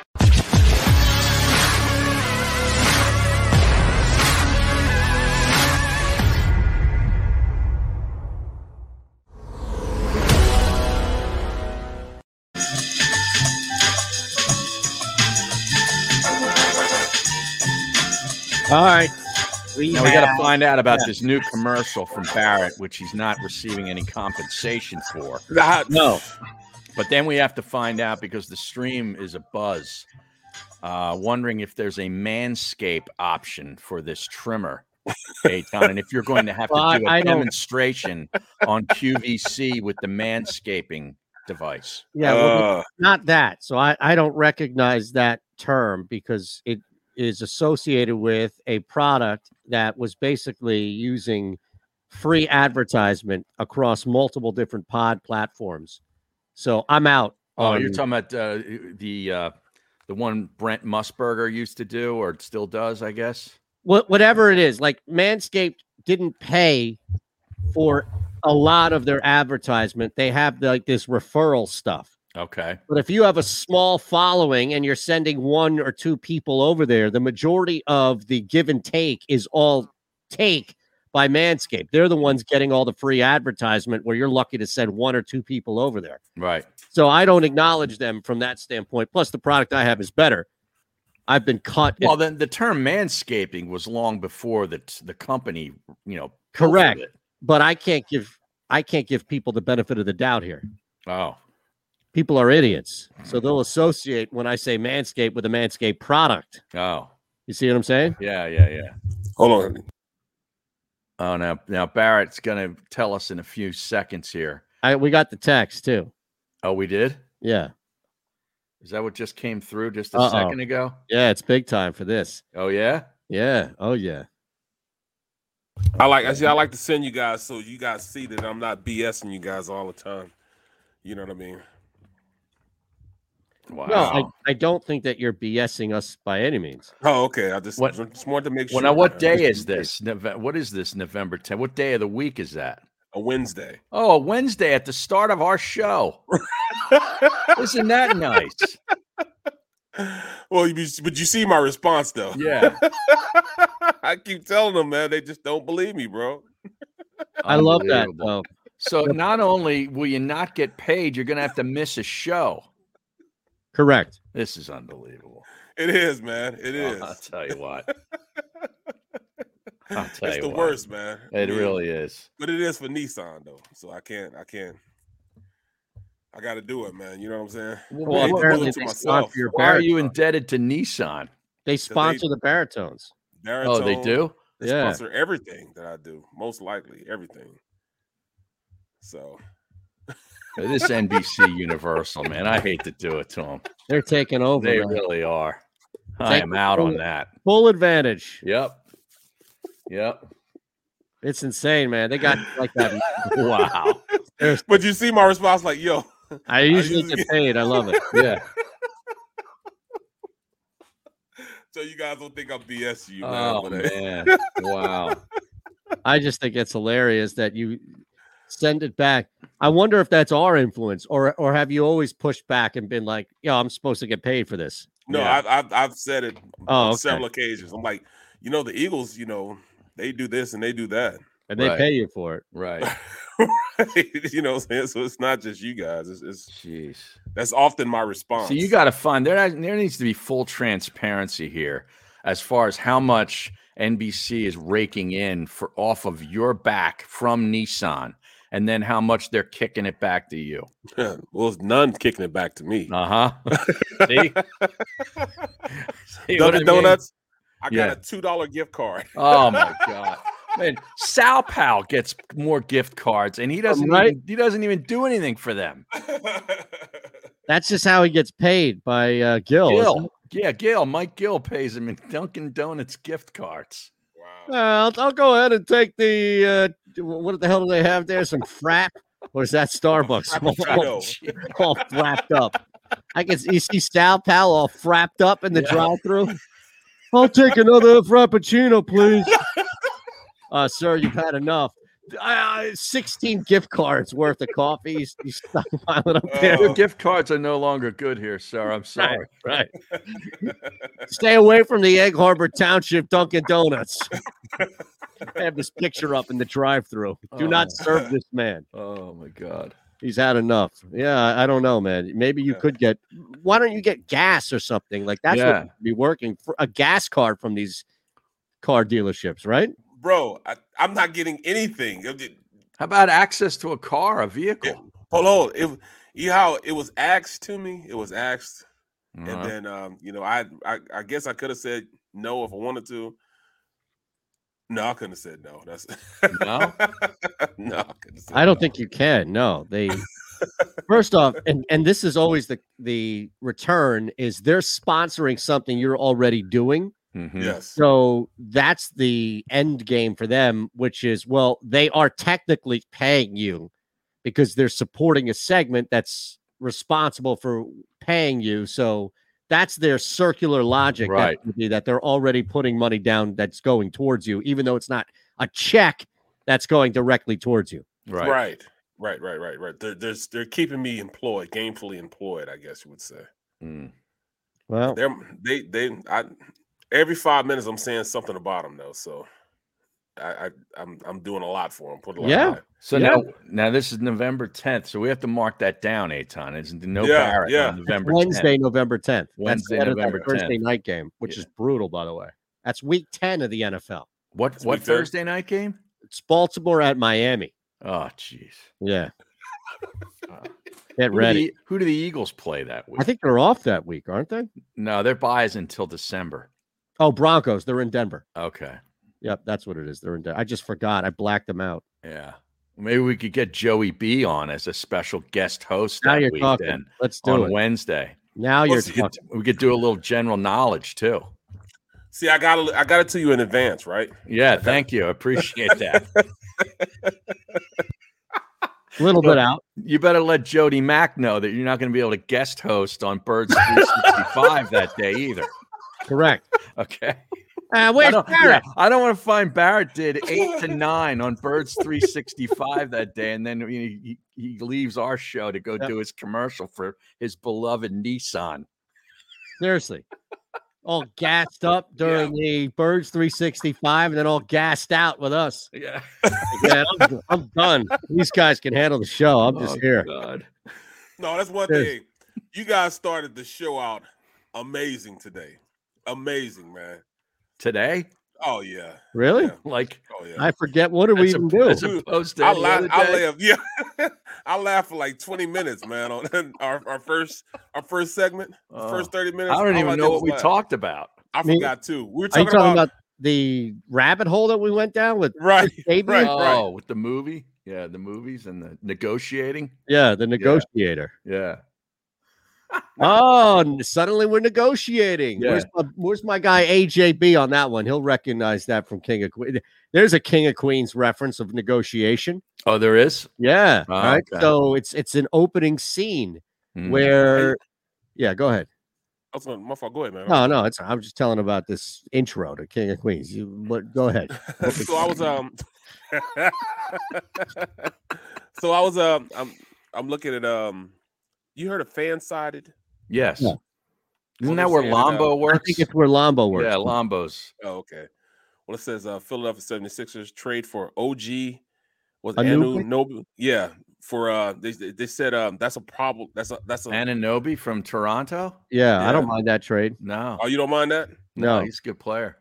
A: All right. We
C: Now we got
A: have-
C: to find out about
A: Yeah.
C: this new commercial from Barrett, which he's not receiving any compensation for.
D: Nah,
A: No,
C: But then we have to find out because the stream is a buzz, uh, wondering if there's a manscape option for this trimmer, Aton, and if you're going to have
A: Well, I-
C: to do a
A: I don't-
C: demonstration on QVC with the manscaping device.
A: Yeah,
C: Uh,
A: well,
D: Uh,
A: it's not that. So I, I don't recognize that term because it is associated with a product that was basically using free advertisement across multiple different pod platforms. So I'm out.
C: Oh,
A: on-
C: you're talking about uh, the uh, the one Brent Musburger used to do, or still does, I guess.
A: what whatever it is, like Manscaped didn't pay for a lot of their advertisement. They have like this referral stuff.
C: Okay.
A: But if you have a small following and you're sending one or two people over there, the majority of the give and take is all take by Manscaped. They're the ones getting all the free advertisement where you're lucky to send one or two people over there.
C: Right.
A: So I don't acknowledge them from that standpoint. Plus, the product I have is better. I've been cut.
C: Well, then the term manscaping was long before the the company, you know. pilfered
A: Correct.
C: it.
A: But I can't give I can't give people the benefit of the doubt here.
C: Oh.
A: People are idiots. So they'll associate when I say Manscaped with a Manscaped product.
C: Oh.
A: You see what I'm saying?
C: Yeah, yeah, yeah.
D: Hold on.
C: Oh, now now Barrett's going to tell us in a few seconds here.
A: I we got the text too.
C: Oh, we did.
A: Yeah.
C: Is that what just came through just a
A: Uh-oh.
C: second ago?
A: Yeah, it's big time for this.
C: Oh yeah.
A: Yeah. Oh yeah.
D: I like I see I like to send you guys so you guys see that I'm not BSing you guys all the time. You know what I mean?
C: Wow.
A: No, I, I don't think that you're BSing us by any means.
D: Oh, okay. I just, just wanted to make sure.
C: Well, now what
D: man.
C: day is this? Nove- what is this? November 10th. What day of the week is that?
D: A Wednesday.
C: Oh, a Wednesday at the start of our show. Isn't that nice?
D: Well, you, but you see my response though.
C: Yeah.
D: I keep telling them, man, they just don't believe me, bro.
A: I love that
C: Unbelievable.
A: though.
C: So not only will you not get paid, you're going to have to miss a show.
A: Correct.
C: This is unbelievable.
D: It is, man. It is.
C: I'll tell you what. I'll tell
D: it's
C: you
D: the
C: what.
D: worst, man.
C: It
D: Yeah.
C: really is.
D: But it is for Nissan though, so I can't. I can't. I got to do it, man. You know what I'm saying?
A: Well,
D: I hate to do
A: apparently
D: it to
A: they
D: myself.
A: sponsor your
C: Why are you indebted to Nissan?
A: They sponsor the baritones.
C: Oh, they
D: Baritone,
C: do?
D: They
A: Yeah.
D: sponsor everything that I do, most likely everything. So
C: This NBC Universal, man. I hate to do it to them.
A: They're taking over.
C: They
A: man.
C: really are. I
A: Take
C: am out
A: full-
C: on that.
A: Full advantage.
C: Yep. Yep.
A: It's insane, man. They got like that.
C: Wow.
D: But you see my response, like, yo,
A: I usually get paid. I love it.
C: Yeah.
D: so you guys don't think I'm BS you, man.
C: Oh
D: but, uh,
C: man. Wow.
A: I just think it's hilarious that you send it back. I wonder if that's our influence, or or have you always pushed back and been like, "Yo, I'm supposed to get paid for this."
D: No,
C: Yeah.
D: I've, I've I've said it
A: Oh,
D: on
A: okay.
D: several occasions. I'm like, you know, the Eagles, you know, they do this and they do that.
A: and they
C: Right.
A: pay you for it.
C: Right.
D: you know, what I'm saying? so it's not just you guys. It's, it's
C: Jeez.
D: that's often my response.
C: So you got to find there. There needs to be full transparency here as far as how much NBC is raking in for off of your back from Nissan, and then how much they're kicking it back to you.
D: well, it's none kicking it back to me.
C: Uh huh. See, See what I
D: Dunkin'
C: mean?
D: Donuts. I got
C: Yeah.
D: a two dollar gift card.
C: Oh my god. Man, Sal Pal gets more gift cards, and he doesn't.
A: Right.
C: Even, he doesn't even do anything for them.
A: That's just how he gets paid by uh, Gil. isn't
C: Gil,
A: it?
C: yeah, Gil. Mike Gill pays him in Dunkin' Donuts gift cards.
A: Uh, I'll, I'll go ahead and take the uh, what the hell do they have there? Some frap, or is that Starbucks?
D: Oh.
A: all, all frapped up. I can you see Sal Pal all frapped up in the drive-through. I'll take another frappuccino, please. uh, sir, you've had enough. Uh, 16 gift cards worth of coffee. You, you stockpiling up there.
D: Oh.
C: Your gift cards are no longer good here, sir. I'm sorry.
A: Right. Stay away from the Egg Harbor Township Dunkin' Donuts. I have this picture up in the drive through. Do
C: Oh.
A: not serve this man.
C: Oh my god.
A: He's had enough. Yeah, I don't know, man. Maybe you could get why don't you get gas or something? Like that's
C: Yeah.
A: what would be working for a gas card from these car dealerships, right?
D: Bro, I, I'm not getting anything. It- it-
C: How about access to a car, a vehicle?
D: Hold on. If you know how it was asked to me. It was asked,
C: Uh-huh.
D: and then um, you know, I, I I guess I could have said no if I wanted to. No, I couldn't have said no. That's
C: no,
D: no. I couldn't have said
A: I don't think you can. No, they. First off, and and this is always the the return is they're sponsoring something you're already doing.
C: Mm-hmm.
D: Yes.
A: So that's the end game for them, which is well, they are technically paying you because they're supporting a segment that's responsible for paying you. So that's their circular logic that
C: Right.
A: would be that they're already putting money down that's going towards you, even though it's not a check that's going directly towards you.
D: Right. Right. Right. Right. Right. Right. They're, they're they're keeping me employed, gainfully employed. I guess you would say.
C: Mm.
A: Well,
D: They're they they I every five minutes I'm saying something about them though. So I, I I'm I'm doing a lot for them. Put a lot.
C: Yeah.
D: Of time.
C: So now, now this is November 10th. So we have to mark that down, Aton. It's no
D: Yeah,
C: Barrett
D: yeah.
C: on
A: That's
C: November
A: Wednesday,
C: 10th.
A: November 10th.
C: Wednesday,
A: that's better than
C: November
A: the Thursday
C: 10th.
A: night game, which is brutal, by the way. That's week 10 of the NFL.
C: What
A: That's
C: what
A: week 10.
C: Thursday night game?
A: It's Baltimore at Miami.
C: Oh, jeez.
A: Yeah.
C: Who
A: Get
C: do
A: ready.
C: the- Who do the Eagles play that week?
A: I think they're off that week, aren't they?
C: No, their bye is until December.
A: Oh, Broncos. They're in Denver.
C: Okay.
A: Yep, that's what it is. They're in Denver. I just forgot. I blacked them out.
C: Yeah. Maybe we could get Joey B on as a special guest host
A: Now
C: that
A: you're
C: week
A: talking.
C: then,
A: Let's do
C: on
A: it.
C: Wednesday.
A: Now you're
C: Let's get- we could do a little general knowledge too.
D: See, I got to I got it to you in advance, right?
C: Yeah, thank you. I appreciate that.
A: A little bit out.
C: You better let Jody Mack know that you're not going to be able to guest host on Birds 365 that day either.
A: Correct.
C: Okay.
A: Uh,
C: I
A: where's
C: don't,
A: Barrett?
C: yeah, I don't want to find Barrett did eight to nine on Birds 365 that day, and then he, he, he leaves our show to go do his commercial for his beloved Nissan.
A: Seriously. All gassed up during the Birds 365 and then all gassed out with us.
C: Yeah.
A: Man, I'm, I'm done. These guys can handle the show. I'm just
C: Oh,
A: here.
C: God.
D: No, that's one
A: Yes.
D: thing. You guys started the show out amazing today. Amazing, man.
C: Today?
D: Oh yeah.
A: Really?
C: Like
D: Oh yeah.
A: I forget what do we
C: As a-
A: even do?
C: as a- opposed to
D: I
C: any
D: laugh,
C: other
D: I
C: day?
D: laugh, yeah. I laughed for like 20 minutes, man, on our, our first our first segment,
C: Oh,
D: first 30 minutes.
C: I don't
D: all
C: even
D: did
C: know
D: was
C: what we
D: laugh.
C: talked about.
D: I
A: Me-
D: forgot too. We were
A: Are you
D: talking,
A: talking about,
D: about,
A: the rabbit hole that we went down with
D: Right,
A: Chris Sabin?
D: right,
C: oh, with the movie? Yeah, the movies and the negotiating.
A: Yeah, the negotiator.
C: Yeah.
A: Oh, n- suddenly we're negotiating. Where's, my, where's my guy AJB on that one? He'll recognize that from King of Queens. There's a King of Queens reference of negotiation.
C: Oh, there is?
A: Yeah.
C: Oh,
A: all right.
C: okay.
A: So it's it's an opening scene
C: Mm.
A: where yeah, go ahead.
D: I was going, my fault. Go ahead, man.
A: No, no, it's I'm just telling about this intro to King of Queens. You, but go ahead.
D: so I was um So I was um I'm I'm looking at um you heard of fan sided?
C: Yes.
A: Yeah.
C: Isn't that
D: Well, they're
C: where
D: saying, uh,
C: Lombo
A: I
C: works?
A: think it's where Lombo works.
C: Yeah, Lombo's.
D: Oh, okay. Well it says uh Philadelphia 76ers trade for OG was
A: Anunoby?
D: Anu Nobu. Yeah. For uh they they they said um that's a problem that's a that's a
C: Ananobi from Toronto?
A: yeah, I
D: Yeah.
A: don't mind that trade.
C: No.
D: oh you don't mind that?
A: no.
C: he's a good player.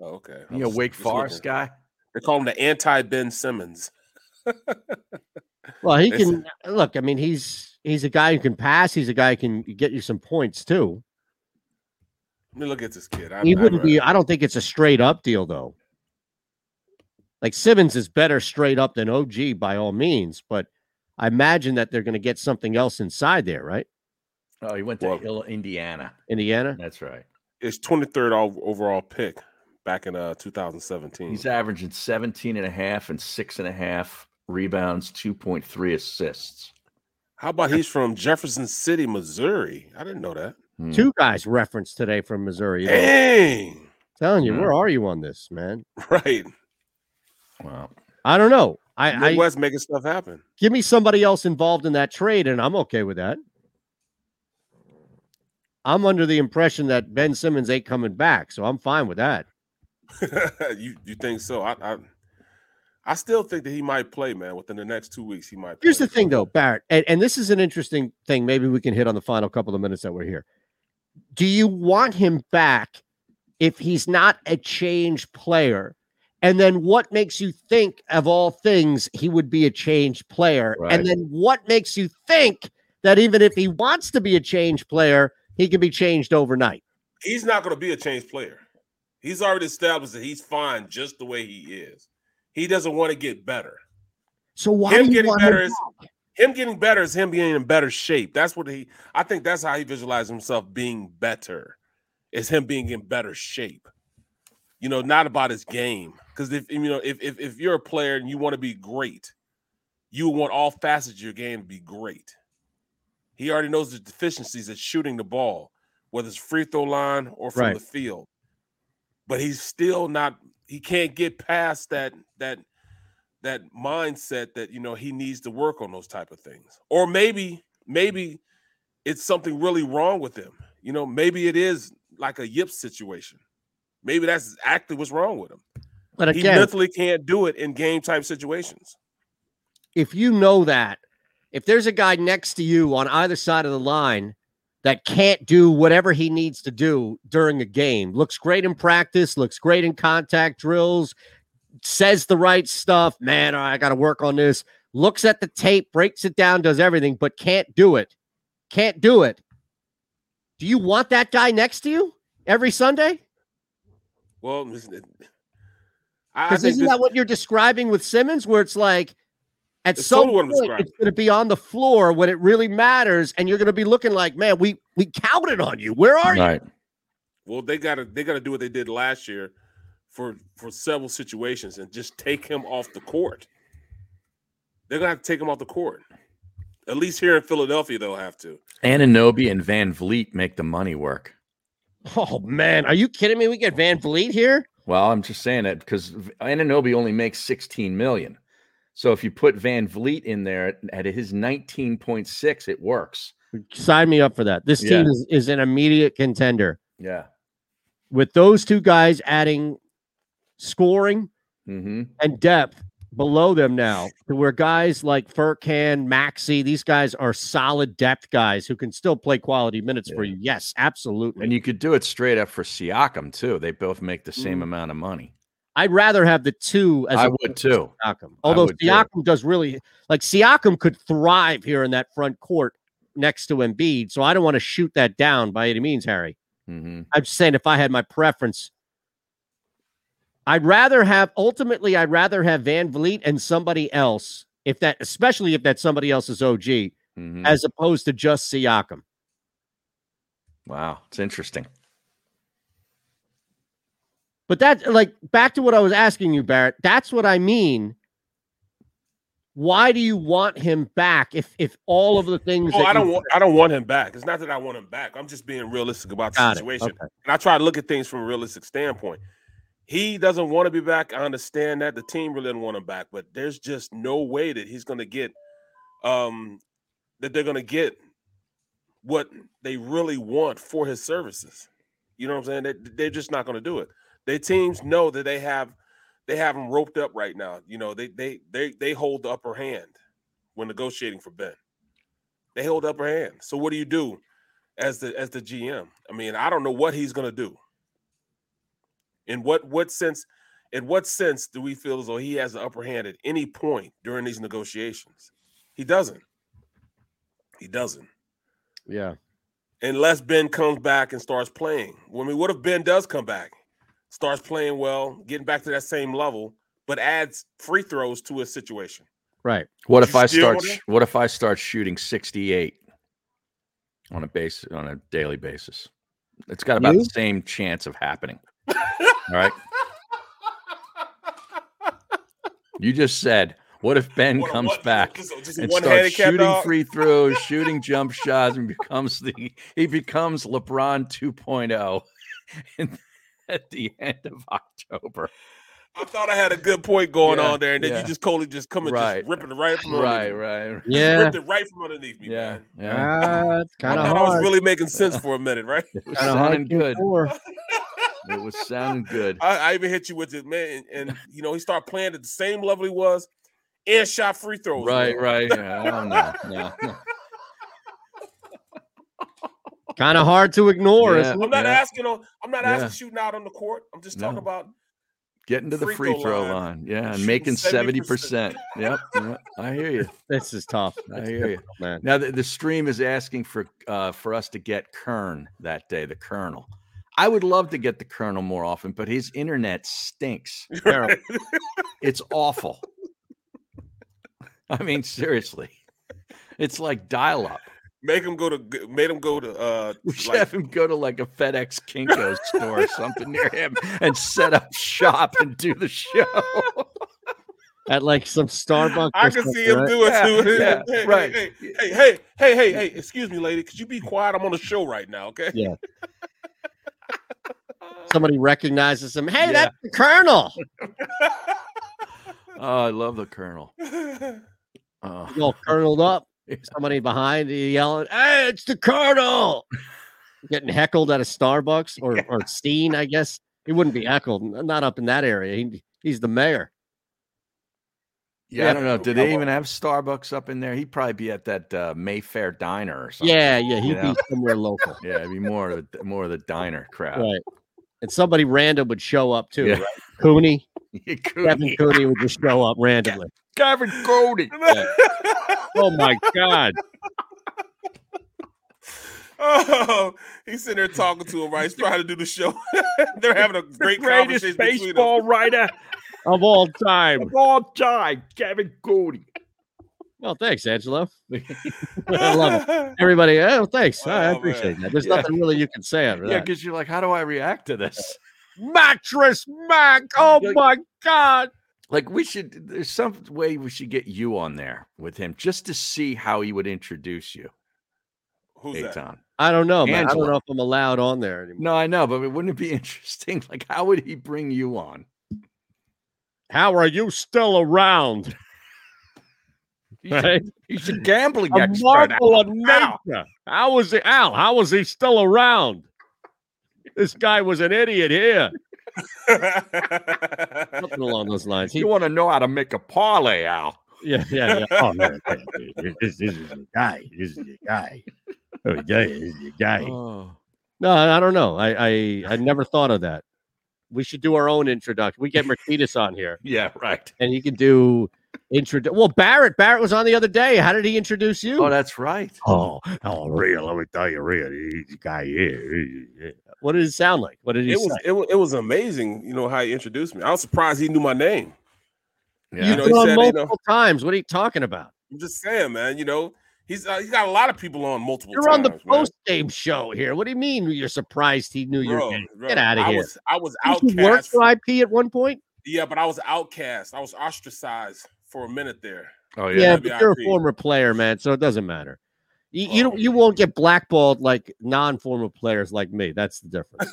D: Oh, okay. I
C: You know,
D: was
C: Wake
D: just looking.
C: Forest guy.
D: They call him the anti Ben Simmons.
A: Well, he
D: They
A: can look. I mean, he's he's a guy who can pass. He's a guy who can get you some points too.
D: Let me look at this kid. uh, I,
A: he
D: I-
A: wouldn't be. I don't think it's a straight up deal though. Like Simmons is better straight up than OG by all means, but I imagine that they're going to get something else inside there, right?
C: Oh, he went to
D: Well-
C: Hill, Indiana.
A: Indiana.
C: That's right.
D: His 23rd all, overall pick back in uh
A: Hmm.
D: 2017.
C: He's averaging 17 and a half and six and a half rebounds, 2.3 assists.
D: How about he's from Jefferson City, Missouri? I didn't know that.
C: Hmm.
A: Two guys referenced today from Missouri. you know.
D: Eh. Dang.
A: telling
D: Hmm.
A: you, where
C: Mm.
A: are you on this, man?
D: Right.
C: Wow.
A: I don't know. I, I
D: Midwest making stuff happen.
A: give me somebody else involved in that trade, and I'm okay with that. I'm under the impression that Ben Simmons ain't coming back, so I'm fine with that.
D: you you think so? I, I I still think that he might play, man. Within the next two weeks, he might
A: Here's
D: play.
A: the thing, though, Barrett, and, and this is an interesting thing. Maybe we can hit on the final couple of minutes that we're here. Do you want him back if he's not a change player? And then what makes you think, of all things, he would be a change player?
C: Right.
A: And then what makes you think that even if he wants to be a change player, he can be changed overnight.
D: He's not going to be a change player. He's already established that he's fine just the way he is. He doesn't want to get better.
A: So why
D: him
A: do you
D: getting
A: want
D: better
A: him
D: is
A: back?
D: him getting better is him being in better shape. That's what he. I think that's how he visualizes himself being better. Is him being in better shape. You know, not about his game. Because if you know, if, if if you're a player and you want to be great, you want all facets of your game to be great. He already knows the deficiencies at shooting the ball, whether it's free throw line or from
A: Right.
D: the field. But he's still not. He can't get past that that that mindset that you know he needs to work on those type of things or maybe maybe it's something really wrong with him you know maybe it is like a yip situation maybe that's exactly what's wrong with him
A: But
D: he
A: again-
D: mentally can't do it in game type situations
A: if you know that, if there's a guy next to you on either side of the line that can't do whatever he needs to do during a game, looks great in practice, looks great in contact drills, says the right stuff, man, I got to work on this, looks at the tape, breaks it down, does everything, but can't do it, can't do it. Do you want that guy next to you every Sunday?
D: well listen, it- I, I
A: Because
D: think
A: isn't
D: this-
A: that what you're describing with Simmons, where it's like at
D: It's
A: some
D: totally what I'm
A: point
D: describing.
A: it's going to be on the floor when it really matters, and you're going to be looking like, man, we we counted on you. Where are you?
C: Right.
D: well they gotta they gotta do what they did last year for for several situations and just take him off the court they're gonna have to take him off the court at least here in philadelphia they'll have to
C: Ananobi and Van Vliet make the money work.
A: Oh man, are you kidding me? We get Van Vliet here.
C: Well, I'm just saying that because V- Ananobi only makes 16 million. So if you put Van Vliet in there at- at his 19.6, it works.
A: Sign me up for that. This team
C: Yeah.
A: is, is an immediate contender
C: Yeah.
A: with those two guys adding scoring
C: Mm-hmm.
A: and depth below them now, to where guys like Furkan, Maxi, these guys are solid depth guys who can still play quality minutes for you. Yes, absolutely.
C: And you could do it straight up for Siakam too. They both make the same amount of money.
A: I'd rather have the two Mm. as
C: I
A: opposed
C: would
A: to
C: too.
A: Siakam.
C: I
A: Although
C: would too.
A: Siakam does really like Siakam could thrive here in that front court next to Embiid. So I don't want to shoot that down by any means, Harry.
C: Mhm.
A: I'm just saying if I had my preference, I'd rather have ultimately I'd rather have Van Vliet and somebody else, if that especially if that somebody else is OG,
C: Mm-hmm. Hmm.
A: as opposed to just Siakam.
C: Wow. It's interesting.
A: But that, like, back to what I was asking you, Barrett. That's what I mean. Why do you want him back if if all of the things?
D: Oh,
A: that
D: I don't
A: you-
D: want. I don't want him back. It's not that I want him back. I'm just being realistic about the
A: Got it.
D: situation,
A: Okay.
D: and I try to look at things from a realistic standpoint. He doesn't want to be back. I understand that the team really doesn't want him back, but there's just no way that he's going to get, um, that they're going to get what they really want for his services. You know what I'm saying? They, they're just not going to do it. Their teams know that they have, they have him roped up right now. You know, they they they they hold the upper hand when negotiating for Ben they held upper hand. So what do you do as the as the GM? I mean, I don't know what he's gonna do. In what what sense? In what sense do we feel as though he has the upper hand at any point during these negotiations? He doesn't. He doesn't.
A: Yeah.
D: Unless Ben comes back and starts playing. Well, I mean, what if Ben does come back, starts playing well, getting back to that same level, but adds free throws to his situation?
A: Right.
C: What
D: Would
C: if
D: you
C: I
D: still
C: start?
D: want him?
C: sh- What if I start shooting 68 on a base on a daily basis? It's got about
A: You?
C: the same chance of happening. All right. You just said, "What if Ben
D: What a
C: comes
D: what-
C: back
D: just a- just a
C: and
D: one
C: starts
D: handicap
C: shooting
D: dog?"
C: free throws, shooting jump shots, and becomes the he becomes LeBron 2.0 in- at the end of October?"
D: I thought I had a good point going
C: Yeah,
D: on there, and then
C: yeah.
D: you just totally just come and
C: Right.
D: just rip it right from
C: Right,
D: underneath me.
C: right. right.
D: You just ripped it right from underneath me.
C: Yeah, yeah.
A: Ah, it's
D: I
A: kind of
D: thought I was
A: hard.
D: really making sense for a minute, right?
C: It was
A: Kinda hard
C: sounding good.
A: before.
C: It was sounding good.
D: I, I even hit you with it, man, and, and, you know he started playing at the same level he was, and shot free throws.
C: Right,
D: man.
C: right. Yeah, I don't know. No, no.
A: kind of hard to ignore.
C: Yeah.
A: isn't it?
D: I'm not
C: Yeah.
D: asking on. I'm not
C: Yeah.
D: asking shooting out on the court. I'm just talking
C: No.
D: about
C: Getting to the
D: Free
C: free
D: throw
C: throw
D: line.
C: line. Yeah, and
D: Shooting
C: making
D: 70%.
C: 70%. Yep, yep. I hear you.
A: This is tough.
C: I
A: It's
C: hear you.
A: difficult, man.
C: Now the, the stream is asking for uh for us to get Kern that day, the Colonel. I would love to get the Colonel more often, but his internet stinks.
A: Terrible.
C: it's awful. I mean, seriously. It's like dial up.
D: Make him go to g- made him go to uh
C: We should
D: like
C: have him go to like a FedEx Kinko store or something near him and set up shop and do the show.
A: At like some Starbucks.
D: I
A: or
D: can see
A: something,
D: him
A: right?
D: do it too.
C: Yeah, yeah,
D: hey,
C: right.
D: Hey, hey, hey, hey, hey, hey, hey, excuse me, lady. Could you be quiet? I'm on a show right now, okay?
A: Yeah. Somebody recognizes him. Hey,
C: Yeah.
A: that's the Colonel.
C: Oh, I love the Colonel. Oh,
A: He's all curled up. Somebody behind you yelling, "Hey, it's the Colonel!" Getting heckled at a Starbucks or or Steen, I guess he wouldn't be heckled. n- Not up in that area. He, he's the mayor.
C: yeah,
A: Yeah.
C: I don't know. Did they even have Starbucks up in there? He'd probably be at that uh, Mayfair Diner or something.
A: Yeah, yeah, he'd
C: Yeah.
A: be somewhere local,
C: Yeah, it'd be more of the, more of the diner crowd.
A: right? And somebody random would show up too.
C: Yeah.
A: Right? Cooney,
C: Yeah,
A: Kevin
C: Cooney.
A: Cooney would just show up randomly.
C: Gavin Cody.
A: Oh my god!
D: oh, he's sitting there talking to him, right? He's trying to do the show. They're having a great conversation
C: Greatest
D: between them.
C: baseball writer
A: Of all time.
C: of all time, Gavin Cody.
A: Well, "Oh, thanks, Angelo. I love it. Everybody, oh, thanks. I
D: Oh,
A: appreciate
D: man.
A: that. There's
C: Yeah.
A: nothing really you can say over
C: Yeah,
A: that.
C: because you're like, how do I react to this?
A: Mattress Mac. Oh
C: Like-
A: my god.
C: Like, we should, there's some way we should get you on there with him just to see how he would introduce you,
D: Who's that?
C: Aton.
A: I don't know, man. I don't
C: Angela.
A: know if I'm allowed on there anymore.
C: No, I know, but wouldn't it be interesting? Like, how would he bring you on?
A: How are you still around?
C: He's,
A: Right?
C: he's a gambling
A: A
C: expert.
A: marvel of
C: Ow.
A: nature. How was he Al? How was he still around? This guy was an idiot here. Something along those lines. He,
C: You want to know how to make a parlay, Al?
A: yeah, yeah, yeah. Oh, man. This, this is the guy. This is the guy. Oh, yeah, this is the guy.
C: Oh.
A: Uh, No, I I don't know. I, I I never thought of that. We should do our own introduction. We get Mercedes on here,
C: Yeah, right.
A: and he can do intro. Well, Barrett, Barrett was on the other day. How did he introduce you?
C: Oh, that's right.
A: oh, oh, real. Let me tell you, real. He's a guy here. What did it sound like? What did he
D: It
A: say?
D: was it, wa- it was amazing, you know, how he introduced me. I was surprised he knew my name.
C: Yeah.
A: You've
D: know, he
A: been on
D: said, you know-
A: multiple times. What are you talking about?
D: I'm just saying, man, you know, he's uh, he's got a lot of people on multiple
A: You're on the
D: times, man.
A: post game show here. What do you mean you're surprised he knew your
D: Bro,
A: name?
D: bro,
A: Get out of
D: I
A: here.
D: Was, I was
A: Didn't you work
D: outcast.
A: for IP at one point?
D: Yeah, but I was outcast. I was ostracized for a minute there.
C: Oh,
A: Yeah,
C: yeah.
A: but you're a
D: WIP.
A: former player, man, so it doesn't matter. You, you
D: Oh.
A: don't you won't get blackballed like non-former players like me. That's the difference.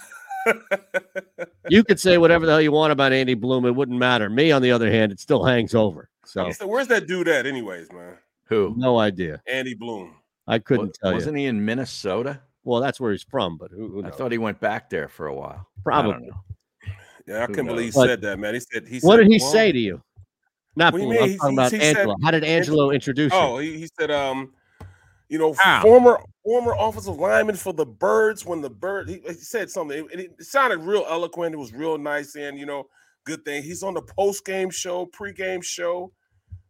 A: you could say whatever the hell you want about Andy Bloom, it wouldn't matter. Me, on the other hand, it still hangs over. So
D: So where's that dude at, anyways, man?
C: Who?
A: no idea.
D: Andy Bloom.
A: I couldn't
C: Wa-
A: tell you.
C: Wasn't he in Minnesota?
A: Well, that's where he's from, but who, who
C: I
A: knows?
C: thought he went back there for a while. I don't
A: Probably.
C: know.
D: Yeah, I
C: Who
D: couldn't believe he
A: knows? But-
D: said that, man. He said he.
A: What
D: said,
A: did he
D: "Well,
A: say to you? Not
D: What do you
A: Bloom.
D: mean?
A: I'm talking
D: He- he-
A: about
D: he said-
A: Angelo. How did Angelo introduce you?
D: Oh, he, he said, um, you know,
A: Ow.
D: former former offensive lineman for the Birds. When the Bird, he, he said something. It, it, sounded real eloquent. It was real nice, and you know, good thing he's on the post game show, pre game show,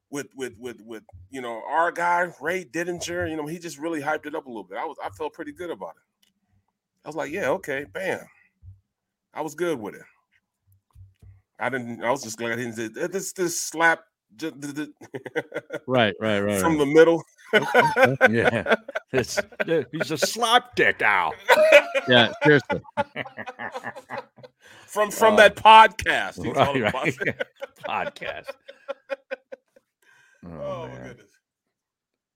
D: with with with with you know our guy Ray Didinger. You know, he just really hyped it up a little bit. I was I felt pretty good about it. I was like, yeah, okay, bam. I was good with it. I didn't. I was just glad he didn't. say, This this slap. ju- d- d-
A: Right, right, right.
D: from
A: right.
D: the middle.
C: Yeah. It's- yeah, he's a slop dick, Al.
A: yeah, seriously.
D: from from
C: Uh,
D: that podcast. He's
C: Right,
D: all about-
C: right. Podcast. Oh,
D: Oh,
C: man.
D: goodness.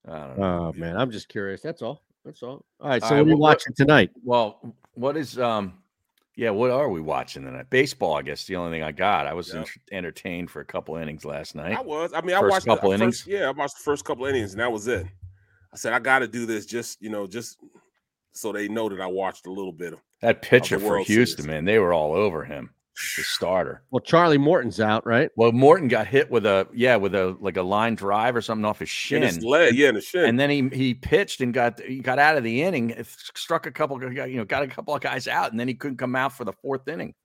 C: I don't
A: Oh
C: know.
A: man, I'm just curious. That's all. That's all. All right. So what
C: All right,
A: are you
C: well, what-
A: watching tonight?
C: Well, what is um yeah, what are we watching tonight? Baseball, I guess, the only thing I got. I was
D: Yep.
C: ent- entertained for a couple innings last night.
D: I was. I mean, I
C: First
D: watched
C: couple
D: the,
C: innings?
D: first- yeah, I watched the first couple innings, and that was it. I said I got to do this, just you know, just so they know that I watched a little bit of.
C: That pitcher for
D: World
C: Houston,
D: Series.
C: man, they were all over him, the starter.
A: Well, Charlie Morton's out, right?
C: Well, Morton got hit with a yeah, with a like a line drive or something off his shin.
D: In his leg, yeah, in the shin.
C: and then he he pitched and got he got out of the inning, s- struck a couple, you know, got a couple of guys out, and then he couldn't come out for the fourth inning.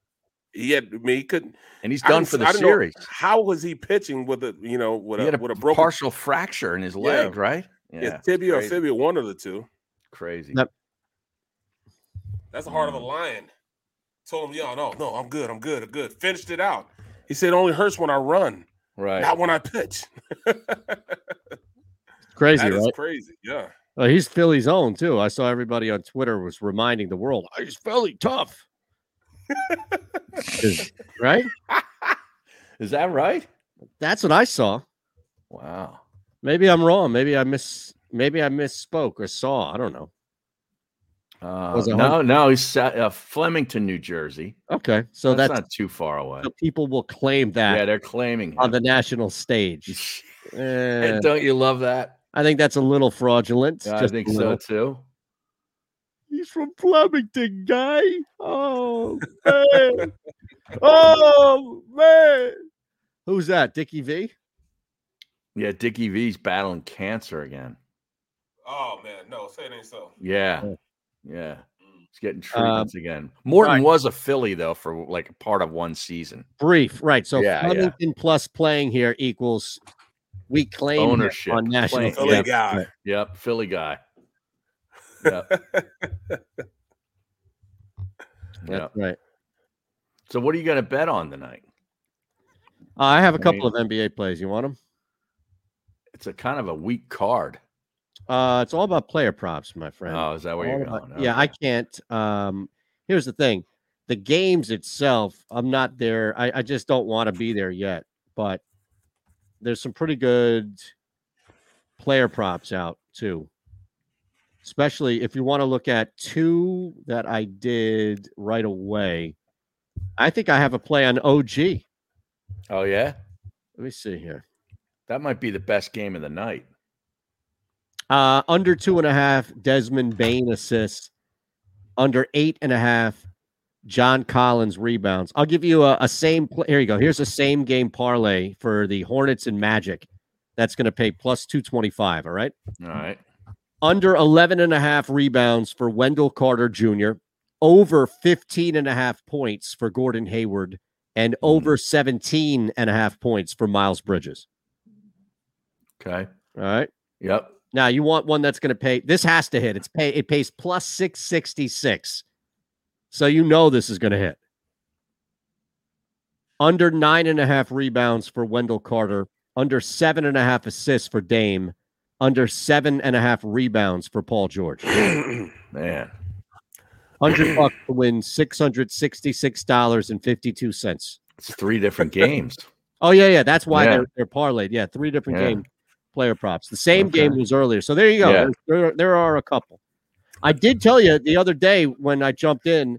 D: He had I mean, he couldn't,
C: and he's
D: I
C: done
D: don't-
C: for the
D: I don't know,
C: series.
D: how was he pitching with a you know with
C: he
D: a,
C: had a,
D: with a broken
C: partial fracture in his leg, right?
D: Yeah, tibia or fibia, one of the two.
C: Crazy.
A: Yep.
D: That's the heart of
C: Mm.
D: a lion. Told him, yeah, no, no, I'm good, I'm good, I'm good. Finished it out. He said, it only hurts when I run,
C: right?
D: Not when I pitch.
A: Crazy,
D: That is
A: right?
D: crazy. Yeah.
A: Uh, he's Philly's own too. I saw everybody on Twitter was reminding the world, "Oh, "He's Philly tough." Is- right?
C: Is that right?
A: That's what I saw.
C: Wow.
A: Maybe I'm wrong. Maybe I miss. Maybe I misspoke or saw. I don't know.
C: Uh,
A: Was it
C: no,
A: Hunt?
C: no, he's sa- uh, Flemington, New Jersey.
A: Okay, so
C: that's,
A: that's-
C: not too far away.
A: So people will claim that.
C: Yeah, they're claiming
A: on the national stage. Eh,
C: And don't you love that?
A: I think that's a little fraudulent.
C: Yeah, I
A: just a
C: think
A: little.
C: so too.
A: He's from Flemington, guy. Oh man. oh man. Who's that? Dickie V?
C: Yeah, Dickie V's battling cancer again.
D: Oh man, no, say it ain't so.
C: Yeah,
A: Yeah.
C: yeah, he's getting
A: Um,
C: treatments again. Morton
A: right.
C: was a Philly though for like a part of one season.
A: Brief, right? So
C: Yeah, yeah.
A: Flemington plus playing here equals we claim him
C: Ownership
A: on national.
C: claim.
A: TV.
D: Philly guy.
C: Yep, Philly guy. Yep. yep.
A: That's right.
C: So, what are you going to bet on tonight?
A: Uh, I have a
C: I
A: couple
C: mean-
A: of NBA plays. You want them?
C: It's a kind of a weak card.
A: Uh, it's all about player props, my friend.
C: Oh, is that where you're
A: All about-
C: going?
A: Yeah, I can't. Um, here's the thing: the games itself, I'm not there. I, I just don't want to be there yet. But there's some pretty good player props out too. Especially if you want to look at two that I did right away. I think I have a play on OG. Let
C: Oh, yeah.
A: me see here.
C: That might be the best game of the night.
A: Uh, under two and a half, Desmond Bain assists. Under eight and a half, John Collins rebounds. I'll give you a, a same. Play. Here you go. Here's a same game parlay for the Hornets and Magic. That's going to pay plus 225. All right.
C: All right.
A: Under 11 and a half rebounds for Wendell Carter Jr., over 15 and a half points for Gordon Hayward, and over 17 and a half points for Miles Bridges.
C: Okay.
A: All right.
C: Yep.
A: Now you want one that's going to pay. This has to hit. It's pay. It pays plus six sixty six. So you know this is going to hit. Under nine and a half rebounds for Wendell Carter. Under seven and a half assists for Dame. Under seven and a half rebounds for Paul George.
C: Man.
A: Hundred bucks to win six hundred sixty six dollars and fifty two cents.
C: It's three different games.
A: Oh yeah, yeah. That's why
C: Yeah.
A: they're they're parlayed. Yeah, three different
C: Yeah.
A: game player props. The same
C: Okay.
A: game was earlier. So there you go.
C: Yeah.
A: There's- There, there are a couple. I did tell you the other day when I jumped in.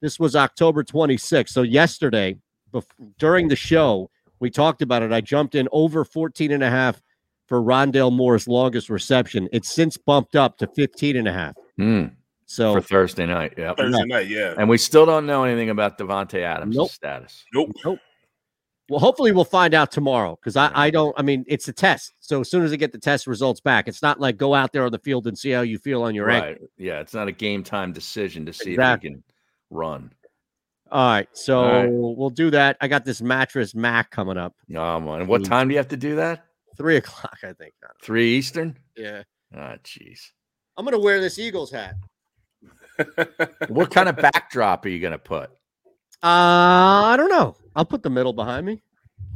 A: This was October 26th. So yesterday, bef- during the show, we talked about it. I jumped in over 14 and a half for Rondell Moore's longest reception. It's since bumped up to 15 and a half.
C: Hmm.
A: So
C: For Thursday night. Yep.
D: Thursday night, yeah.
C: And we still don't know anything about Devontae Adams'
A: Nope.
C: status.
D: Nope.
A: Nope. Well, hopefully we'll find out tomorrow because I, I don't. I mean, it's a test. So as soon as I get the test results back, it's not like go out there on the field and see how you feel on your ankle.
C: Right. Yeah. It's not a game time decision to see
A: Exactly.
C: if he can run.
A: All right. So
C: All right.
A: we'll do that. I got this mattress Mac coming up
C: Oh, man. And What
A: Mm.
C: time do you have to do that?
A: three o'clock, I think.
C: Three Eastern?
A: Yeah.
C: Ah, jeez.
A: I'm gonna wear this Eagles hat.
C: What kind of backdrop are you going to put?
A: Uh, I don't know. I'll put the middle behind me.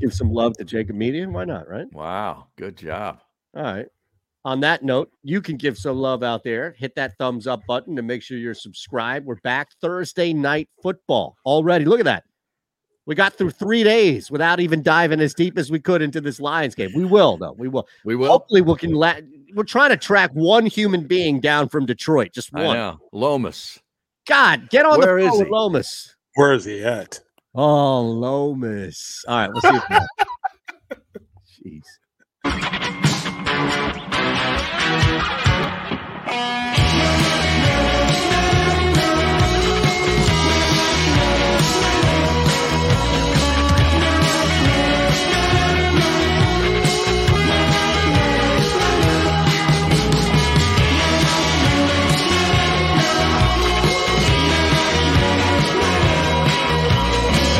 A: Give some love to Jacob Media. Why not? Right.
C: Wow. Good job.
A: All right. On that note, you can give some love out there. Hit that thumbs up button to make sure you're subscribed. We're back Thursday night football already. Look at that. We got through three days without even diving as deep as we could into this Lions game. We will, though. We will.
C: We will.
A: Hopefully, we can. La- we're trying to track one human being down from Detroit. Just
C: I
A: one.
C: know. Lomas.
A: God, get on
C: Where
A: the
C: is
A: phone with
C: he?
A: Lomas.
D: Where is he at?
A: Oh, Lomas. All right, we'll see. if- Jeez.
H: Thank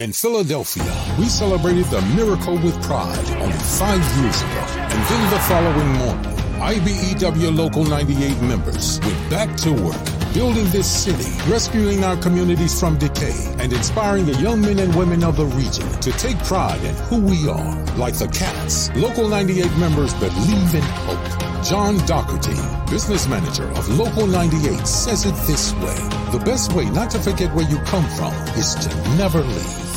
E: In Philadelphia, we celebrated the miracle with pride only five years ago. And then the following morning, IBEW Local 98 members went back to work, building this city, rescuing our communities from decay, and inspiring the young men and women of the region to take pride in who we are. Like the Cats, Local 98 members believe in hope. John Doherty, business manager of Local 98, says it this way The best way not to forget where you come from is to never leave.